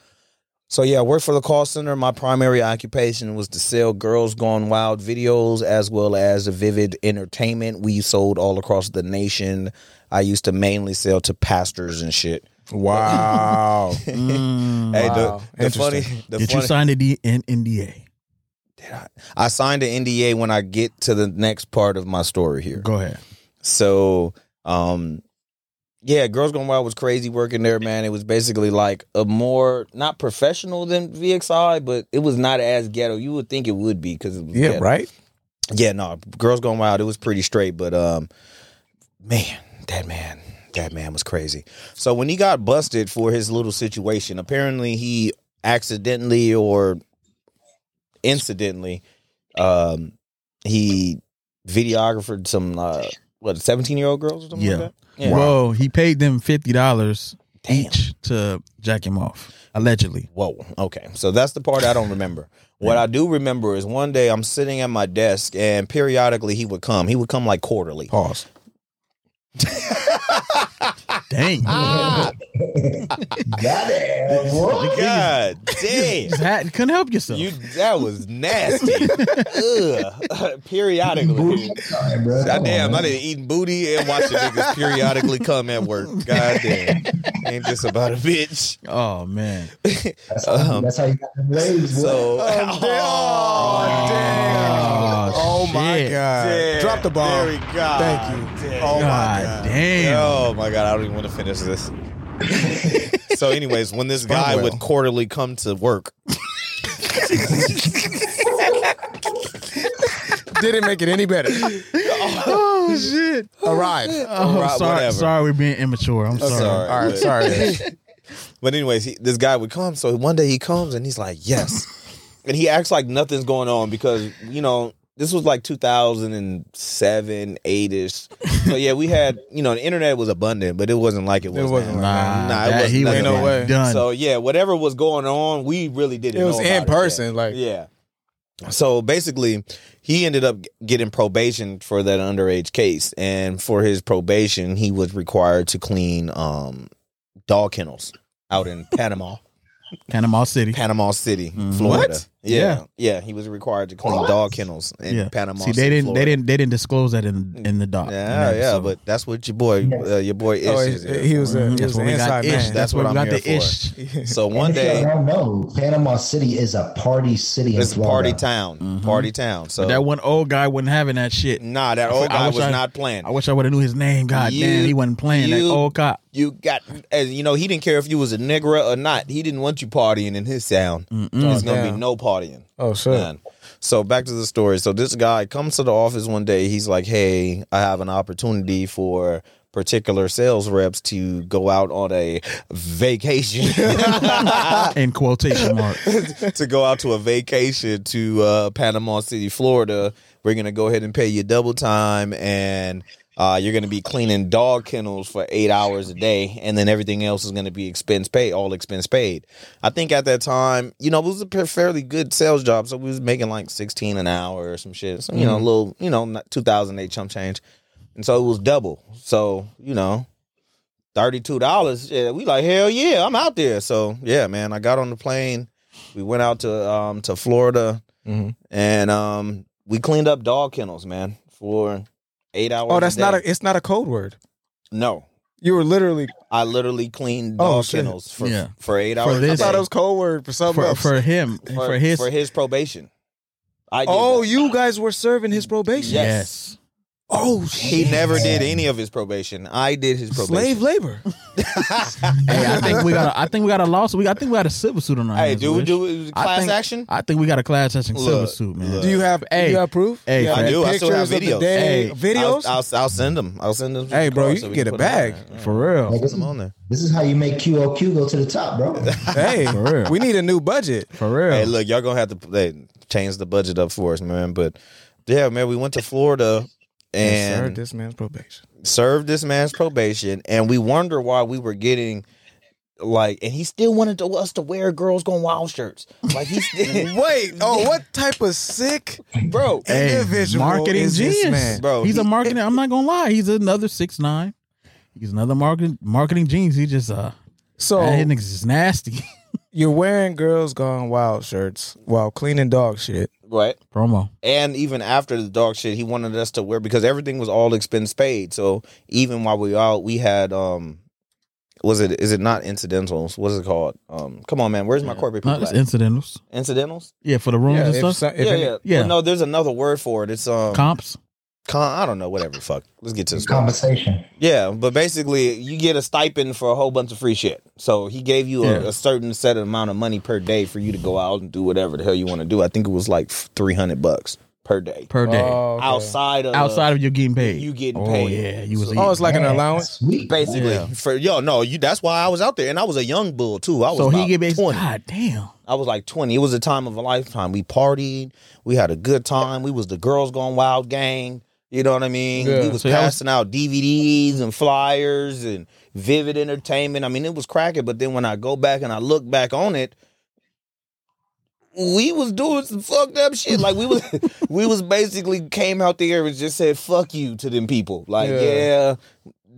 so yeah, I worked for the call center. My primary occupation was to sell girls gone wild videos as well as the vivid entertainment. We sold all across the nation. I used to mainly sell to pastors and shit. [laughs] Wow. Mm. [laughs] hey, Wow. the, the funny, Interesting. the Did you funny, sign the D- N- NDA? I signed an NDA when I get to the next part of my story here. Go ahead. So, um, yeah, Girls Gone Wild was crazy working there, man. It was basically like a more not professional than VXI, but it was not as ghetto. You would think it would be because Yeah, right? Yeah, no, Girls Gone Wild, it was pretty straight, but um, man, that man, that man was crazy. So when he got busted for his little situation, apparently he accidentally or incidentally, um, he videographed some uh, what seventeen year old girls or something Yeah. like that. Whoa, he paid them fifty dollars each to jack him off, allegedly. Whoa. Okay. So that's the part I don't remember. What I do remember is one day I'm sitting at my desk and periodically he would come. He would come like quarterly. Pause. Dang, [laughs] Goddamn, boy. Oh God damn. Just had- couldn't help yourself. You that was nasty. Ugh. [laughs] periodically. Sorry, bro. Come God on, damn, I man. done eating booty and watching niggas periodically come at work. God damn. Ain't this about a bitch. oh man, That's how, that's how you got them waves, boy. um, So [laughs] Oh, Oh, damn. Oh, my shit. God. Damn. Drop the ball. Very God. Thank you. Oh, my God, God. damn. Oh my god, I don't even want to finish [laughs] this. so, anyways, when this guy Spun well. would quarterly come to work, Didn't make it [laughs] any better. Oh shit. Arrived. Oh, Right, sorry, whatever. sorry, we're being immature. I'm sorry. sorry. All right, sorry. But anyways, he, this guy would come. So one day he comes and he's like, "Yes," and he acts like nothing's going on because you know this was like 2007, eight ish. So yeah, we had you know the internet was abundant, but it wasn't like it was. It wasn't now. like Nah, Nah, it that- wasn't he was nothing. Ain't no way. done. So yeah, whatever was going on, we really didn't. It was know about in person, yet. like- yeah. So basically, he ended up getting probation for that underage case, and for his probation, he was required to clean um, dog kennels out in Panama, Panama City. Panama City, Mhm. Florida. What? Yeah. yeah, He was required to clean dog kennels in yeah. Panama. See, City, they didn't. Florida. They didn't. They didn't disclose that in in the doc. in the Yeah, yeah, episode. but that's what your boy, uh, your boy Ish. Oh, is Mm-hmm. he- there he for. was a Mhm. he that's was where an we got inside ish. man. That's, That's where what we I'm got the here for. ish. So [laughs] one And if y'all day, don't know, Panama City is a party city in it's a Florida. party town, party town. So Mm-hmm. But that one old guy wasn't having that shit. nah, that I old wish guy was I- not playing. I wish I would have knew his name. God You- damn, he wasn't playing that you- old cop. you got, and you know, he didn't care if you was a nigger or not. He didn't want you partying in his town. There's gonna be damn. no partying. Oh, sure. None. So back to the story. So this guy comes to the office one day. He's like, "Hey, I have an opportunity for." Particular sales reps to go out on a [laughs] vacation. [laughs] [laughs] In quotation marks. to go out to a vacation to uh, Panama City, Florida. We're gonna go ahead and pay you double time, and uh, you're gonna be cleaning dog kennels for eight hours a day, and then everything else is gonna be expense paid, all expense paid. I think at that time, you know, it was a pa- fairly good sales job, so we was making like sixteen an hour or some shit. So you know, a little, you know, two thousand eight chump change, and so it was double. So you know. Thirty-two dollars. Yeah, we like hell yeah. I'm out there. So yeah, man. I got on the plane we went out to um to Florida Mm-hmm. and um we cleaned up dog kennels, man, for eight hours. Oh, that's a day. not a it's not a code word. no. You were literally I literally cleaned Oh, dog shit. kennels for Yeah. for eight For Oh, hours. a this- I thought day. it was code word for something for else. for him for, his. for his probation. I did oh, that. you guys were serving his probation. Yeah. yes. Oh, shit. He never did any of his probation. I did his slave probation. labor. Hey, I think we got. A, I think we got a lawsuit. We, I think we got a civil suit on our Hey, hands, do we Wish. do I class think- action? I think we got a class action civil Look, suit, man. look. Do you have Hey. hey, you have proof? Hey, You I do. I still have pictures videos. of the day- Hey, videos? I'll, I'll, I'll send them. I'll send them. to hey, the bro, car you so can we get a put 'em on bag. there. For real. Like, this, Put 'em on there. this is how you make QOQ go to the top, [laughs] bro. hey, For real. we need a new budget. For real. Hey, look, y'all gonna have to hey, change the budget up for us, man. But yeah, man, we went to Florida and Serve this man's probation. served this man's probation, and we wonder why we were getting like, and he still wanted to, us to wear girls going wild shirts. Like he [laughs] still, Wait, oh, [laughs] what type of sick bro, Hey, individual marketing is this genius, man? Bro, He's a he- marketing. I'm not gonna lie. He's another six nine. He's another marketing marketing genius. He just uh, So that nigga's just nasty. [laughs] you're wearing girls gone wild shirts while cleaning dog shit. right? Promo. And even after the dog shit, he wanted us to wear because everything was all expense paid. So even while we were out, we had um, was it is it not incidentals? What's it called? Um, come on, man, where's my corporate Not people? just at? incidentals. incidentals? Yeah, for the rooms and stuff. so- yeah, any- yeah, yeah. Well, no, there's another word for it. It's um, Comps. con- I don't know, whatever. Fuck. Let's get to this. Compensation. Yeah, but basically, you get a stipend for a whole bunch of free shit. So he gave you a, Yeah. a certain set amount of money per day for you to go out and do whatever the hell you want to do. I think it was like three hundred bucks per day per day. Oh, okay. outside of Outside of you getting paid, you getting oh, paid. yeah, you was. So- eating. Oh, it's like an Man, allowance. Sweet. basically Yeah. for yo no you. That's why I was out there and I was a young bull too. I was so about he get paid. twenty. God damn. I was like twenty. It was a time of a lifetime. We partied. We had a good time. We was the girls gone wild gang. You know what I mean? We was So y'all was- passing out DVDs and flyers and vivid entertainment. I mean, it was cracking. But then when I go back and I look back on it, we was doing some fucked up shit. Like [laughs] we was we was basically came out there and just said fuck you to them people. Like yeah.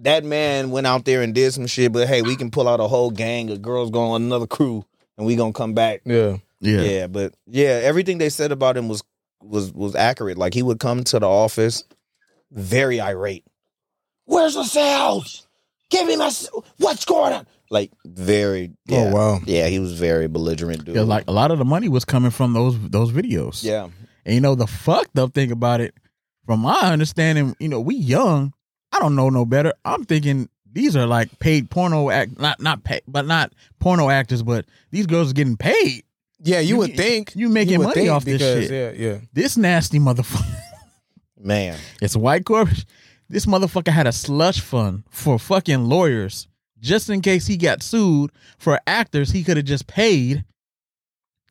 that man went out there and did some shit, but hey, we can pull out a whole gang of girls going on another crew and we gonna come back. Yeah. Yeah. Yeah. but yeah, everything they said about him was was was accurate. Like he would come to the office very irate. Where's the sales? Give me my s- what's going on? Like very yeah. Oh wow. Yeah, he was very belligerent dude. Yeah, like a lot of the money was coming from those those videos. yeah. And you know the fucked up thing about it, from my understanding, you know, we young. I don't know no better. I'm thinking these are like paid porno act, not not pay, but not porno actors, but these girls are getting paid. Yeah, you, You would get- think you making would money think off this because- Yeah, yeah. This nasty motherfucker. [laughs] Man. It's a white corporate. This motherfucker had a slush fund for fucking lawyers, just in case he got sued for actors he could have just paid,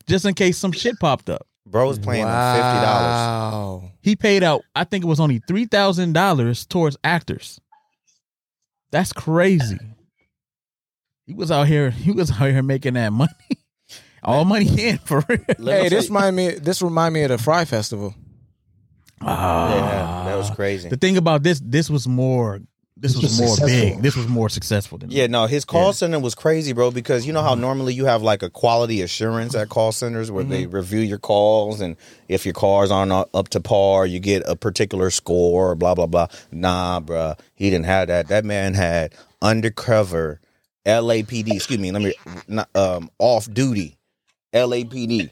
just in case some shit popped up. Bro was playing on fifty dollars. Wow. he paid out i think it was only $3000 towards actors that's crazy he was out here he was out here making that money [laughs] All money in for real. Let me Hey, tell this you- remind me. This remind me of the Fry Festival. yeah, that was crazy. The thing about this, this was more, this was, was more successful. big. This was more successful than Yeah, no, his call center was crazy, bro, because you know how normally you have like a quality assurance at call centers where they review your calls and if your cars aren't up up to par, you get a particular score, blah, blah, blah. Nah, bruh, he didn't have that. That man had undercover LAPD, excuse me, let me, not, um, off duty LAPD.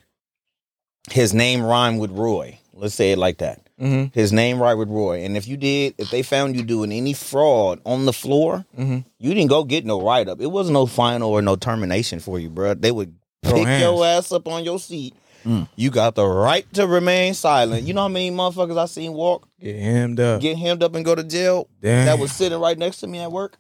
His name rhymed with Roy. Let's say it like that. His name rhymed with Roy. And if you did, if they found you doing any fraud on the floor, you didn't go get no write up. It wasn't no final or no termination for you, bro. They would pick your ass up on your seat. You got the right to remain silent. You know how many motherfuckers I seen walk, Get hemmed up. get hemmed up and go to jail Damn. that was sitting right next to me at work?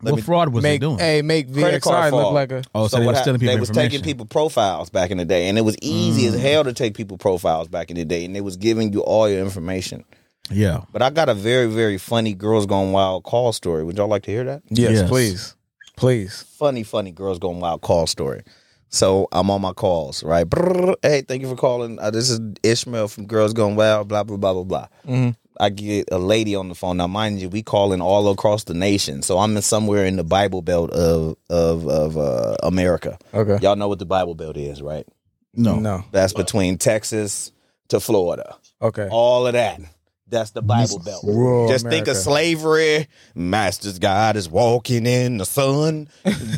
What fraud was make they doing? hey make Credit card VXI look fraud. like a oh, so, they what were hap- stealing people they was taking information. Mm. people profiles back in the day, and it was easy as hell to take people profiles back in the day, and they was giving you all your information. Yeah. But I got a very, very funny Girls Gone Wild call story. Would y'all like to hear that? yes, Yes. please, please. funny, funny girls going wild call story. So I'm on my calls, right? Brrr, hey, thank you for calling. Uh, this is Ishmael from Girls Going Wild. Blah blah blah blah blah. I get a lady on the phone. Now, mind you, we calling all across the nation. So I'm in somewhere in the Bible Belt of of of uh, America. Okay. y'all know what the Bible Belt is, right? No. No. That's between Texas to Florida. Okay. All of that. That's the Bible Belt. Rural Just America. think of slavery. Master's God is walking in the sun.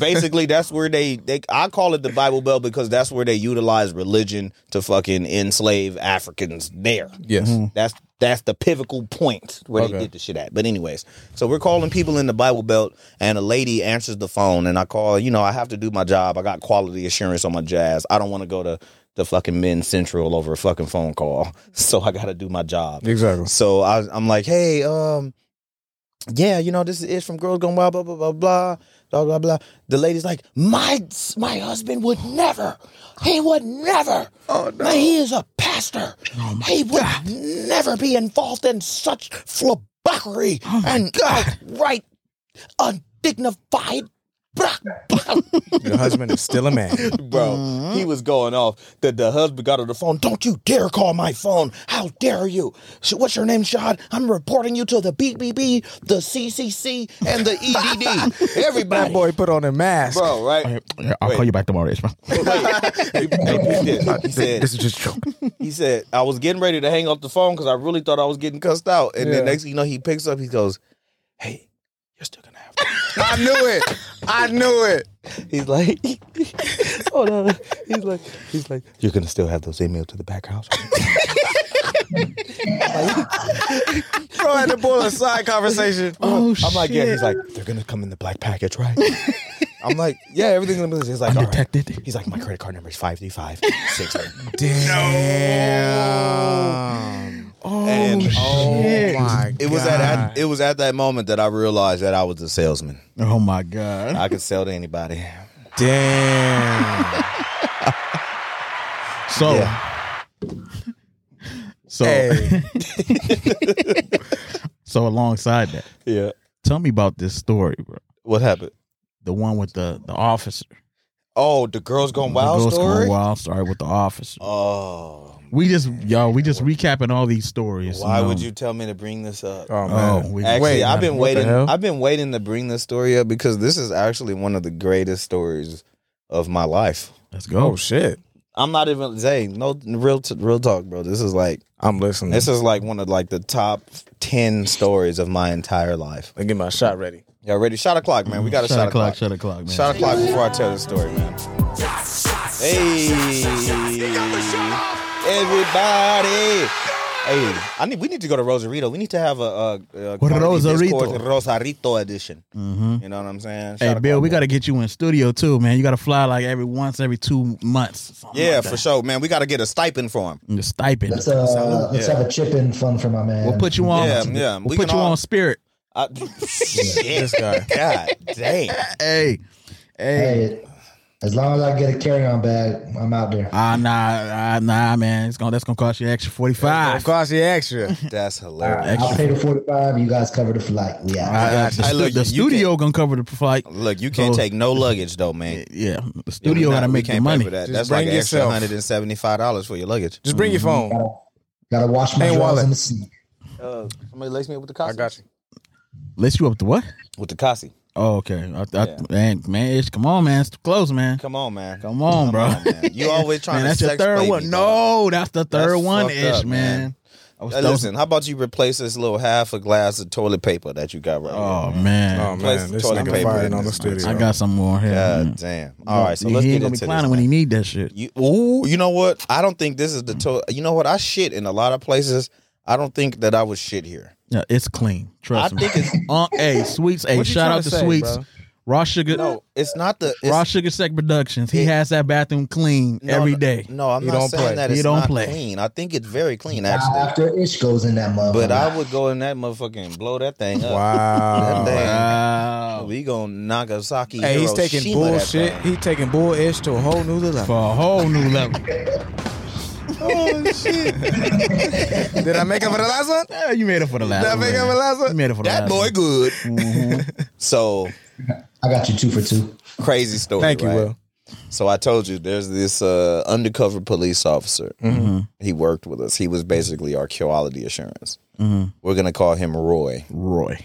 Basically, that's where they, they. I call it the Bible Belt because that's where they utilize religion to fucking enslave Africans there. Yes. That's that's the pivotal point where they Okay. did the shit at. But anyways, so we're calling people in the Bible Belt, and a lady answers the phone, and I call. You know, I have to do my job. I got quality assurance on my jazz. I don't want to go to the fucking Men Central over a fucking phone call. [laughs] So I got to do my job. Exactly. So I, I'm like, hey, um, yeah, you know, this is from Girls Gone Wild, blah blah blah blah blah blah blah. The lady's like, my my husband would never, he would never. Oh no, Oh, he is a pastor. he would never be involved in such flabbergery and right undignified. Your husband is still a man. Bro, he Mm-hmm. was going off. The, the husband got on the phone. Don't you dare call my phone. How dare you? Sh- What's your name, Shad? I'm reporting you to the BBB, the CCC, and [laughs] the EDD. [laughs] Everybody. That boy put on a mask. Bro, right? Yeah, I'll call Wait. you back tomorrow, Ishmael. He- he [laughs] did. He said, is just joke. he said, I was getting ready to hang up the phone because I really thought I was getting cussed out. And Yeah. then next thing you know, he picks up, he goes, Hey, you're still going to [laughs] have [laughs] I knew it. I knew it. He's [laughs] like, hold on. He's like, he's like, you're gonna still have those emails to the back house. [laughs] Bro, I had to pull a side conversation. Oh, I'm like, yeah. shit. He's like, they're gonna come in the black package, right? [laughs] I'm like, yeah, everything's gonna be. He's like, all right. Undetected. He's like, my credit card number is five three five six. [laughs] Damn. And Oh my it was at, God. at it was at that moment that I realized that I was a salesman. Oh my god. I could sell to anybody. Damn. So. [laughs] So. Hey. so alongside that, Yeah. tell me about this story, bro. What happened? The one with the the officer. Oh, the girls gone wild the Girls Gone story. Wild story with the officer. Oh, We just y'all. We just recapping all these stories. why know. would you tell me to bring this up? Oh Oh, man. we, Actually, Wait, I've been what the waiting. hell? I've been waiting to bring this story up because this is actually one of the greatest stories of my life. let's go. oh shit. I'm not even saying no real t- real talk, bro. This is like I'm listening. this is like one of like the top ten stories of my entire life. Let me get my shot ready. Y'all ready? Shot o'clock, man. We got a shot, shot o'clock. o'clock. Shot o'clock, man. Shot o'clock before I tell the story, man. Hey, everybody. Hey, I need. We need to go to Rosarito. We need to have a, a, a Rosarito. [laughs] Discord Rosarito edition. Mm-hmm. You know what I'm saying? Hey Shout Bill, out we to- got to get you in studio too, man. You got to fly like every once every two months. something Yeah, like for that. sure, man. We got to get a stipend for him. And The stipend. Let's uh, let's Yeah. have a chip in fun for my man. we'll put you on. Yeah, yeah. We'll We put can you all- on Spirit. I, [laughs] shit, this guy. God damn. Hey, hey. Hey, As long as I get a carry on bag, I'm out there. Ah nah, ah, nah, man. It's gonna that's gonna cost you extra forty Don't five. cost you extra. That's hilarious. I'll pay the 45. You guys cover the flight. We out. Ah, The, I stu- look, the you- you studio gonna cover the flight. Look, you can't So- take no luggage though, man. Yeah, the Yeah, we studio not- gotta we make their can't pay money. for that. Just That's like bring an extra yourself. hundred and seventy five dollars for your luggage. Just bring your phone. Gotta wash my Hey, drawers Wallet. in the sink. Somebody lace me up with the Kasi. I got you. Let's you up to what? With the Kasi. Oh, okay. I, I, Yeah. Man, man, it's, come on, man. It's close, man. Come on, man. Come on, bro. [laughs] man. You always man, trying to that's your sex third play one. me, dog. no, that's the third That's one fucked ish, up, man. man. I was Hey, those- listen, how about you replace this little half a glass of toilet paper that you got right Oh here? man, Oh Place man, the this toilet nigga paper in firing on the this studio. I got some more here. God Mm. damn. All right, so let's he ain't get gonna into be this. clowning when man. he need that shit. You, ooh, you know what? I don't think this is the to- you know what? I shit in a lot of places. I don't think that I would shit here. Yeah, it's clean. Trust I me. think it's- [laughs] uh, hey, sweets. Hey, What you shout tryna out to say, sweets. bro? Raw sugar. No, it's not the it's, Raw Sugar Sec Productions. He It- has that bathroom clean no, every no, day. No, I'm He not don't saying play. that He it's don't not play. clean. I think it's very clean Now, actually. after ish goes in that motherfucker. But I would go in that motherfucker and blow that thing up. That Wow. thing, Wow. we gonna Nagasaki. Hey, he's taking Hiroshima that bullshit. thing. He taking bullish to a whole new For level. a whole new level. Did I make up for the last one? Yeah, Eh, you made it for the last Did I one. make up man. for the last You one? made it for the last That boy one. Mm-hmm. good. [laughs] So I got you two for two. crazy story. Thank you, right? Will. So I told you there's this uh, undercover police officer. He worked with us. He was basically our quality assurance. We're gonna call him Roy. Roy.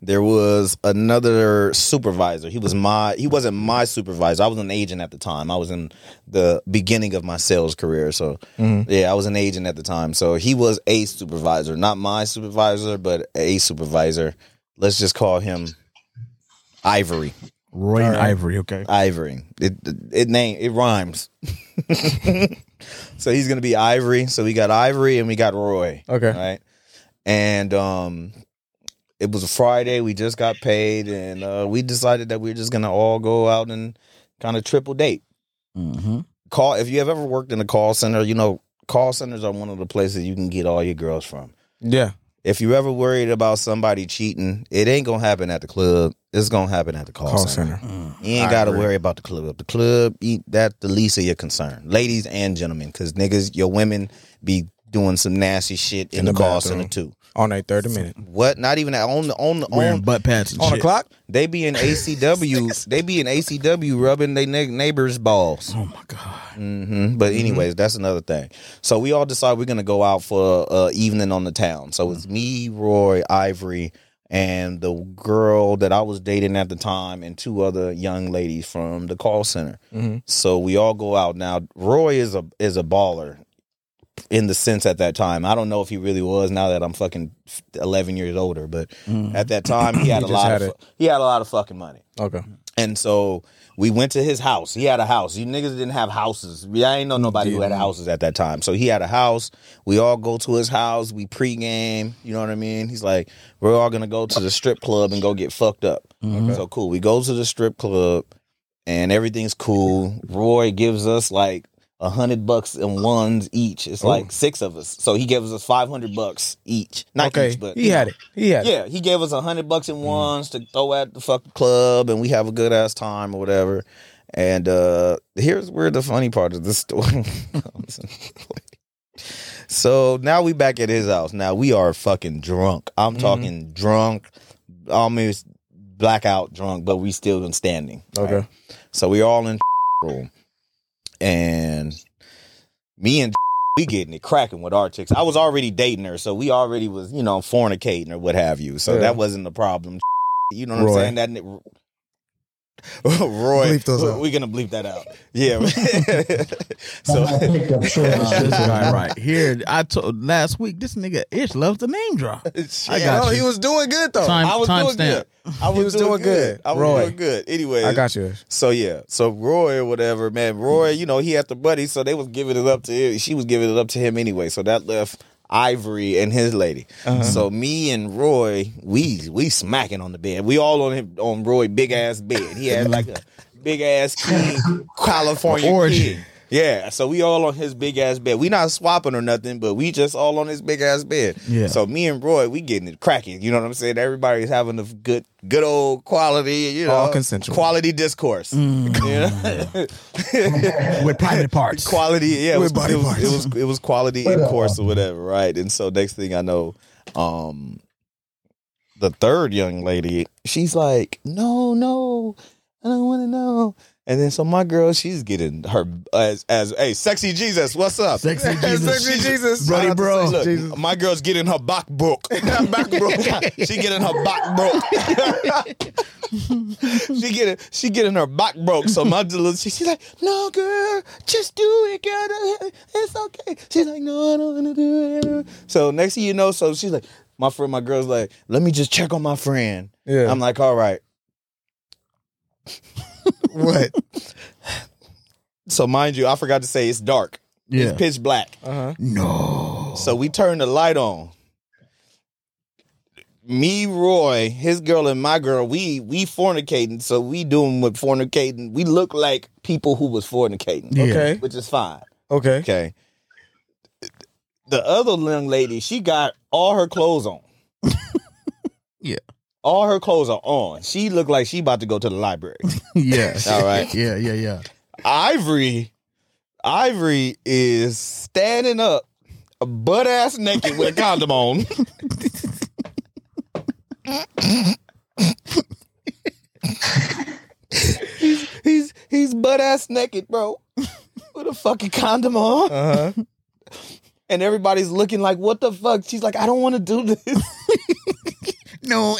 There was another supervisor. He was my. He wasn't my supervisor. I was an agent at the time. I was in the beginning of my sales career. So yeah, I was an agent at the time. So he was a supervisor, not my supervisor, but a supervisor. Let's just call him Ivory. Roy and Ivory, okay. Ivory. It it, it name it rhymes. [laughs] so he's gonna be Ivory. So we got Ivory and we got Roy. Okay. Right. And um it was a Friday, we just got paid, and uh, we decided that we were just gonna all go out and kind of triple date. Mm-hmm. Call if you have ever worked in a call center, you know, call centers are one of the places you can get all your girls from. Yeah. If you're ever worried about somebody cheating, it ain't gonna happen at the club. It's gonna happen at the call, Call center. center. You ain't got to worry about the club. The club, eat that the least of your concern, ladies and gentlemen, because niggas, your women be doing some nasty shit in, In the, the call bathroom. center too. On a thirty minute. What? Not even that. on the on the Wearing on. butt pads and On shit. the clock? They be [laughs] in ACW. they be in ACW rubbing their ne- neighbors' balls. Oh my God. Mm-hmm. hmm But anyways, that's another thing. So we all decide we're gonna go out for uh, evening on the town. So Mm-hmm. it's me, Roy, Ivory, and the girl that I was dating at the time, and two other young ladies from the call center. Mm-hmm. So we all go out now. Roy is a is a baller in the sense at that time. I don't know if he really was now that I'm fucking 11 years older, but at that time he had a Mm. just lot had of it. fu- he had a lot of fucking money. Okay. And so we went to his house. He had a house. You niggas didn't have houses. We- I ain't know nobody who had houses at that time. So he had a house. We all go to his house. We pregame. You know what I mean? He's like, we're all gonna go to the strip club and go get fucked up. Mm-hmm. So cool. We go to the strip club and everything's cool. Roy gives us like a hundred bucks and ones each. It's Oh. like six of us. So he gives us five hundred bucks each. Not Okay. each, but He had it. He had it. yeah, he gave us a hundred bucks in ones to throw at the fucking club, and we have a good ass time or whatever. And uh here's where the funny part of the [laughs] story comes. in. so now we back at his house. Now we are fucking drunk. I'm talking drunk, almost blackout drunk, but we still in standing. Okay. So we all in [laughs] room, and me and [laughs] we getting it cracking with our chicks. I was already dating her, so we already was you know fornicating or what have you. So Yeah. that wasn't the problem. [laughs] You know what Roy. I'm saying? That [laughs] ni- Roy, Bleep those out. we're gonna bleep that out. [laughs] Yeah. [laughs] So so I picked up [laughs] short. This guy right here. I told last week this nigga Ish loves the name drop. I got No, you. he was doing good though. Time- I was doing timestamp. good. I was, was doing, doing good. good. I was Roy. doing good. Anyway, I got you. So yeah, so Roy or whatever, man, Roy, you know he had the buddy, so they was giving it up to him. She was giving it up to him anyway, so that left Ivory and his lady. So me and Roy, we we smacking on the bed. We all on him on Roy big ass bed. He had like a big ass king California Orgy. king. Yeah, so we all on his big ass bed. We not swapping or nothing, but we just all on his big ass bed. Yeah. So me and Roy, we getting it cracking. You know what I'm saying? Everybody's having a good, good old quality. You know, All consensual. Mm. quality discourse. [laughs] You [laughs] know? [laughs] with private parts. quality. Yeah, it was, With body it, was, parts. it was it was quality in uh, course or whatever, right? And so next thing I know, um, the third young lady, she's like, "No, no, I don't want to know." And then so my girl, she's getting her as as hey, sexy Jesus, what's up? Sexy Jesus. [laughs] sexy Jesus, Brody Shout out to- bro. look, Jesus. My girl's getting her back broke. [laughs] back [laughs] broke. she getting her back broke. [laughs] she getting she getting her back broke. So my little she, she's like, no, girl, just do it, girl. It's okay. She's like, no, I don't want to do it. So next thing you know, so she's like, my friend, my girl's like, let me just check on my friend. Yeah. I'm like, all right. what? [laughs] So mind you, I forgot to say it's dark. Yeah. [laughs] It's pitch black. No. So we turned the light on. Me, Roy, his girl, and my girl, we we fornicating, so we doing what fornicating. We look like people who was fornicating, Yeah. Okay. which is fine. Okay. Okay. The other young lady, she got all her clothes on. [laughs] Yeah. All her clothes are on. She looked like she about to go to the library. yeah. All right. Yeah, yeah, yeah. Ivory, Ivory is standing up, butt ass naked with a condom on. he's he's he's butt ass naked, bro, with a fucking condom on. Uh huh. And everybody's looking like, "What the fuck?" She's like, "I don't want to do this." No,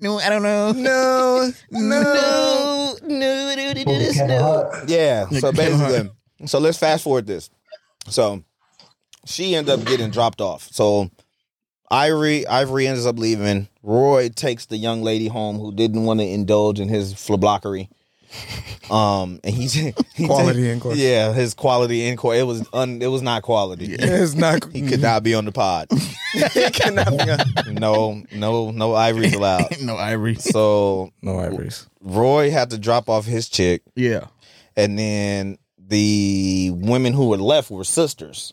no, I don't know. No, No. no, no, no, Well, we can't hug. Yeah. [laughs] Yeah, So Kevin Hart. basically, so let's fast forward this. So she ends up getting dropped off. So Ivory, Ivory ends up leaving. Roy takes the young lady home who didn't want to indulge in his flablockery. Um, and he's he Quality in course. Yeah, his quality in court. It was un, it was not quality. It's not. He could not be on the [laughs] pod. it cannot be. No, no, no Ivory's allowed. [laughs] No, Ivory. So No ivories. Roy had to drop off his chick. [laughs] Yeah. and then the women who were left were sisters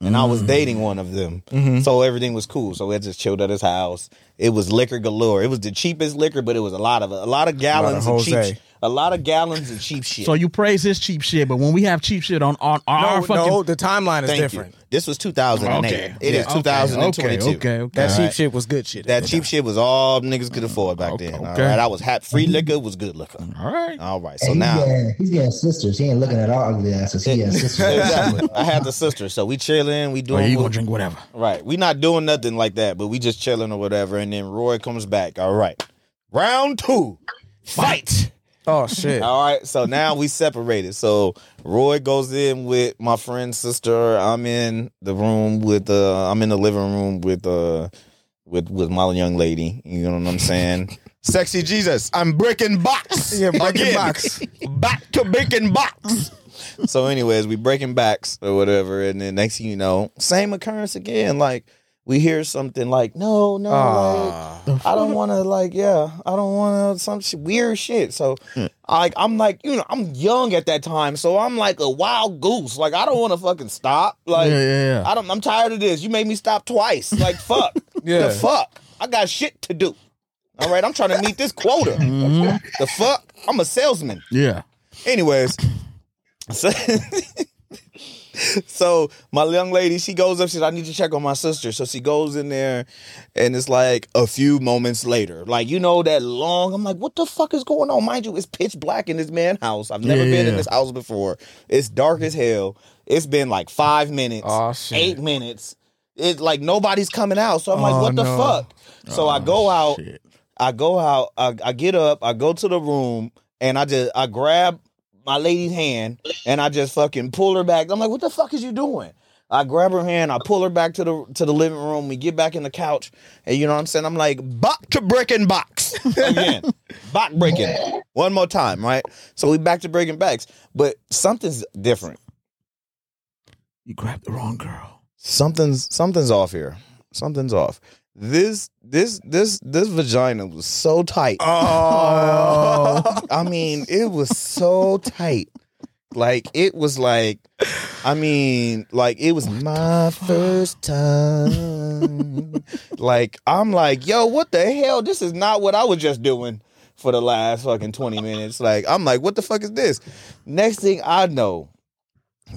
and i Mm. was dating one of them Mm-hmm. so everything was cool so we just chilled at his house it was liquor galore it was the cheapest liquor but it was a lot of a lot of gallons of, Jose. cheap a lot of gallons of cheap shit So you praise his cheap shit, but when we have cheap shit on on our No, fucking no, the timeline is Thank you. different. this was 2008 Okay. It is Yeah. 2022 Okay, okay, okay. That All cheap right. shit was good shit. that cheap shit was all niggas could afford back then all Okay. Mm-hmm. right i was happy free liquor was good liquor All right. all right And so he's, now getting, he's getting sisters. He ain't looking at our ugly asses. He has [laughs] sisters. exactly. i had the sister so we chilling we Or doing Oh, you what- gonna drink whatever. Right. We not doing nothing like that, but we just chilling or whatever. And then Roy comes back. All right. Round two. Fight. Oh shit. All right. So now we separated. So Roy goes in with my friend's sister. I'm in the room with uh I'm in the living room with uh with with my young lady. You know what I'm [laughs] saying? Sexy Jesus. I'm breaking box. Yeah, breaking Again. [laughs] box. Back to breaking box. [laughs] so anyways, we breaking backs or whatever, and then next thing you know, same occurrence again. Like we hear something like, no, no, Ah. like, I don't want to, like, yeah, I don't want to some sh- weird shit. So, Hmm. like, I'm like, you know, I'm young at that time, so I'm like a wild goose. Like, I don't want to fucking stop. Like, Yeah, yeah, yeah. I don't. I'm tired of this. You made me stop twice. [laughs] Like, fuck, Yeah. the fuck. I got shit to do. All right, I'm trying to meet this quota. Mm-hmm. The fuck, I'm a salesman. Yeah. Anyways, so, so my young lady, she goes up, she says, I need to check on my sister. So she goes in there, and it's like a few moments later. Like, you know, that long, I'm like, what the fuck is going on? Mind you, it's pitch black in this man house. I've never Yeah, been in yeah. this house before. It's dark as hell. It's been like five minutes, Aw, shit. eight minutes. It's like nobody's coming out. So I'm Aw, like, what the no. fuck? So I go out, Shit. I go out, I, I get up, I go to the room, and I just I grab my lady's hand and I just fucking pull her back. I'm like, what the fuck is you doing? I grab her hand, I pull her back to the to the living room. We get back in the couch, and you know what I'm saying? I'm like, back to breaking box [laughs] again, back breaking one more time, right? So we back to breaking backs, but something's different. You grabbed the wrong girl. Something's something's off here. Something's off. This this this this vagina was so tight. Oh. I mean, it was so tight. Like it was like, I mean, like it was my first time. like I'm like, yo, what the hell? This is not what I was just doing for the last fucking 20 minutes. Like I'm like, what the fuck is this? Next thing I know,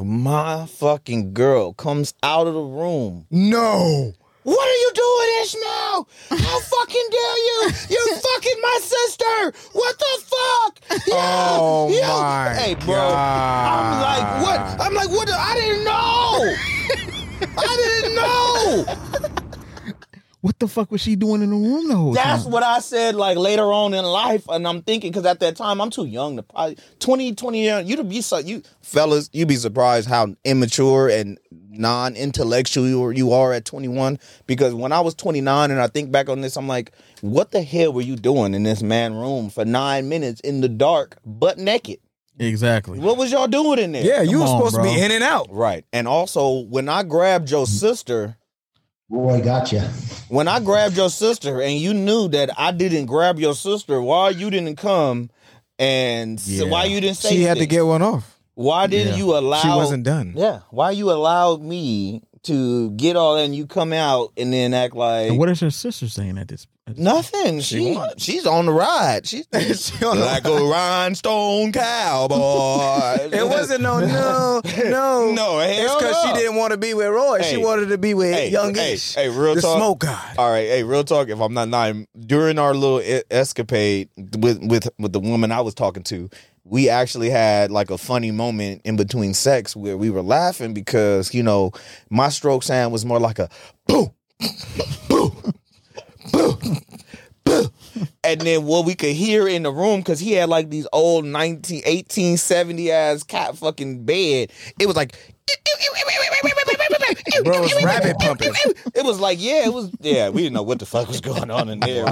my fucking girl comes out of the room. No. What are you doing, Ishmael? How fucking dare you? You're fucking my sister. What the fuck? You, Oh you. my Hey, bro. I'm like, God. what? I'm like, what? the- I didn't know. I didn't know. What the fuck was she doing in the room the whole That's time? what I said like later on in life, and I'm thinking because at that time I'm too young to probably 20, 20 young. You'd be so you fellas, you'd be surprised how immature and non-intellectual you are, you are at 21. Because when I was 29 and I think back on this, I'm like, what the hell were you doing in this man room for nine minutes in the dark, butt naked? Exactly. What was y'all doing in there? Yeah, you Come were on, supposed bro. to be in and out. right. And also, when I grabbed your sister. Roy got you. when Mm-hmm. I grabbed your sister and you knew that I didn't grab your sister, why you didn't come and s- Yeah. why you didn't say She had to anything? get one off. why didn't Yeah. you allow She wasn't done. yeah why you allowed me to get all that and you come out and then act like And what is her sister saying at this? At this nothing she, she's on the ride [laughs] she's [laughs] like a rhinestone cowboy [laughs] It wasn't [laughs] no, no, no. No, hell It's no. because she didn't want to be with Roy. Hey. she wanted to be with Hey, Young hey, Ish. hey, real the talk. Smoke God. All right, hey, real talk. If I'm not lying, during our little e- escapade with with with the woman I was talking to, we actually had like a funny moment in between sex where we were laughing because you know my stroke sound was more like a boo, boo, boo, boo, and then what we could hear in the room because he had like these old 19, 1870 ass cat fucking bed. It was like. Bro, it's rabbit pumping. It was like, yeah, it was, yeah. We didn't know what the fuck was going on in there. We,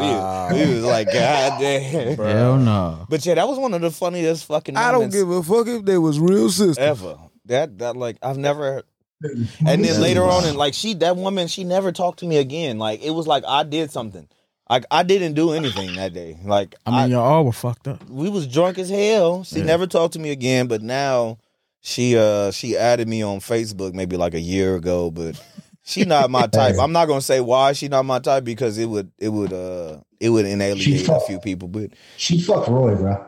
we was like, god damn. Hell no. But yeah, that was one of the funniest fucking. I don't Moments give a fuck if they was real sisters. ever. That that like I've never. And then later on, and like she, that woman, she never talked to me again. Like it was like I did something. Like I didn't do anything that day. Like I mean, y'all all were fucked up. we was drunk as hell. She never talked to me again, but now she uh she added me on Facebook maybe like a year ago, but she not [laughs] my type. I'm not gonna say why she not my type because it would it would uh it would She inalienate a fuck- few people, but She fucked Roy, bro.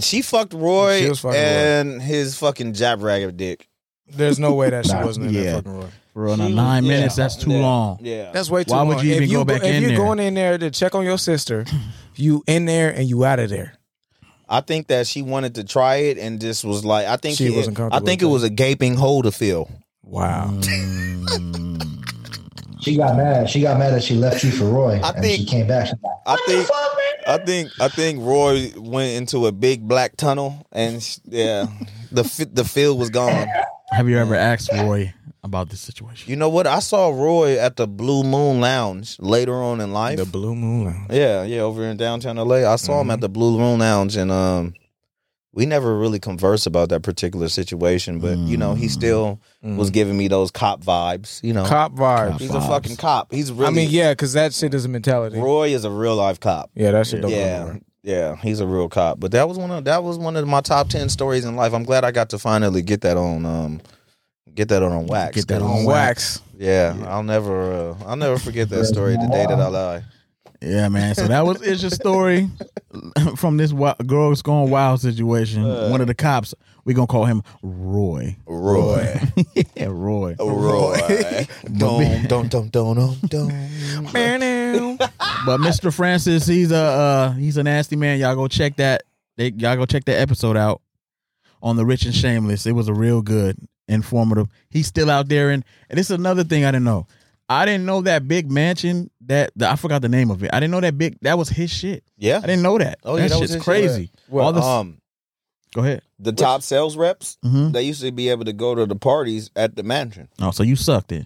she fucked Roy She was fucking Roy. and his fucking jab ragged dick. There's no way that she Nah. wasn't in Yeah. that fucking Roy. Bro, now She- nine yeah, minutes, that's too yeah, long. Yeah. That's way too Why would long. you even if go back if in you're there? going in there to check on your sister, you in there and you out of there. I think that she wanted to try it and just was like I think She it, wasn't I comfortable think it with was a gaping hole to fill. Wow. She got mad. She got mad that she left you for Roy, I and think- she came back. She's like, I think I think I think Roy went into a big black tunnel and sh- yeah, the fi- the field was gone. Have you ever asked Roy about this situation? You know what? I saw Roy at the Blue Moon Lounge later on in life. The Mm-hmm. Blue Moon Lounge. yeah, yeah, over in downtown LA. I saw him at the Blue Moon Lounge and um we never really conversed about that particular situation, but you know, he still was giving me those cop vibes, you know. Mm-hmm. Cop vibes. He's vibes. a fucking cop. He's really I mean, yeah, because that shit is a mentality. Roy is a real life cop. Yeah, that shit don't yeah, go nowhere. yeah, he's a real cop. But that was one of that was one of my top ten stories in life. I'm glad I got to finally get that on um get that on, on wax. Get that On on wax. [laughs] Yeah, I'll never uh, I'll never forget that story the day that I lie. Yeah, man. So that [laughs] was it's your story from this wi- girls gone wild situation. Uh. One of the cops, we gonna call him Roy. [laughs] Roy, yeah, Roy. [laughs] [laughs] Roy, dom dom dom dom dom dom. [laughs] But Mr. Francis, he's a uh, he's a nasty man. Y'all go check that. They, y'all go check that episode out on the Rich and Shameless. It was a real good, informative. He's still out there, and, and this is another thing I didn't know. I didn't know that big mansion that the, I forgot the name of it. I didn't know that big that was his shit. Yeah. I didn't know that. Oh, Oh, yeah, yeah, that, that was shit's his shit. crazy. All the, um, go ahead. the top sales reps Mhm. they used to be able to go to the parties at the mansion Oh, so you sucked it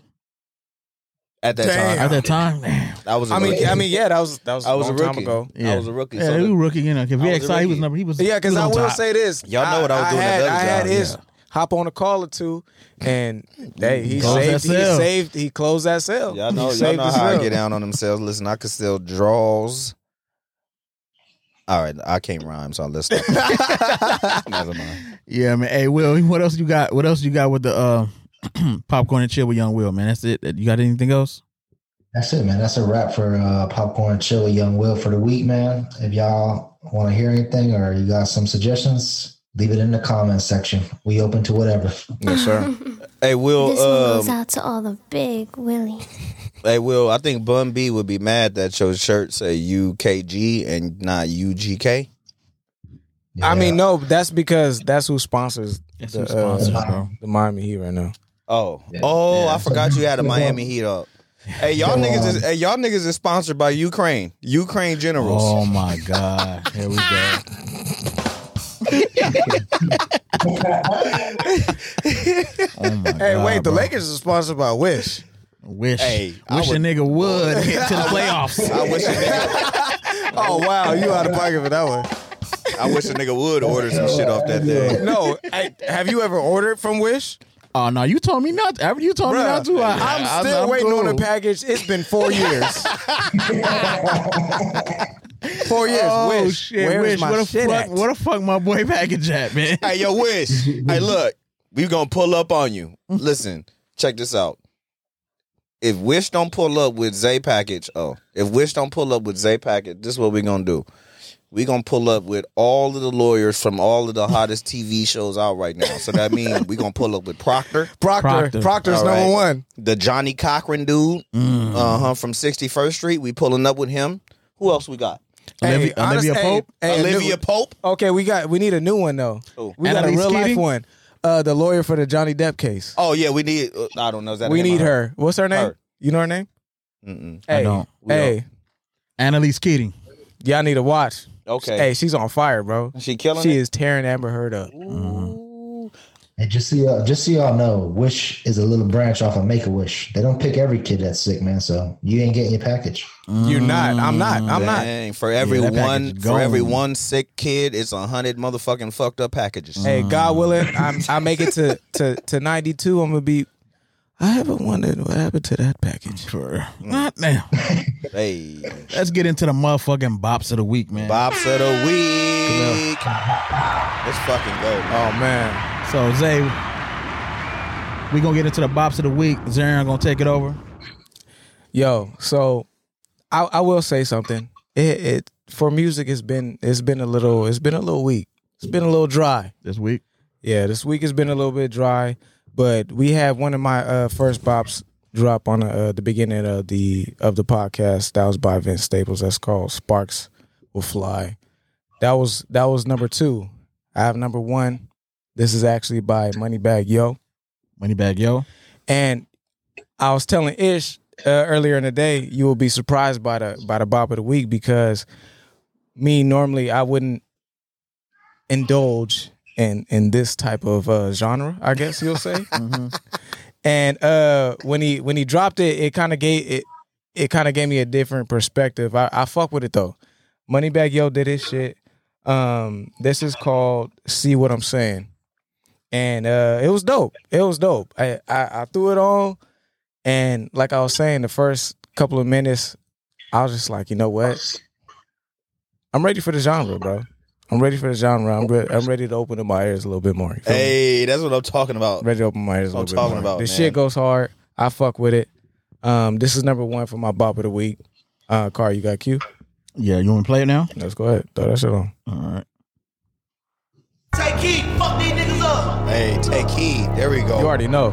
at that Damn. time. at that time. Man. I was. a I mean, rookie. I mean, yeah, that was that was I was a a long time rookie. ago. Yeah. I was a rookie. Yeah, so he the- was rookie. You know, if was he a excited, he was rookie. number. He was Yeah, he because was I on will top. say this. Y'all know what I was doing had, the other I had job, his yeah. hop on a call or two, and hey, he Close that saved. He cell. saved. He closed that [laughs] cell. Y'all know, he y'all saved know the how I cell. get down on themselves. Listen, I could sell draws. All right, I can't rhyme, so let's [laughs] stop. Never mind. Yeah, man. Hey, Will, what else you got? What else you got with the uh, [clears throat] popcorn and chill with Young Will, man? That's it. You got anything else? That's it, man. That's a wrap for uh, Popcorn Chill with Young Will for the week, man. If y'all want to hear anything or you got some suggestions, leave it in the comment section. We open to whatever. Yes, [laughs] sir. Hey, this one Will. goes Um, out to all the big willies. hey, Will. I think Bun B would be mad that your shirt say UKG and not UGK. I mean, Yeah. no, that's because that's who sponsors That's the, some sponsors, uh, bro. the Miami Heat right now. Oh, oh, Yeah. I forgot you [laughs] had a Miami Heat up. Hey, y'all Go niggas is on. hey, y'all niggas is sponsored by Ukraine. Ukraine Generals. Oh my God! Here we [laughs] go. oh my Hey, God, wait, the bro. Lakers is sponsored by Wish. Wish, Hey, I wish a would- nigga would get to the playoffs. I wish a nigga, [laughs] Oh wow, you out of pocket for that one. I wish a nigga would order some shit off that thing. [laughs] No, I, have you ever ordered from Wish? Oh no, you told me not. After you told me Bruh, not to, I, I'm I- still I'm waiting on cool. a package. It's been four years. four years. Oh wish. shit! Where is wish. my What the shit fuck? at? What the fuck? My boy package at man. Hey, yo, wish. Hey, look, we gonna pull up on you. Listen, check this out. If Wish don't pull up with Zay package, oh, if Wish don't pull up with Zay package, this is what we gonna do. We gonna pull up with all of the lawyers from all of the hottest TV shows out right now. So that means we gonna pull up with Proctor. [laughs] Proctor. Proctor. Proctor's All number right. one. the Johnny Cochran dude, Mm. uh huh, from 61st Street. We pulling up with him. Who else we got? Olivia, honest- Olivia hey, Pope. hey, Olivia new- Pope. Okay, we got we need a new one though. Who? We got a Annalise real life Keating? one. Uh, the lawyer for the Johnny Depp case. Oh yeah, we need. uh, I don't know. Is that we him or need her. What's her name? Her. You know her name? Mm-mm. I Hey, don't. We hey, Annalise Keating. y'all need to watch. Okay. Hey, she's on fire, bro. she killing She it. is tearing Amber Heard up. And just so y'all, just so y'all know, Wish is a little branch off of Make a Wish. They don't pick every kid that's sick, man. So you ain't getting your package. You're not. I'm not. I'm not. Dang, for every that package one, is for every gone. one sick kid, it's a hundred motherfucking fucked up packages. Mm. Hey, God willing, I'm, I make it to, to, to 92. I'm gonna be. I haven't wondered what happened to that package. For, not now. Hey, Let's get into the motherfucking bops of the week, man. Bob's of the week. Let's fucking go. Oh man, So Zay, we gonna get into the bops of the week. Zarin gonna take it over. yo. So, I, I will say something. It, it for music, it's been it's been a little it's been a little weak. It's been a little dry. This week, Yeah, this week has been a little bit dry, but we had one of my uh, first bops drop on uh, the beginning of the of the podcast. That was by Vince Staples. That's called "Sparks Will Fly." That was that was number two. I have number one. This is actually by Moneybag Yo, Moneybag Yo. and I was telling Ish uh, earlier in the day, you will be surprised by the by the bop of the week because me normally I wouldn't indulge in in this type of uh, genre. I guess you'll say. and uh, when he when he dropped it, it kind of gave it it kind of gave me a different perspective. I, I fuck with it though. Moneybag Yo did his shit. Um, this is called "See What I'm Saying," and uh, it was dope. It was dope. I, I I threw it on, and like I was saying, the first couple of minutes, I was just like, you know what? I'm ready for the genre, bro. I'm ready for the genre. I'm re- I'm ready to open up my ears a little bit more. You feel me? Hey, that's what I'm talking about. ready to open my ears a That's what I'm Oh, little bit talking more. about, This man. shit goes hard. I fuck with it. Um, this is number one for my bop of the week. Uh, Car, you got Q? Yeah, you wanna play it now? Let's go ahead. Throw that shit on. All right. Take heat, fuck these niggas up. Hey, take heed. There we go. You already know.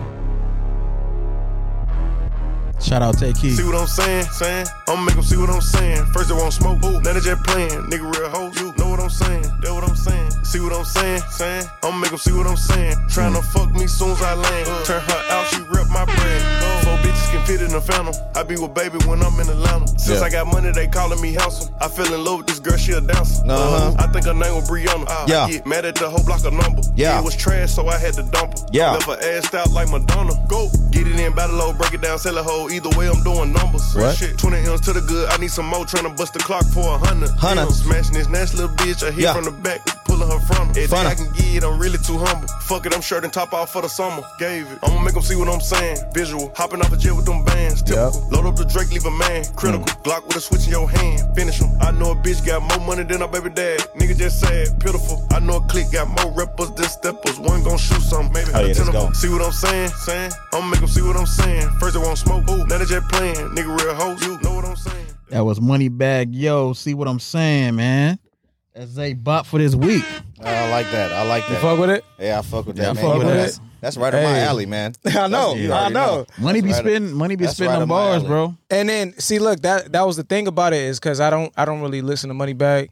Shout out Tay Key. See what I'm saying, saying? I'ma make 'em see what I'm saying. First they won't smoke, ooh, now they just playing. Nigga real hoes, you know what I'm saying? That what I'm saying. See what I'm saying, saying? I'ma make 'em see what I'm saying. Tryna fuck me soon as I land. Turn her out, she rip my bread. Four bitches can fit in a phantom. I be with baby when I'm in Atlanta. Since Yeah. I got money, they calling me handsome. I fell in love with this girl, she a dancer. Uh-huh. Um, I think her name was Brianna. I Yeah. get mad at the whole block of number. Yeah. It was trash, so I had to dump her. Yeah. Left her assed out like Madonna. Go get it in, battle low, break it down, sell a hoe. Either way, I'm doing numbers. What? Shit, 20 M's to the good. I need some more. Tryna bust the clock for a hundred. Hundred. Damn, Smashing this nasty little bitch. I hit Yeah. from the back. Pull pulling her from me. If Fun. I can get it, I'm really too humble. Fuck it, I'm shirt and top off for the summer. Gave it. I'ma make them see what I'm saying. Visual, hopping off a jet with them bands. Typical. Load up the Drake, leave a man. Critical, Hmm. Glock with a switch in your hand. Finish him. I know a bitch got more money than her baby dad. Nigga just sad, pitiful. I know a clique got more rappers than steppers. One gon' shoot something, maybe. Oh, yeah, let's go. See what I'm saying? Saying. I'ma make them see what I'm saying. First they won't smoke. Ooh, now they just playing. Nigga real hoes. You know what I'm saying? That was money bag, yo. See what I'm saying, man? That's a bop for this week. I like that. I like that. Fuck with it. yeah, I fuck with that. Yeah, I man. fuck You with know it. that's, that's right up my Hey. alley, man. I know. you I already know. Money be That's right up- spitting, money be that's spitting right on up my bars, alley. bro. And then see, look, that that was the thing about it is because I don't I don't really listen to Moneybag,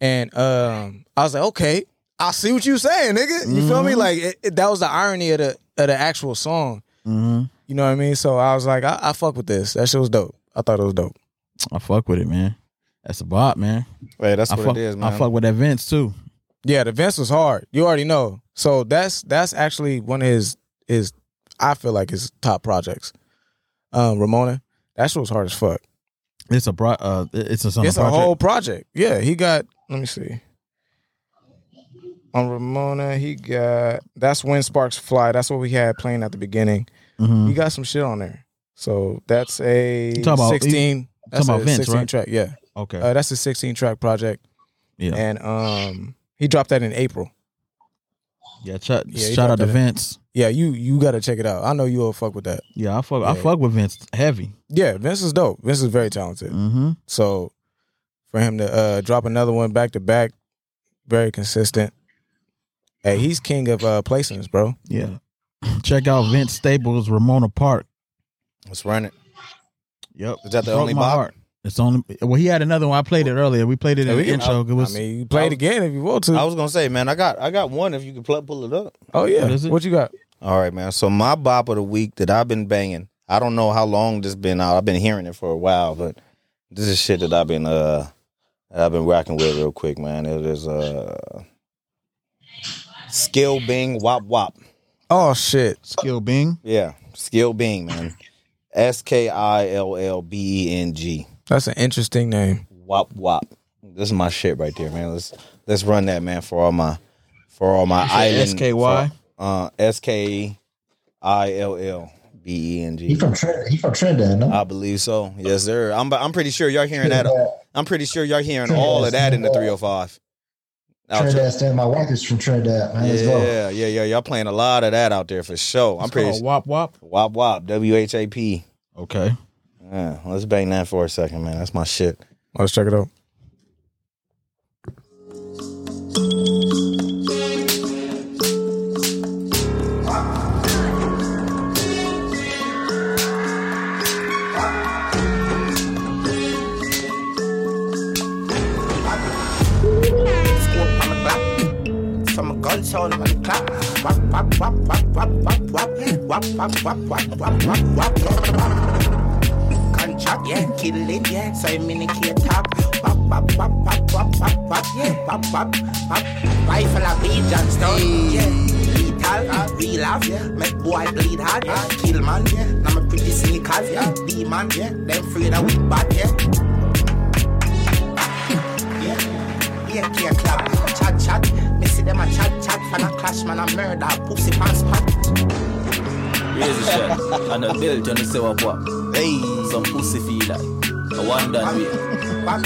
and um I was like, okay, I see what you saying, nigga. You feel me? Like it, it- that was the irony of the of the actual song. You know what I mean? So I was like, I, I fuck with this. That shit was dope. I thought it was dope. I fuck with it, man. That's a bop, man. Hey, that's I what fuck, it is, man. I fuck with that Vince too. Yeah, the Vince was hard. You already know. So that's that's actually one of his his I feel like his top projects. Um, Ramona, that shit was hard as fuck. It's a bro. Uh, it's a, it's project. a whole project. Yeah, he got. Let me see. On Ramona, he got. That's when sparks fly. That's what we had playing at the beginning. Mhm. Mm-hmm. He got some shit on there. So that's a You talking about- E- sixteen. That's talking about a Vince, sixteen right? track. Yeah, Okay. uh, that's a sixteen track project. Yeah. and um, he dropped that in April. yeah. Shout, yeah, he shout out dropped to that in. Vince. Yeah, you you gotta check it out. I know you'll fuck with that. Yeah, I fuck. I Yeah. fuck with Vince heavy. Yeah, Vince is dope. Vince is very talented. Mm-hmm. So for him to uh, drop another one back to back, very consistent. Hey, he's king of uh, placements, bro. Yeah. [laughs] Check out Vince Staples, Ramona Park. Let's run it. Yep. Is that the Broke only my bop? heart. It's only. Well, he had another one. I played it earlier. We played it in Yeah, we the can- intro. It was. I mean, you play it again if you want to. I was gonna say, man, I got I got one. If you can pl- pull it up. oh yeah, What what, is it? you got? All right, man. So my bop of the week that I've been banging. I don't know how long this been out. I've been hearing it for a while, but this is shit that I've been uh that I've been rocking with real quick, man. It is uh Skill Bing Wop Wop. Oh shit, Skill Bing. Yeah. Skill Bing, man. S K I L L B E N G. that's an interesting name. Wop Wop. This is my shit right there, man. Let's let's run that man for all my for all my island SKY? for, uh S K I L L B E N He G. from Trinidad. He from Trinidad. No? I believe so. Yes, sir. I'm I'm pretty sure y'all hearing that. I'm pretty sure y'all hearing all of that in the 305. Out Trinidad there. stand. My wife is from Trinidad. Man, let's go. Yeah, yeah, yeah. Y'all playing a lot of that out there for sure. I'm It's pretty called sure. Wop Wop. Wop wop. W H A P. Okay. Yeah, let's bang that for a second, man. That's my shit. Let's check it out. Scoop on the block. Some guns all on the clock. Wap, wap, wap, wap, wap, wap, wap. Wap, wap, wap, wap, wap, wap, wap. Contract, yeah. Kill it, yeah. So I'm in the key top. Wap, wap, wap, wap, wap, wap, wap. Yeah. Wap, wap, wap. Rifle a bee, Johnstone. Yeah. Lethal, real off. Make boy bleed hard. Yeah. Kill man, yeah. Now my pretty sneakers, yeah. Demon, yeah. Them afraid of weak bad, yeah. Yeah, yeah, yeah, clap. Chat, chat. Me see them a chat, chat. Fan a clash, man a murder. Pussy pants pat. Crazy shit. And a bill, you know, say what what? Hey. Some pussy feel like. I want that way. Bang.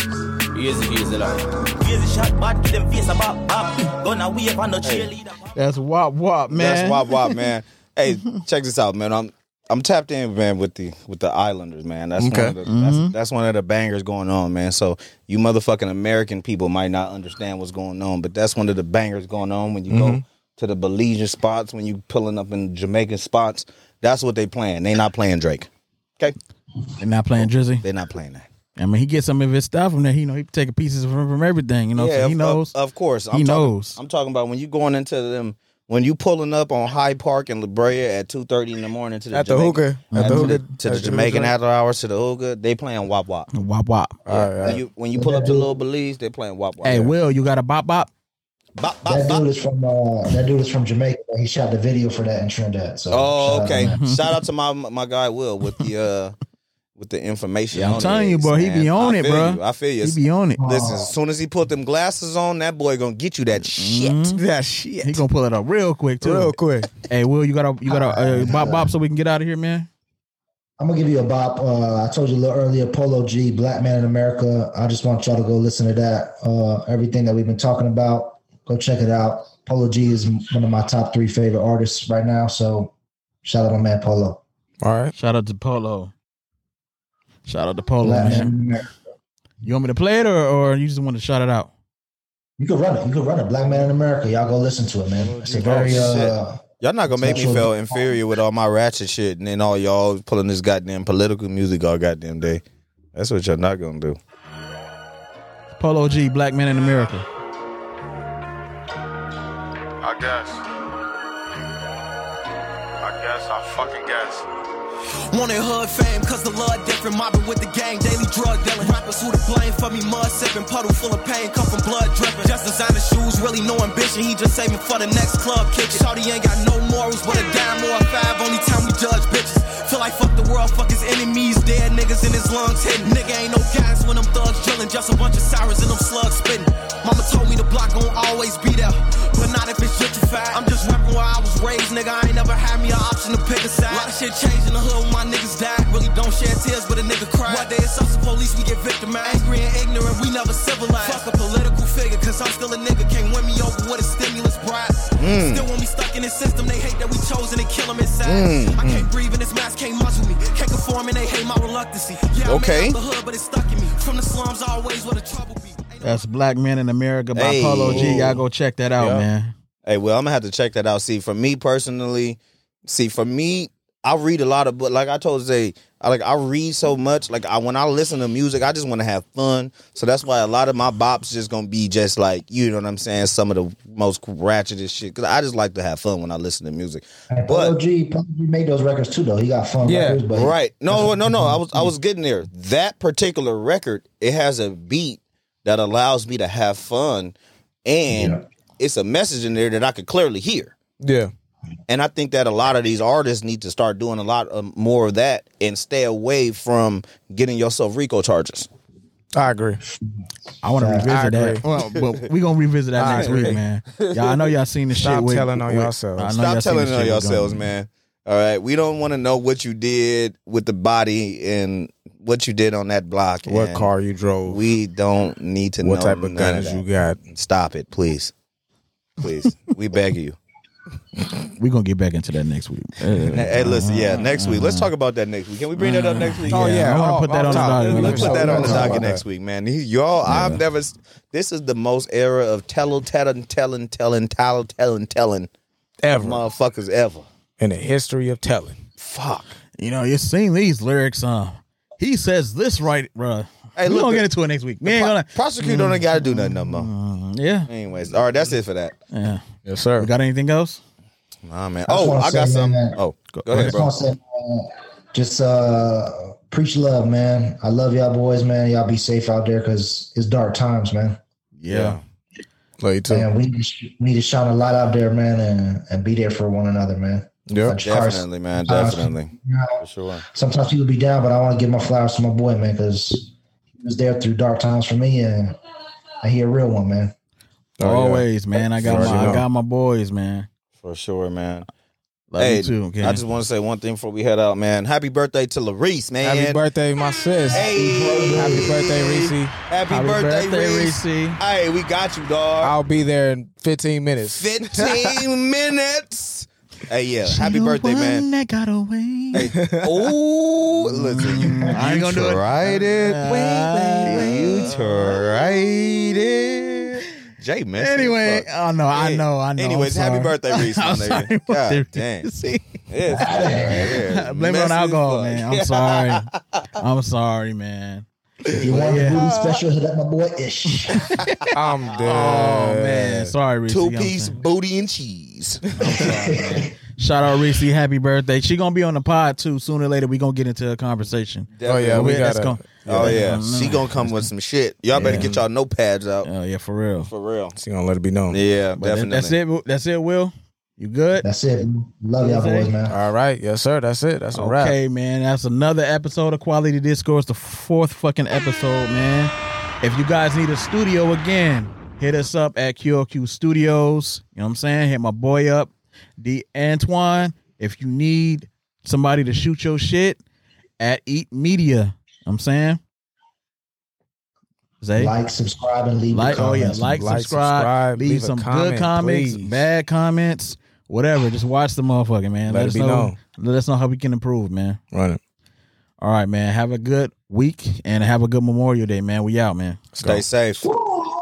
Crazy, crazy like. Crazy shot, bad, give them face a bop, bop. Gonna wave on the cheerleader. That's Wop Wop, man. That's wop wop, man. hey, check this out, man. I'm I'm tapped in, man, with the with the Islanders, man. That's Okay. one of the, that's, that's one of the bangers going on, man. So you motherfucking American people might not understand what's going on, but that's one of the bangers going on when you go to the Belizean spots, when you pulling up in Jamaican spots. That's what they playing. They not playing Drake. Okay, And not playing Drizzy. they not playing that. I mean, he gets some of his stuff from there. He know he taking pieces from, from everything. You know, so of- he knows. Of, of course, He talking- knows. I'm talking about when you going into them. When you pulling up on High Park in La Brea at two thirty in the morning to the At the Jamaican- hookah. At at the to hookah. the, to At the the Jamaican joint. after hours to the hookah, they playing wop wop. Wop Wop. All right, all When right. you when you pull up to Little Belize, they playing wop wop. Hey, Will, you got a Bop Bop? Bop, bop, That bop. dude is from uh, that dude is from Jamaica. He shot the video for that in Trinidad. So Oh, shout out to okay. him. Shout out to my my guy Will with the uh with the information. Yeah, I'm on telling it you, is, bro, he be man. on I it, feel bro. you. I feel you. He be on it. Listen, as soon as he put them glasses on, that boy gonna get you that shit. That shit. Mm-hmm. He gonna pull it up real quick too. Real quick. Hey, Will, you got to you got Ah. to uh, bop bop so we can get out of here, man. I'm gonna give you a bop. Uh, I told you a little earlier, Polo G, Black Man in America. I just want y'all to go listen to that. Uh, everything that we've been talking about, go check it out. Polo G is one of my top three favorite artists right now. So shout out my man Polo. All right. Shout out to Polo. Shout out to Polo, Black Man man. in America. You want me to play it or, or you just want to shout it out? You can run it. You can run it. Black Man in America. Y'all go listen to it, man. It's a very Oh, shit. uh, Y'all not gonna make me Sexual- feel inferior with all my ratchet shit and then all y'all pulling this goddamn political music all goddamn day. That's what y'all not gonna do. Polo G, Black Man in America. I guess. I guess I fucking guess. Wanted hood fame, cause the love different. Mobbing with the gang, daily drug dealing. Rappers who to blame for me, mud sipping. Puddle full of pain, come from blood dripping. Just designer shoes, really no ambition. He just saving for the next club kitchen. Shorty ain't got no morals, but a dime or a five. Only time we judge bitches. Feel like fuck the world, fuck his enemies. Dead niggas in his lungs hitting. Nigga ain't no guys when them thugs drilling. Just a bunch of sirens and them slugs spitting. Mama told me the block gon' always be there, but not if it's gentrified. I'm just rapping where I was raised, nigga. I ain't never had me an option to pick a side. Lot of shit changed in the hood when my niggas died. Really don't shed tears, but a nigga cry. One day it's us, the police, we get victimized. Angry and ignorant, we never civilized. Fuck a political figure, cause I'm still a nigga. Can't win me over with a stimulus bribe. Hmm. Still want me stuck in this system, they hate that we chosen and kill 'em inside. Hmm, I can't breathe in this mask, can't muzzle me. Can't conform and they hate my reluctancy. Yeah, I made it out Okay. the hood, but it's stuck in me. From the slums, always where the trouble be. Ain't That's Black Man in America by Hey. Polo G. Y'all go check that out, Yeah. man. Hey, well, I'm gonna have to check that out. See, for me personally, see, for me, I read a lot of book. Like I told Zay, I like I read so much. Like I when I listen to music, I just want to have fun. So that's why a lot of my bops just gonna be just like you know what I'm saying. Some of the most ratchetest shit because I just like to have fun when I listen to music. and Polo But G. Polo G made those records too, though. He got fun Yeah, records, but Right. No, no, no. I was I was getting there. That particular record, it has a beat that allows me to have fun and Yeah. it's a message in there that I could clearly hear. Yeah. And I think that a lot of these artists need to start doing a lot of more of that and stay away from getting yourself RICO charges. I agree. I want to Facts. revisit I that. agree. Well, but we gonna revisit that I next agree. week, [laughs] man. Y'all, I know y'all seen the shit. Stop with- telling on with- yourselves. I know y'all Stop seen the telling shit on with yourselves, Gunna. man. All right. We don't want to know what you did with the body and what you did on that block. What and car you drove? We don't need to what know type of none guns that. you got? Stop it, please. Please. we beg you. We gonna get back into that next week. [laughs] Hey, hey, listen, yeah, next week. Let's talk about that next week. Can we bring that up next week? Oh, yeah. I want off- to put that on off the top. docket. Let's Yeah, put that we on the gotta talk docket about next that. week, man. These- Y'all, I've never. s- This is the most era of tell, telling, telling, telling, telling, telling, telling Ever motherfuckers ever. in the history of telling. Fuck. You know, you seen these lyrics. Uh, he says this right, bruh. Hey, we look, gonna the- get into it next week. Man, Pro- gonna, prosecutor don't got to do nothing no more. Mm, yeah, Anyways, all right, that's it for that. yeah. Yes, We sir. got anything else? Nah, man. just Oh, wanna I got say, some. man, Oh, go, go I ahead, just bro. want to say, man, just uh, preach love, man. I love y'all boys, man. Y'all be safe out there because it's dark times, man. Yeah. Play too. And we need to, sh- we need to shine a light out there, man, and, and be there for one another, man. Yeah. Like, Definitely, man. Uh, Definitely. For sure. Sometimes people be down, but I want to give my flowers to my boy, man, because he was there through dark times for me, and I hear a real one, man. Oh, Oh, Always, man. I got Already my, I know. got my boys, man. For sure, man. Love hey, you too. Kenny. I just want to say one thing before we head out, man. Happy birthday to Larice, man. Happy birthday, my sis. Hey. Happy birthday, Reese. Happy, birthday, Reese. Reese. Hey, we got you, [laughs] dog. I'll be there in 15 minutes. [laughs] 15 minutes. Hey, yeah. Happy birthday, man. That got away. Ooh, listen, you, I ain't [laughs] you gonna do it. tried it. Wait, wait, You tried it. Jay, man. Anyway, oh no, I Yeah. know, I know. I'm Anyways, happy sorry. [laughs] birthday, Reese, my I'm nigga. sorry, God Reese. [laughs] damn. See? It's- [laughs] yeah, Blame it messy as on alcohol, fuck. man. I'm [laughs] sorry. I'm sorry, man. If you want a booty special, hit up my boy Ish. I'm dead. Oh man, sorry, Reese. Two I'm piece sorry. booty and [laughs] cheese. Shout out Reese. Happy birthday. She gonna be on the pod too. Sooner or later, we gonna get into a conversation. Oh, yeah, But we that's gotta- gonna- Oh yeah, Mm, she gonna come with some shit. Y'all better Yeah. get y'all notepads out Oh yeah, for real. for real. She gonna let it be known. Yeah, But that- definitely. That's it. That's it. Will You good? That's it. Love y'all boys, man. All right, yes sir. That's it. That's a wrap. Okay, man. That's another episode of Quality Discourse, the fourth fucking episode, man. If you guys need a studio again, hit us up at QOQ Studios. You know what I'm saying? Hit my boy up, D Antoine. If you need somebody to shoot your shit, at Eat Media. You know what I'm saying? Zay? Like, subscribe, and leave. like your oh yeah comments. like, Like, subscribe, subscribe, leave, leave a some good comment, comments please. bad comments whatever just watch the motherfucker man Let let, it us be know known. let us know how we can improve man Run it. all right man have a good week and have a good memorial day man we out man Stay safe. Woo!